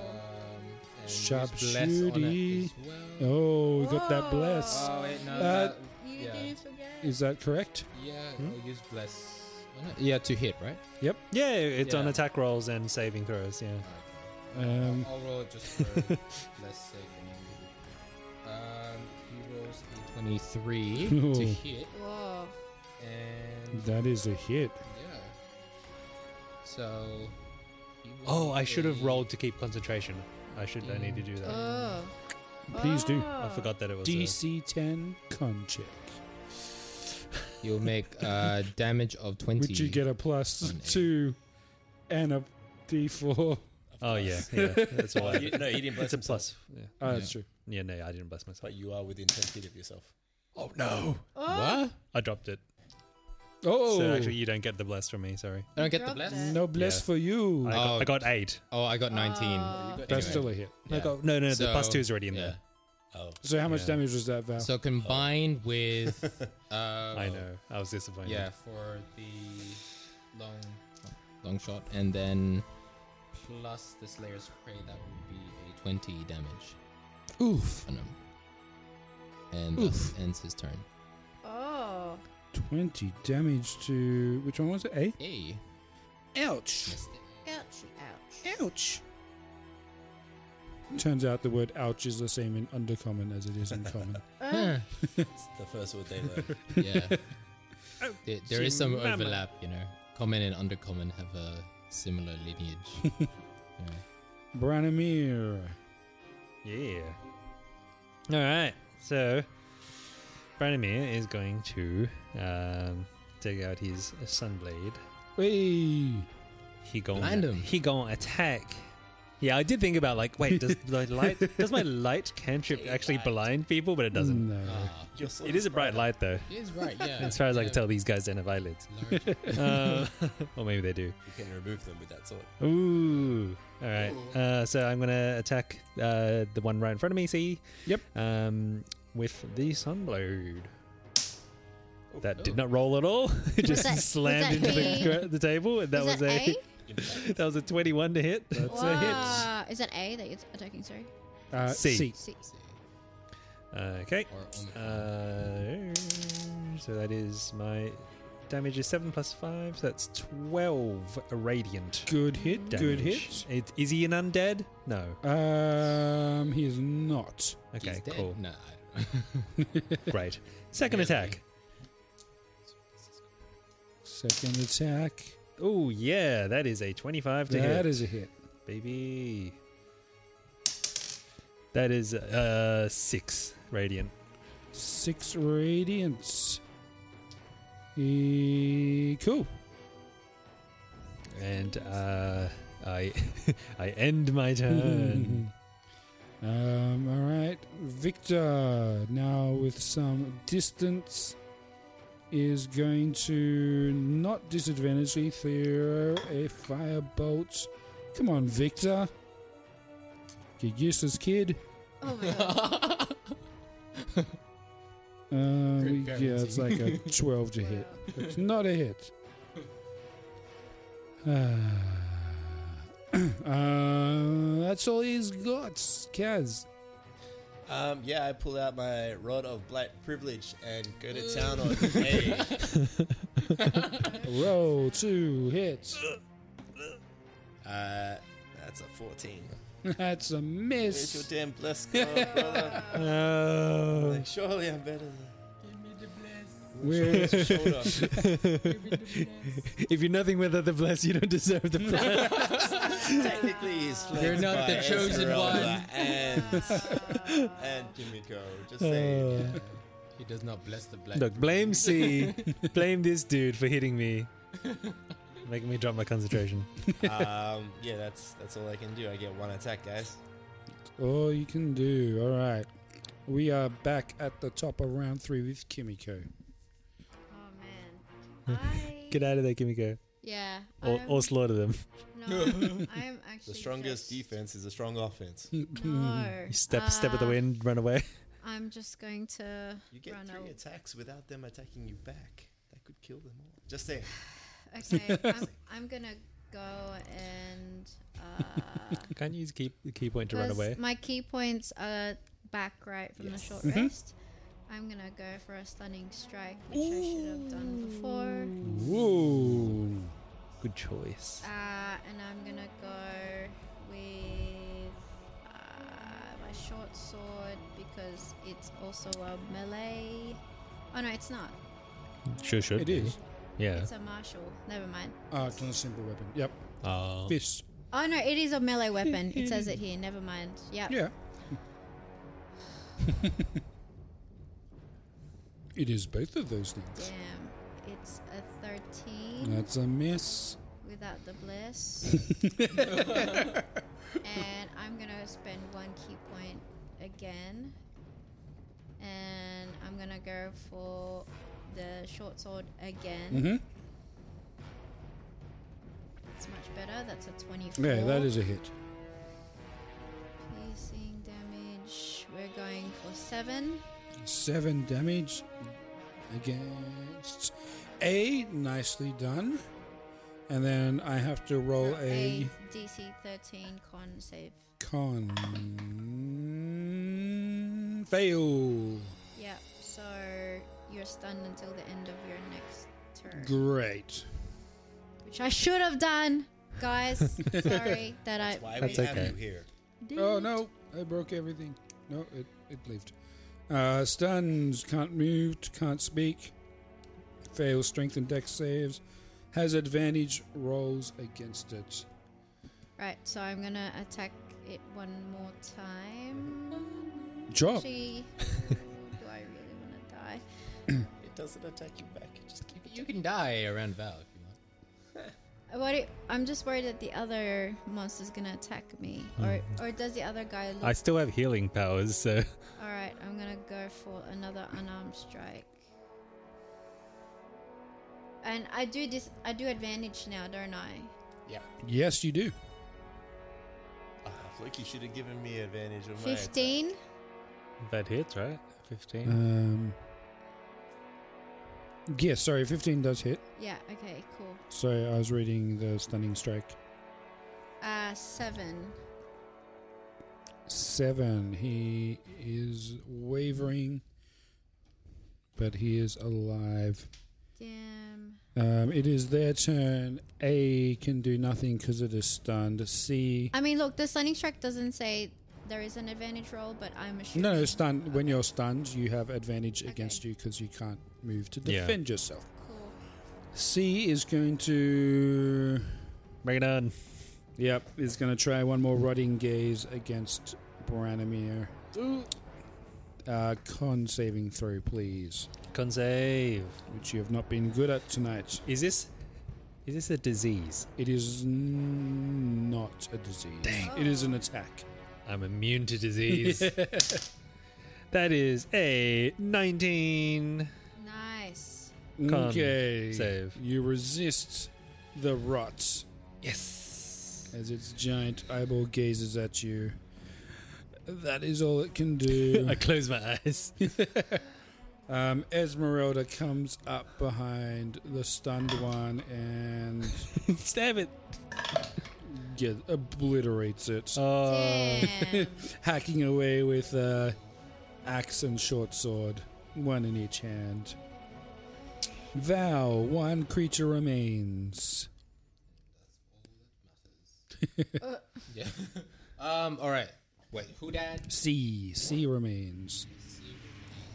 [SPEAKER 1] Sharp
[SPEAKER 3] use bless on it
[SPEAKER 1] shooty.
[SPEAKER 3] as well.
[SPEAKER 1] Oh, we got that bless.
[SPEAKER 3] Oh, wait, no.
[SPEAKER 1] Uh,
[SPEAKER 3] that- yeah.
[SPEAKER 1] Is that correct?
[SPEAKER 3] Yeah,
[SPEAKER 1] Hmm?
[SPEAKER 3] he'll use bless. on it. Yeah, to hit, right?
[SPEAKER 1] Yep.
[SPEAKER 4] Yeah, it's on
[SPEAKER 3] Yeah.
[SPEAKER 4] attack rolls and saving throws. Yeah.
[SPEAKER 1] Um,
[SPEAKER 3] I'll roll it just for bless sake. Um, he rolls a 23
[SPEAKER 1] Ooh.
[SPEAKER 3] to hit.
[SPEAKER 2] Whoa.
[SPEAKER 3] And
[SPEAKER 1] that is a hit.
[SPEAKER 3] yeah. So. he will
[SPEAKER 4] Oh, I
[SPEAKER 3] be
[SPEAKER 4] should have
[SPEAKER 3] a-
[SPEAKER 4] rolled to keep concentration. I should. I need to do that.
[SPEAKER 2] Oh.
[SPEAKER 1] Please do.
[SPEAKER 4] I forgot that it was. (laughs) a-
[SPEAKER 1] DC 10 con check.
[SPEAKER 3] You'll make uh, damage of 20.
[SPEAKER 1] Would you get a plus 2 and a d4?
[SPEAKER 4] oh yeah, yeah. That's why. (laughs)
[SPEAKER 5] Oh, you- no, you didn't bless
[SPEAKER 4] It's a
[SPEAKER 5] yourself.
[SPEAKER 4] plus. Yeah.
[SPEAKER 1] Oh, that's true.
[SPEAKER 4] Yeah, no, I didn't bless myself.
[SPEAKER 5] But you are within 10 feet of yourself.
[SPEAKER 4] Oh no!
[SPEAKER 2] Oh.
[SPEAKER 3] What?
[SPEAKER 4] I dropped it.
[SPEAKER 1] Oh!
[SPEAKER 4] So actually, you don't get the bless from me. Sorry.
[SPEAKER 3] I don't get the
[SPEAKER 2] Drop
[SPEAKER 3] bless.
[SPEAKER 2] that.
[SPEAKER 1] no bless
[SPEAKER 4] Yeah.
[SPEAKER 1] for you.
[SPEAKER 4] I, got, I got eight.
[SPEAKER 3] Oh, I got 19.
[SPEAKER 1] That's
[SPEAKER 3] Anyway.
[SPEAKER 1] still a hit.
[SPEAKER 4] I got, oh, no, no, the plus
[SPEAKER 3] So,
[SPEAKER 4] two is already in there.
[SPEAKER 5] Oh.
[SPEAKER 1] So how much
[SPEAKER 4] Yeah.
[SPEAKER 1] damage was that, Val?
[SPEAKER 3] So combined with.
[SPEAKER 4] (laughs)
[SPEAKER 3] Uh,
[SPEAKER 4] I know. I was disappointed.
[SPEAKER 3] Yeah, for the long long shot, and then plus the Slayer's Prey, that would be a 20 damage
[SPEAKER 1] Oof.
[SPEAKER 3] on him. And thus ends his turn.
[SPEAKER 2] Oh.
[SPEAKER 1] 20 damage to. Which one was it? A?
[SPEAKER 3] A.
[SPEAKER 1] Ouch.
[SPEAKER 2] Ouchie, ouch.
[SPEAKER 1] Ouch. Turns out the word ouch is the same in undercommon as it is
[SPEAKER 4] (laughs)
[SPEAKER 1] in common.
[SPEAKER 4] Ah.
[SPEAKER 2] Uh,
[SPEAKER 5] It's the first word they
[SPEAKER 3] (laughs)
[SPEAKER 5] learn.
[SPEAKER 3] yeah.
[SPEAKER 4] Oh,
[SPEAKER 3] There, there is some
[SPEAKER 4] Mama.
[SPEAKER 3] overlap, you know. Common and undercommon have a similar (laughs) lineage. Yeah.
[SPEAKER 1] Branimir.
[SPEAKER 4] Yeah. All right. So, Branimir is going to um, take out his sunblade.
[SPEAKER 1] Hey.
[SPEAKER 4] He gonna
[SPEAKER 3] Blind him.
[SPEAKER 4] he gonna attack. Yeah, I did think about like, wait,
[SPEAKER 3] (laughs)
[SPEAKER 4] does the light does my light cantrip actually blind people? But it doesn't.
[SPEAKER 1] No.
[SPEAKER 5] Your sword
[SPEAKER 4] It is a bright light though.
[SPEAKER 3] He is right, yeah.
[SPEAKER 4] (laughs) As far as I can tell, these guys don't have eyelids. (laughs)
[SPEAKER 3] Large.
[SPEAKER 4] Uh, or maybe they do.
[SPEAKER 5] You can remove them with that sword.
[SPEAKER 4] Ooh. All right. Uh, so I'm going to attack uh, the one right in front of me, see?
[SPEAKER 1] Yep.
[SPEAKER 4] Um, with the Sunblade. That
[SPEAKER 3] Oh,
[SPEAKER 4] did not roll at all. (laughs) It just
[SPEAKER 2] that- was
[SPEAKER 4] slammed
[SPEAKER 2] that
[SPEAKER 4] into the,
[SPEAKER 2] a-
[SPEAKER 4] gra- the table. and That was, a, (laughs) that was a 21 to hit. That's a
[SPEAKER 2] Wow. Is that A that you're attacking? Sorry.
[SPEAKER 1] Uh,
[SPEAKER 4] C.
[SPEAKER 1] C.
[SPEAKER 3] oh.
[SPEAKER 2] C.
[SPEAKER 4] hit. Okay.
[SPEAKER 3] Or Omicron.
[SPEAKER 4] Uh, so that is my damage is 7 plus 5, so that's 12 radiant.
[SPEAKER 1] Good hit, good
[SPEAKER 4] damage. It, is he an undead? No.
[SPEAKER 1] Um, he is not.
[SPEAKER 4] Okay,
[SPEAKER 3] He's dead? (laughs)
[SPEAKER 4] cool.
[SPEAKER 3] No,
[SPEAKER 4] (laughs)
[SPEAKER 3] (laughs)
[SPEAKER 4] Great. Second attack.
[SPEAKER 1] Second attack.
[SPEAKER 4] Oh, yeah, that is a 25 to hit.
[SPEAKER 1] That is a hit.
[SPEAKER 4] Baby. That is uh, 6 radiant.
[SPEAKER 1] Six radiance. E- cool.
[SPEAKER 4] And uh, I (laughs) I end my (laughs) turn.
[SPEAKER 1] (laughs) Um, all right, Victor. Now with some distance, is going to not disadvantage you throw a firebolt. Come on, Victor. Get useless, kid.
[SPEAKER 2] Oh my
[SPEAKER 4] (laughs)
[SPEAKER 3] (laughs)
[SPEAKER 2] god.
[SPEAKER 1] Um,
[SPEAKER 3] Great
[SPEAKER 1] yeah, it's like
[SPEAKER 3] (laughs) parenting.
[SPEAKER 1] a twelve to hit. It's not a hit. (clears throat) uh, that's all he's got, Kaz.
[SPEAKER 5] Um, yeah, I pull out my rod of black privilege and go to town on A. (laughs)
[SPEAKER 1] Roll two hits.
[SPEAKER 3] (laughs)
[SPEAKER 5] Uh, that's a 14.
[SPEAKER 1] That's
[SPEAKER 5] Where's
[SPEAKER 1] a
[SPEAKER 5] your
[SPEAKER 1] miss.
[SPEAKER 5] damn bless (laughs) card, brother?
[SPEAKER 3] Um,
[SPEAKER 4] Oh.
[SPEAKER 5] Like, surely I'm better than
[SPEAKER 1] Where's
[SPEAKER 5] Shoulder to shoulder.
[SPEAKER 4] (laughs) if you're nothing without the bless, you don't deserve the bless.
[SPEAKER 5] Technically, he's flanked
[SPEAKER 3] You're
[SPEAKER 5] by
[SPEAKER 3] not the chosen
[SPEAKER 5] Esmeralda
[SPEAKER 3] one. (laughs)
[SPEAKER 5] And, and Kimiko. Just saying.
[SPEAKER 3] Uh.
[SPEAKER 4] Oh.
[SPEAKER 3] (laughs) He does not bless the black.
[SPEAKER 4] Look, blame C. blame this dude for hitting me. Making me drop my concentration.
[SPEAKER 5] um, yeah, that's that's all I can do. I get one attack, guys.
[SPEAKER 1] (laughs) All you can do. All right. We are back at the top of round three with Kimiko.
[SPEAKER 2] Oh man. I
[SPEAKER 4] (laughs) Get out of there, Kimiko.
[SPEAKER 2] yeah.
[SPEAKER 4] Or,
[SPEAKER 2] I'm-
[SPEAKER 4] or slaughter them. (laughs)
[SPEAKER 2] No, I'm
[SPEAKER 5] The
[SPEAKER 2] actually
[SPEAKER 5] strongest defense is a strong offense.
[SPEAKER 2] just- (laughs) no.
[SPEAKER 4] (laughs) Step, step of the
[SPEAKER 2] Uh,
[SPEAKER 4] wind, run away.
[SPEAKER 2] I'm just going
[SPEAKER 4] (laughs)
[SPEAKER 2] to
[SPEAKER 5] You get
[SPEAKER 2] run
[SPEAKER 5] three
[SPEAKER 2] away.
[SPEAKER 5] attacks without them attacking you back. That could kill them all. Just saying.
[SPEAKER 2] Okay, I'm, I'm gonna go and uh,
[SPEAKER 4] Can't use key, the key point to run
[SPEAKER 2] 'cause
[SPEAKER 4] away.
[SPEAKER 2] My key points are back right from the short
[SPEAKER 4] Mhm.
[SPEAKER 2] rest. I'm gonna go for a stunning strike, which I should have done before.
[SPEAKER 1] Whoa.
[SPEAKER 4] Good choice.
[SPEAKER 2] Uh, and I'm gonna go with uh, my short sword because it's also a melee. Oh no, it's not.
[SPEAKER 4] Sure should.
[SPEAKER 1] It
[SPEAKER 4] be.
[SPEAKER 1] is.
[SPEAKER 4] Yeah.
[SPEAKER 2] It's a martial. Never mind.
[SPEAKER 1] Ah, it's not a simple weapon. Yep.
[SPEAKER 4] Oh.
[SPEAKER 1] Fist.
[SPEAKER 2] Oh no, it is a melee weapon. It says it here. Never mind. Yep.
[SPEAKER 1] Yeah. (laughs) it is both of those things.
[SPEAKER 2] Damn. It's a 13
[SPEAKER 1] That's a miss.
[SPEAKER 2] without the
[SPEAKER 1] (laughs)
[SPEAKER 2] bliss. and I'm going to spend one key point again. And I'm going to go for the short sword again.
[SPEAKER 1] Mhm.
[SPEAKER 2] It's much better. That's a 24.
[SPEAKER 1] Yeah, that is a hit.
[SPEAKER 2] Piercing damage. We're going for 7.
[SPEAKER 1] Seven damage against A. Nicely done. And then I have to roll a
[SPEAKER 2] A DC 13 con save.
[SPEAKER 1] con. Fail.
[SPEAKER 2] Yeah, so you're stunned until the end of your next turn.
[SPEAKER 1] Great.
[SPEAKER 2] Which I should have done,
[SPEAKER 5] (laughs)
[SPEAKER 2] guys. Sorry that I.
[SPEAKER 5] Why
[SPEAKER 4] That's
[SPEAKER 5] we
[SPEAKER 4] okay.
[SPEAKER 5] have you here?
[SPEAKER 2] did
[SPEAKER 1] Oh
[SPEAKER 2] it.
[SPEAKER 1] no, I broke everything. No, it it lived. Uh, stuns, can't move, can't speak. Fails strength and dex saves. Has advantage rolls against it.
[SPEAKER 2] Right, so I'm gonna attack it one more time.
[SPEAKER 1] Job.
[SPEAKER 2] Actually, do I really want to die?
[SPEAKER 5] It doesn't attack you back. It just keep
[SPEAKER 3] You can die around Val if you want.
[SPEAKER 2] Uh, What? i- I'm just worried that the other monster's gonna attack me, or or does the other guy look?
[SPEAKER 4] I still have healing powers, so (laughs)
[SPEAKER 2] All right, I'm gonna go for another unarmed strike. And I do dis- I do advantage now, don't I?
[SPEAKER 1] Yes, you do.
[SPEAKER 5] Ah, Floki should have given me advantage of my attack.
[SPEAKER 2] Fifteen.
[SPEAKER 4] that hits, right? 15.
[SPEAKER 1] Um. Yeah, sorry, fifteen does hit.
[SPEAKER 2] Yeah. Okay. Cool.
[SPEAKER 1] Sorry, I was reading the stunning strike.
[SPEAKER 2] Uh, seven.
[SPEAKER 1] Seven. He is wavering, but he is alive.
[SPEAKER 2] Skim.
[SPEAKER 1] Um, it is their turn. A can do nothing because it is stunned. C.
[SPEAKER 2] I mean, look, the stunning strike doesn't say there is an advantage roll, but I'm assuming.
[SPEAKER 1] No, stunned. When you're stunned, you have advantage against you because you can't move to
[SPEAKER 4] Yeah.
[SPEAKER 1] defend yourself.
[SPEAKER 2] Cool.
[SPEAKER 1] C is going to.
[SPEAKER 4] Bring it on.
[SPEAKER 1] Yep, is going to try one more rotting gaze against Branimir. Uh, con saving throw, please.
[SPEAKER 4] Con save.
[SPEAKER 1] Which you have not been good at tonight.
[SPEAKER 4] Is this is this a disease?
[SPEAKER 1] It is n- not a disease.
[SPEAKER 4] Dang.
[SPEAKER 1] It is an attack.
[SPEAKER 4] I'm immune to (laughs) disease. that is a 19.
[SPEAKER 2] Nice.
[SPEAKER 4] Con
[SPEAKER 1] okay.
[SPEAKER 4] save.
[SPEAKER 1] You resist the rot. Yes. As its giant eyeball gazes at you. That is all it can do.
[SPEAKER 4] (laughs) I close my (laughs) eyes.
[SPEAKER 1] Um, Esmeralda comes up behind the stunned one and
[SPEAKER 4] (laughs) stab it.
[SPEAKER 1] Yeah, obliterates it.
[SPEAKER 4] Oh.
[SPEAKER 1] (laughs)
[SPEAKER 2] Damn.
[SPEAKER 1] Hacking away with uh, axe and short sword, one in each hand. Vow, one creature remains.
[SPEAKER 3] Yeah. um. All right. Wait. Who dad?
[SPEAKER 1] C, C remains.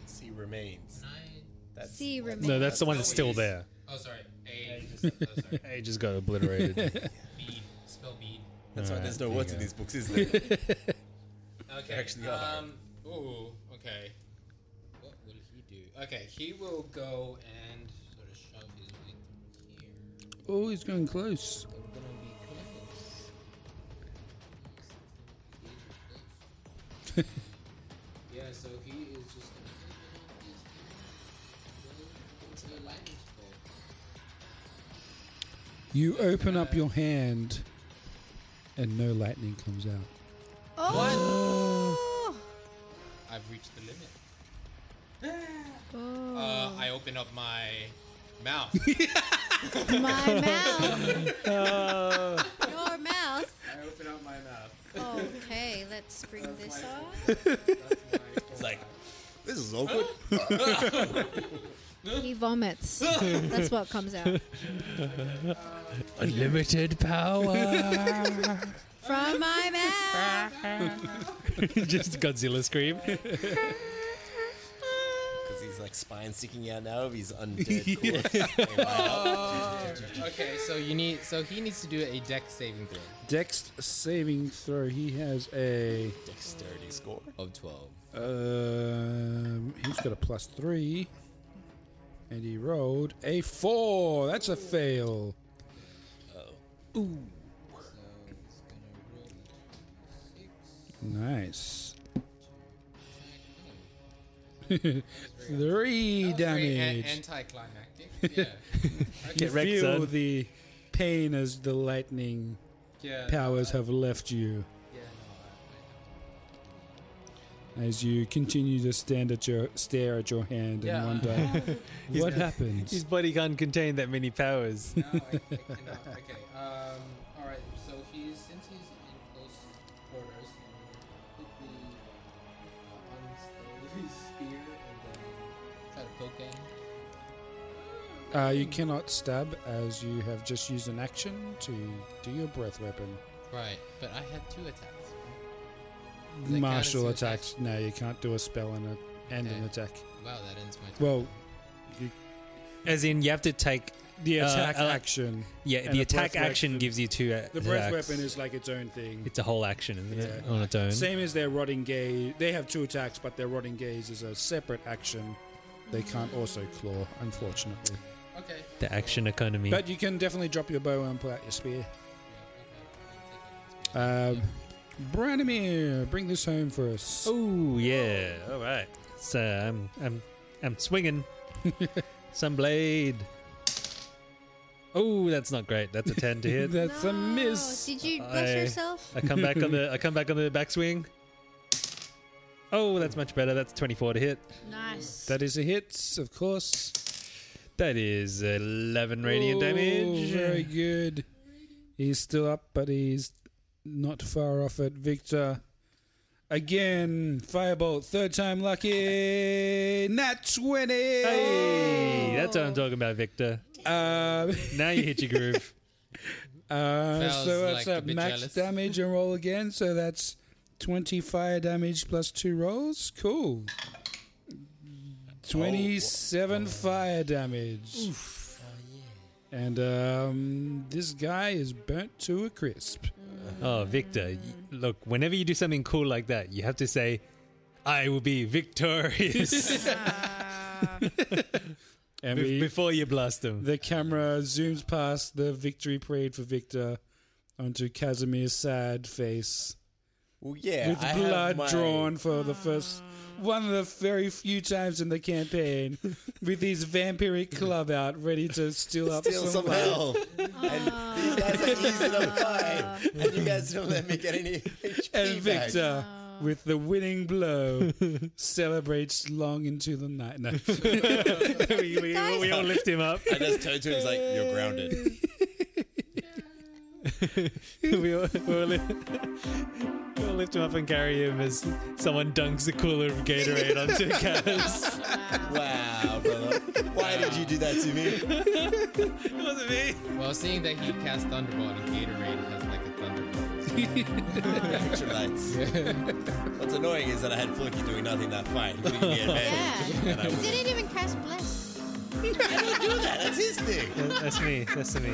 [SPEAKER 5] C remains. That's,
[SPEAKER 2] C remains.
[SPEAKER 4] No, that's the one that's still (laughs)
[SPEAKER 3] Always.
[SPEAKER 4] there.
[SPEAKER 3] Oh, sorry. A.
[SPEAKER 4] It just got obliterated. (laughs)
[SPEAKER 3] bead. Spell bead.
[SPEAKER 5] That's why
[SPEAKER 4] Alright,
[SPEAKER 5] there's no
[SPEAKER 4] there you
[SPEAKER 5] words in
[SPEAKER 4] go.
[SPEAKER 5] these books,
[SPEAKER 4] (laughs)
[SPEAKER 5] is there?
[SPEAKER 3] Okay.
[SPEAKER 5] Actually, are.
[SPEAKER 3] um. Ooh. Okay. What will he do? Okay. He will go and sort of shove his way through here.
[SPEAKER 1] Oh, he's going close.
[SPEAKER 3] I'm gonna be close. yeah. So he is just gonna open up his hand, go into the lightning bolt.
[SPEAKER 1] You open up your hand, and no lightning comes out.
[SPEAKER 2] (laughs) Oh.
[SPEAKER 3] I've reached the limit.
[SPEAKER 2] (gasps) Oh.
[SPEAKER 3] Uh, I open up my
[SPEAKER 4] (laughs)
[SPEAKER 3] mouth.
[SPEAKER 1] (laughs)
[SPEAKER 2] My mouth.
[SPEAKER 1] Uh.
[SPEAKER 2] Your mouth.
[SPEAKER 3] I open up my mouth.
[SPEAKER 2] Okay, let's bring this up.
[SPEAKER 5] it's like, this is
[SPEAKER 3] (gasps)
[SPEAKER 5] awkward.
[SPEAKER 3] (laughs)
[SPEAKER 2] He vomits. That's what comes out.
[SPEAKER 3] Unlimited power.
[SPEAKER 2] From my mouth.
[SPEAKER 4] (laughs) just Godzilla scream.
[SPEAKER 5] Because he's like spine sticking out now of
[SPEAKER 4] (laughs)
[SPEAKER 5] his undead corpse.
[SPEAKER 3] (laughs) Oh, okay, so you need. So he needs to do a deck saving throw
[SPEAKER 1] Dex saving throw. He has a.
[SPEAKER 5] Dexterity score.
[SPEAKER 3] of twelve.
[SPEAKER 1] Um, he's got a plus three, and he rolled a four. That's a fail.
[SPEAKER 3] Oh.
[SPEAKER 1] Nice. (laughs) three
[SPEAKER 3] Very a-
[SPEAKER 1] damage. (laughs)
[SPEAKER 3] anticlimactic. Yeah.
[SPEAKER 1] you
[SPEAKER 4] Get wrecked,
[SPEAKER 1] feel
[SPEAKER 4] son.
[SPEAKER 1] the pain as the lightning
[SPEAKER 3] Yeah.
[SPEAKER 1] powers have left you.
[SPEAKER 3] Yeah.
[SPEAKER 1] As you continue to stand at your stare at your hand
[SPEAKER 3] Yeah.
[SPEAKER 1] and
[SPEAKER 4] (laughs)
[SPEAKER 1] wonder what happens.
[SPEAKER 4] His body can't contain that many powers.
[SPEAKER 3] No, I, I cannot. Okay. Um. All right. So he's since he's in close quarters, I'm gonna hit the uh, unsteady spear and then try to poke him.
[SPEAKER 1] Uh, you cannot stab as you have just used an action to do your breath weapon.
[SPEAKER 3] Right, but I have two attacks. Does that count as
[SPEAKER 1] Martial
[SPEAKER 3] two
[SPEAKER 1] attacks. No, you can't do a spell and, a, and an
[SPEAKER 3] Okay.
[SPEAKER 1] attack.
[SPEAKER 3] Wow, that ends my turn.
[SPEAKER 1] Well, you,
[SPEAKER 4] (laughs) As in, you have to take
[SPEAKER 1] the
[SPEAKER 4] uh,
[SPEAKER 1] attack
[SPEAKER 4] uh,
[SPEAKER 1] action.
[SPEAKER 4] Yeah,
[SPEAKER 1] and
[SPEAKER 4] the, attack
[SPEAKER 1] breath
[SPEAKER 4] action
[SPEAKER 1] weapon-
[SPEAKER 4] gives you two. a-
[SPEAKER 1] The breath
[SPEAKER 4] attacks.
[SPEAKER 1] weapon is like its own thing.
[SPEAKER 4] It's a whole action, isn't it?
[SPEAKER 1] Yeah.
[SPEAKER 4] On its own.
[SPEAKER 1] Same as their rotting gaze. They have two attacks, but their rotting gaze is a separate action. They can't also claw, unfortunately.
[SPEAKER 3] okay.
[SPEAKER 4] The action economy.
[SPEAKER 1] But you can definitely drop your bow and pull out your spear. Um, Branimir, bring this home for us.
[SPEAKER 4] oh yeah. All right. So I'm I'm I'm
[SPEAKER 1] (laughs)
[SPEAKER 4] swinging. Some blade. Oh, that's not great. That's a ten to hit.
[SPEAKER 1] That's a miss.
[SPEAKER 2] Did you bless
[SPEAKER 4] I-
[SPEAKER 2] yourself?
[SPEAKER 4] I come back on the I come back on the backswing. Oh, that's much better. That's twenty four to hit.
[SPEAKER 2] Nice.
[SPEAKER 1] That is a hit, of course.
[SPEAKER 4] That is eleven radiant
[SPEAKER 1] Oh,
[SPEAKER 4] damage.
[SPEAKER 1] Very good. He's still up, but he's not far off it. Victor, Again, firebolt, third time lucky. Nat 20.
[SPEAKER 4] Hey, that's what I'm talking about, Victor.
[SPEAKER 1] Um, (laughs)
[SPEAKER 4] now you hit your groove.
[SPEAKER 1] Uh,
[SPEAKER 4] Sounds
[SPEAKER 1] so
[SPEAKER 4] like
[SPEAKER 1] that's
[SPEAKER 4] a
[SPEAKER 1] up
[SPEAKER 4] bit
[SPEAKER 1] max
[SPEAKER 4] jealous.
[SPEAKER 1] damage and roll again. So that's 20 fire damage plus two rolls. Cool.
[SPEAKER 4] Oh,
[SPEAKER 1] 27 fire damage. Oh, And um, this guy is burnt to a crisp.
[SPEAKER 4] Oh, Victor, y- look, whenever you do something cool like that, you have to say, I will be victorious.
[SPEAKER 1] And
[SPEAKER 4] Be-
[SPEAKER 1] we-
[SPEAKER 4] before you blast them.
[SPEAKER 1] The camera zooms past the victory parade for Victor onto Casimir's sad face.
[SPEAKER 5] Well, yeah,
[SPEAKER 1] with
[SPEAKER 5] I have
[SPEAKER 1] blood
[SPEAKER 5] my-
[SPEAKER 1] drawn for the first one of the very few times in the campaign
[SPEAKER 5] (laughs)
[SPEAKER 1] with his vampiric club out ready to steal up
[SPEAKER 5] Steal
[SPEAKER 1] some
[SPEAKER 5] some
[SPEAKER 1] blood.
[SPEAKER 5] health. and these guys are easy to fight, and you guys don't let me get any HP
[SPEAKER 1] And
[SPEAKER 5] back.
[SPEAKER 1] Victor, with the winning
[SPEAKER 5] (laughs)
[SPEAKER 1] blow, celebrates long into the night. No. (laughs)
[SPEAKER 4] we, we, we all lift him up.
[SPEAKER 5] And as Toto is like, "You're grounded."
[SPEAKER 4] (laughs) we, all, we, all lift, (laughs) we all lift him up and carry him as someone dunks a cooler of Gatorade onto Kaz.
[SPEAKER 5] Wow, brother. Why did you do that to me?
[SPEAKER 3] it wasn't me. Well, seeing that he cast Thunderbolt and Gatorade has like a Thunderbolt.
[SPEAKER 5] Extra lights. What's annoying is that I had Fluky doing nothing that fight. He couldn't give me advantage. And I
[SPEAKER 2] You
[SPEAKER 5] was-
[SPEAKER 2] didn't even cast bless.
[SPEAKER 5] I don't do that. That's his thing.
[SPEAKER 4] That's me. That's me.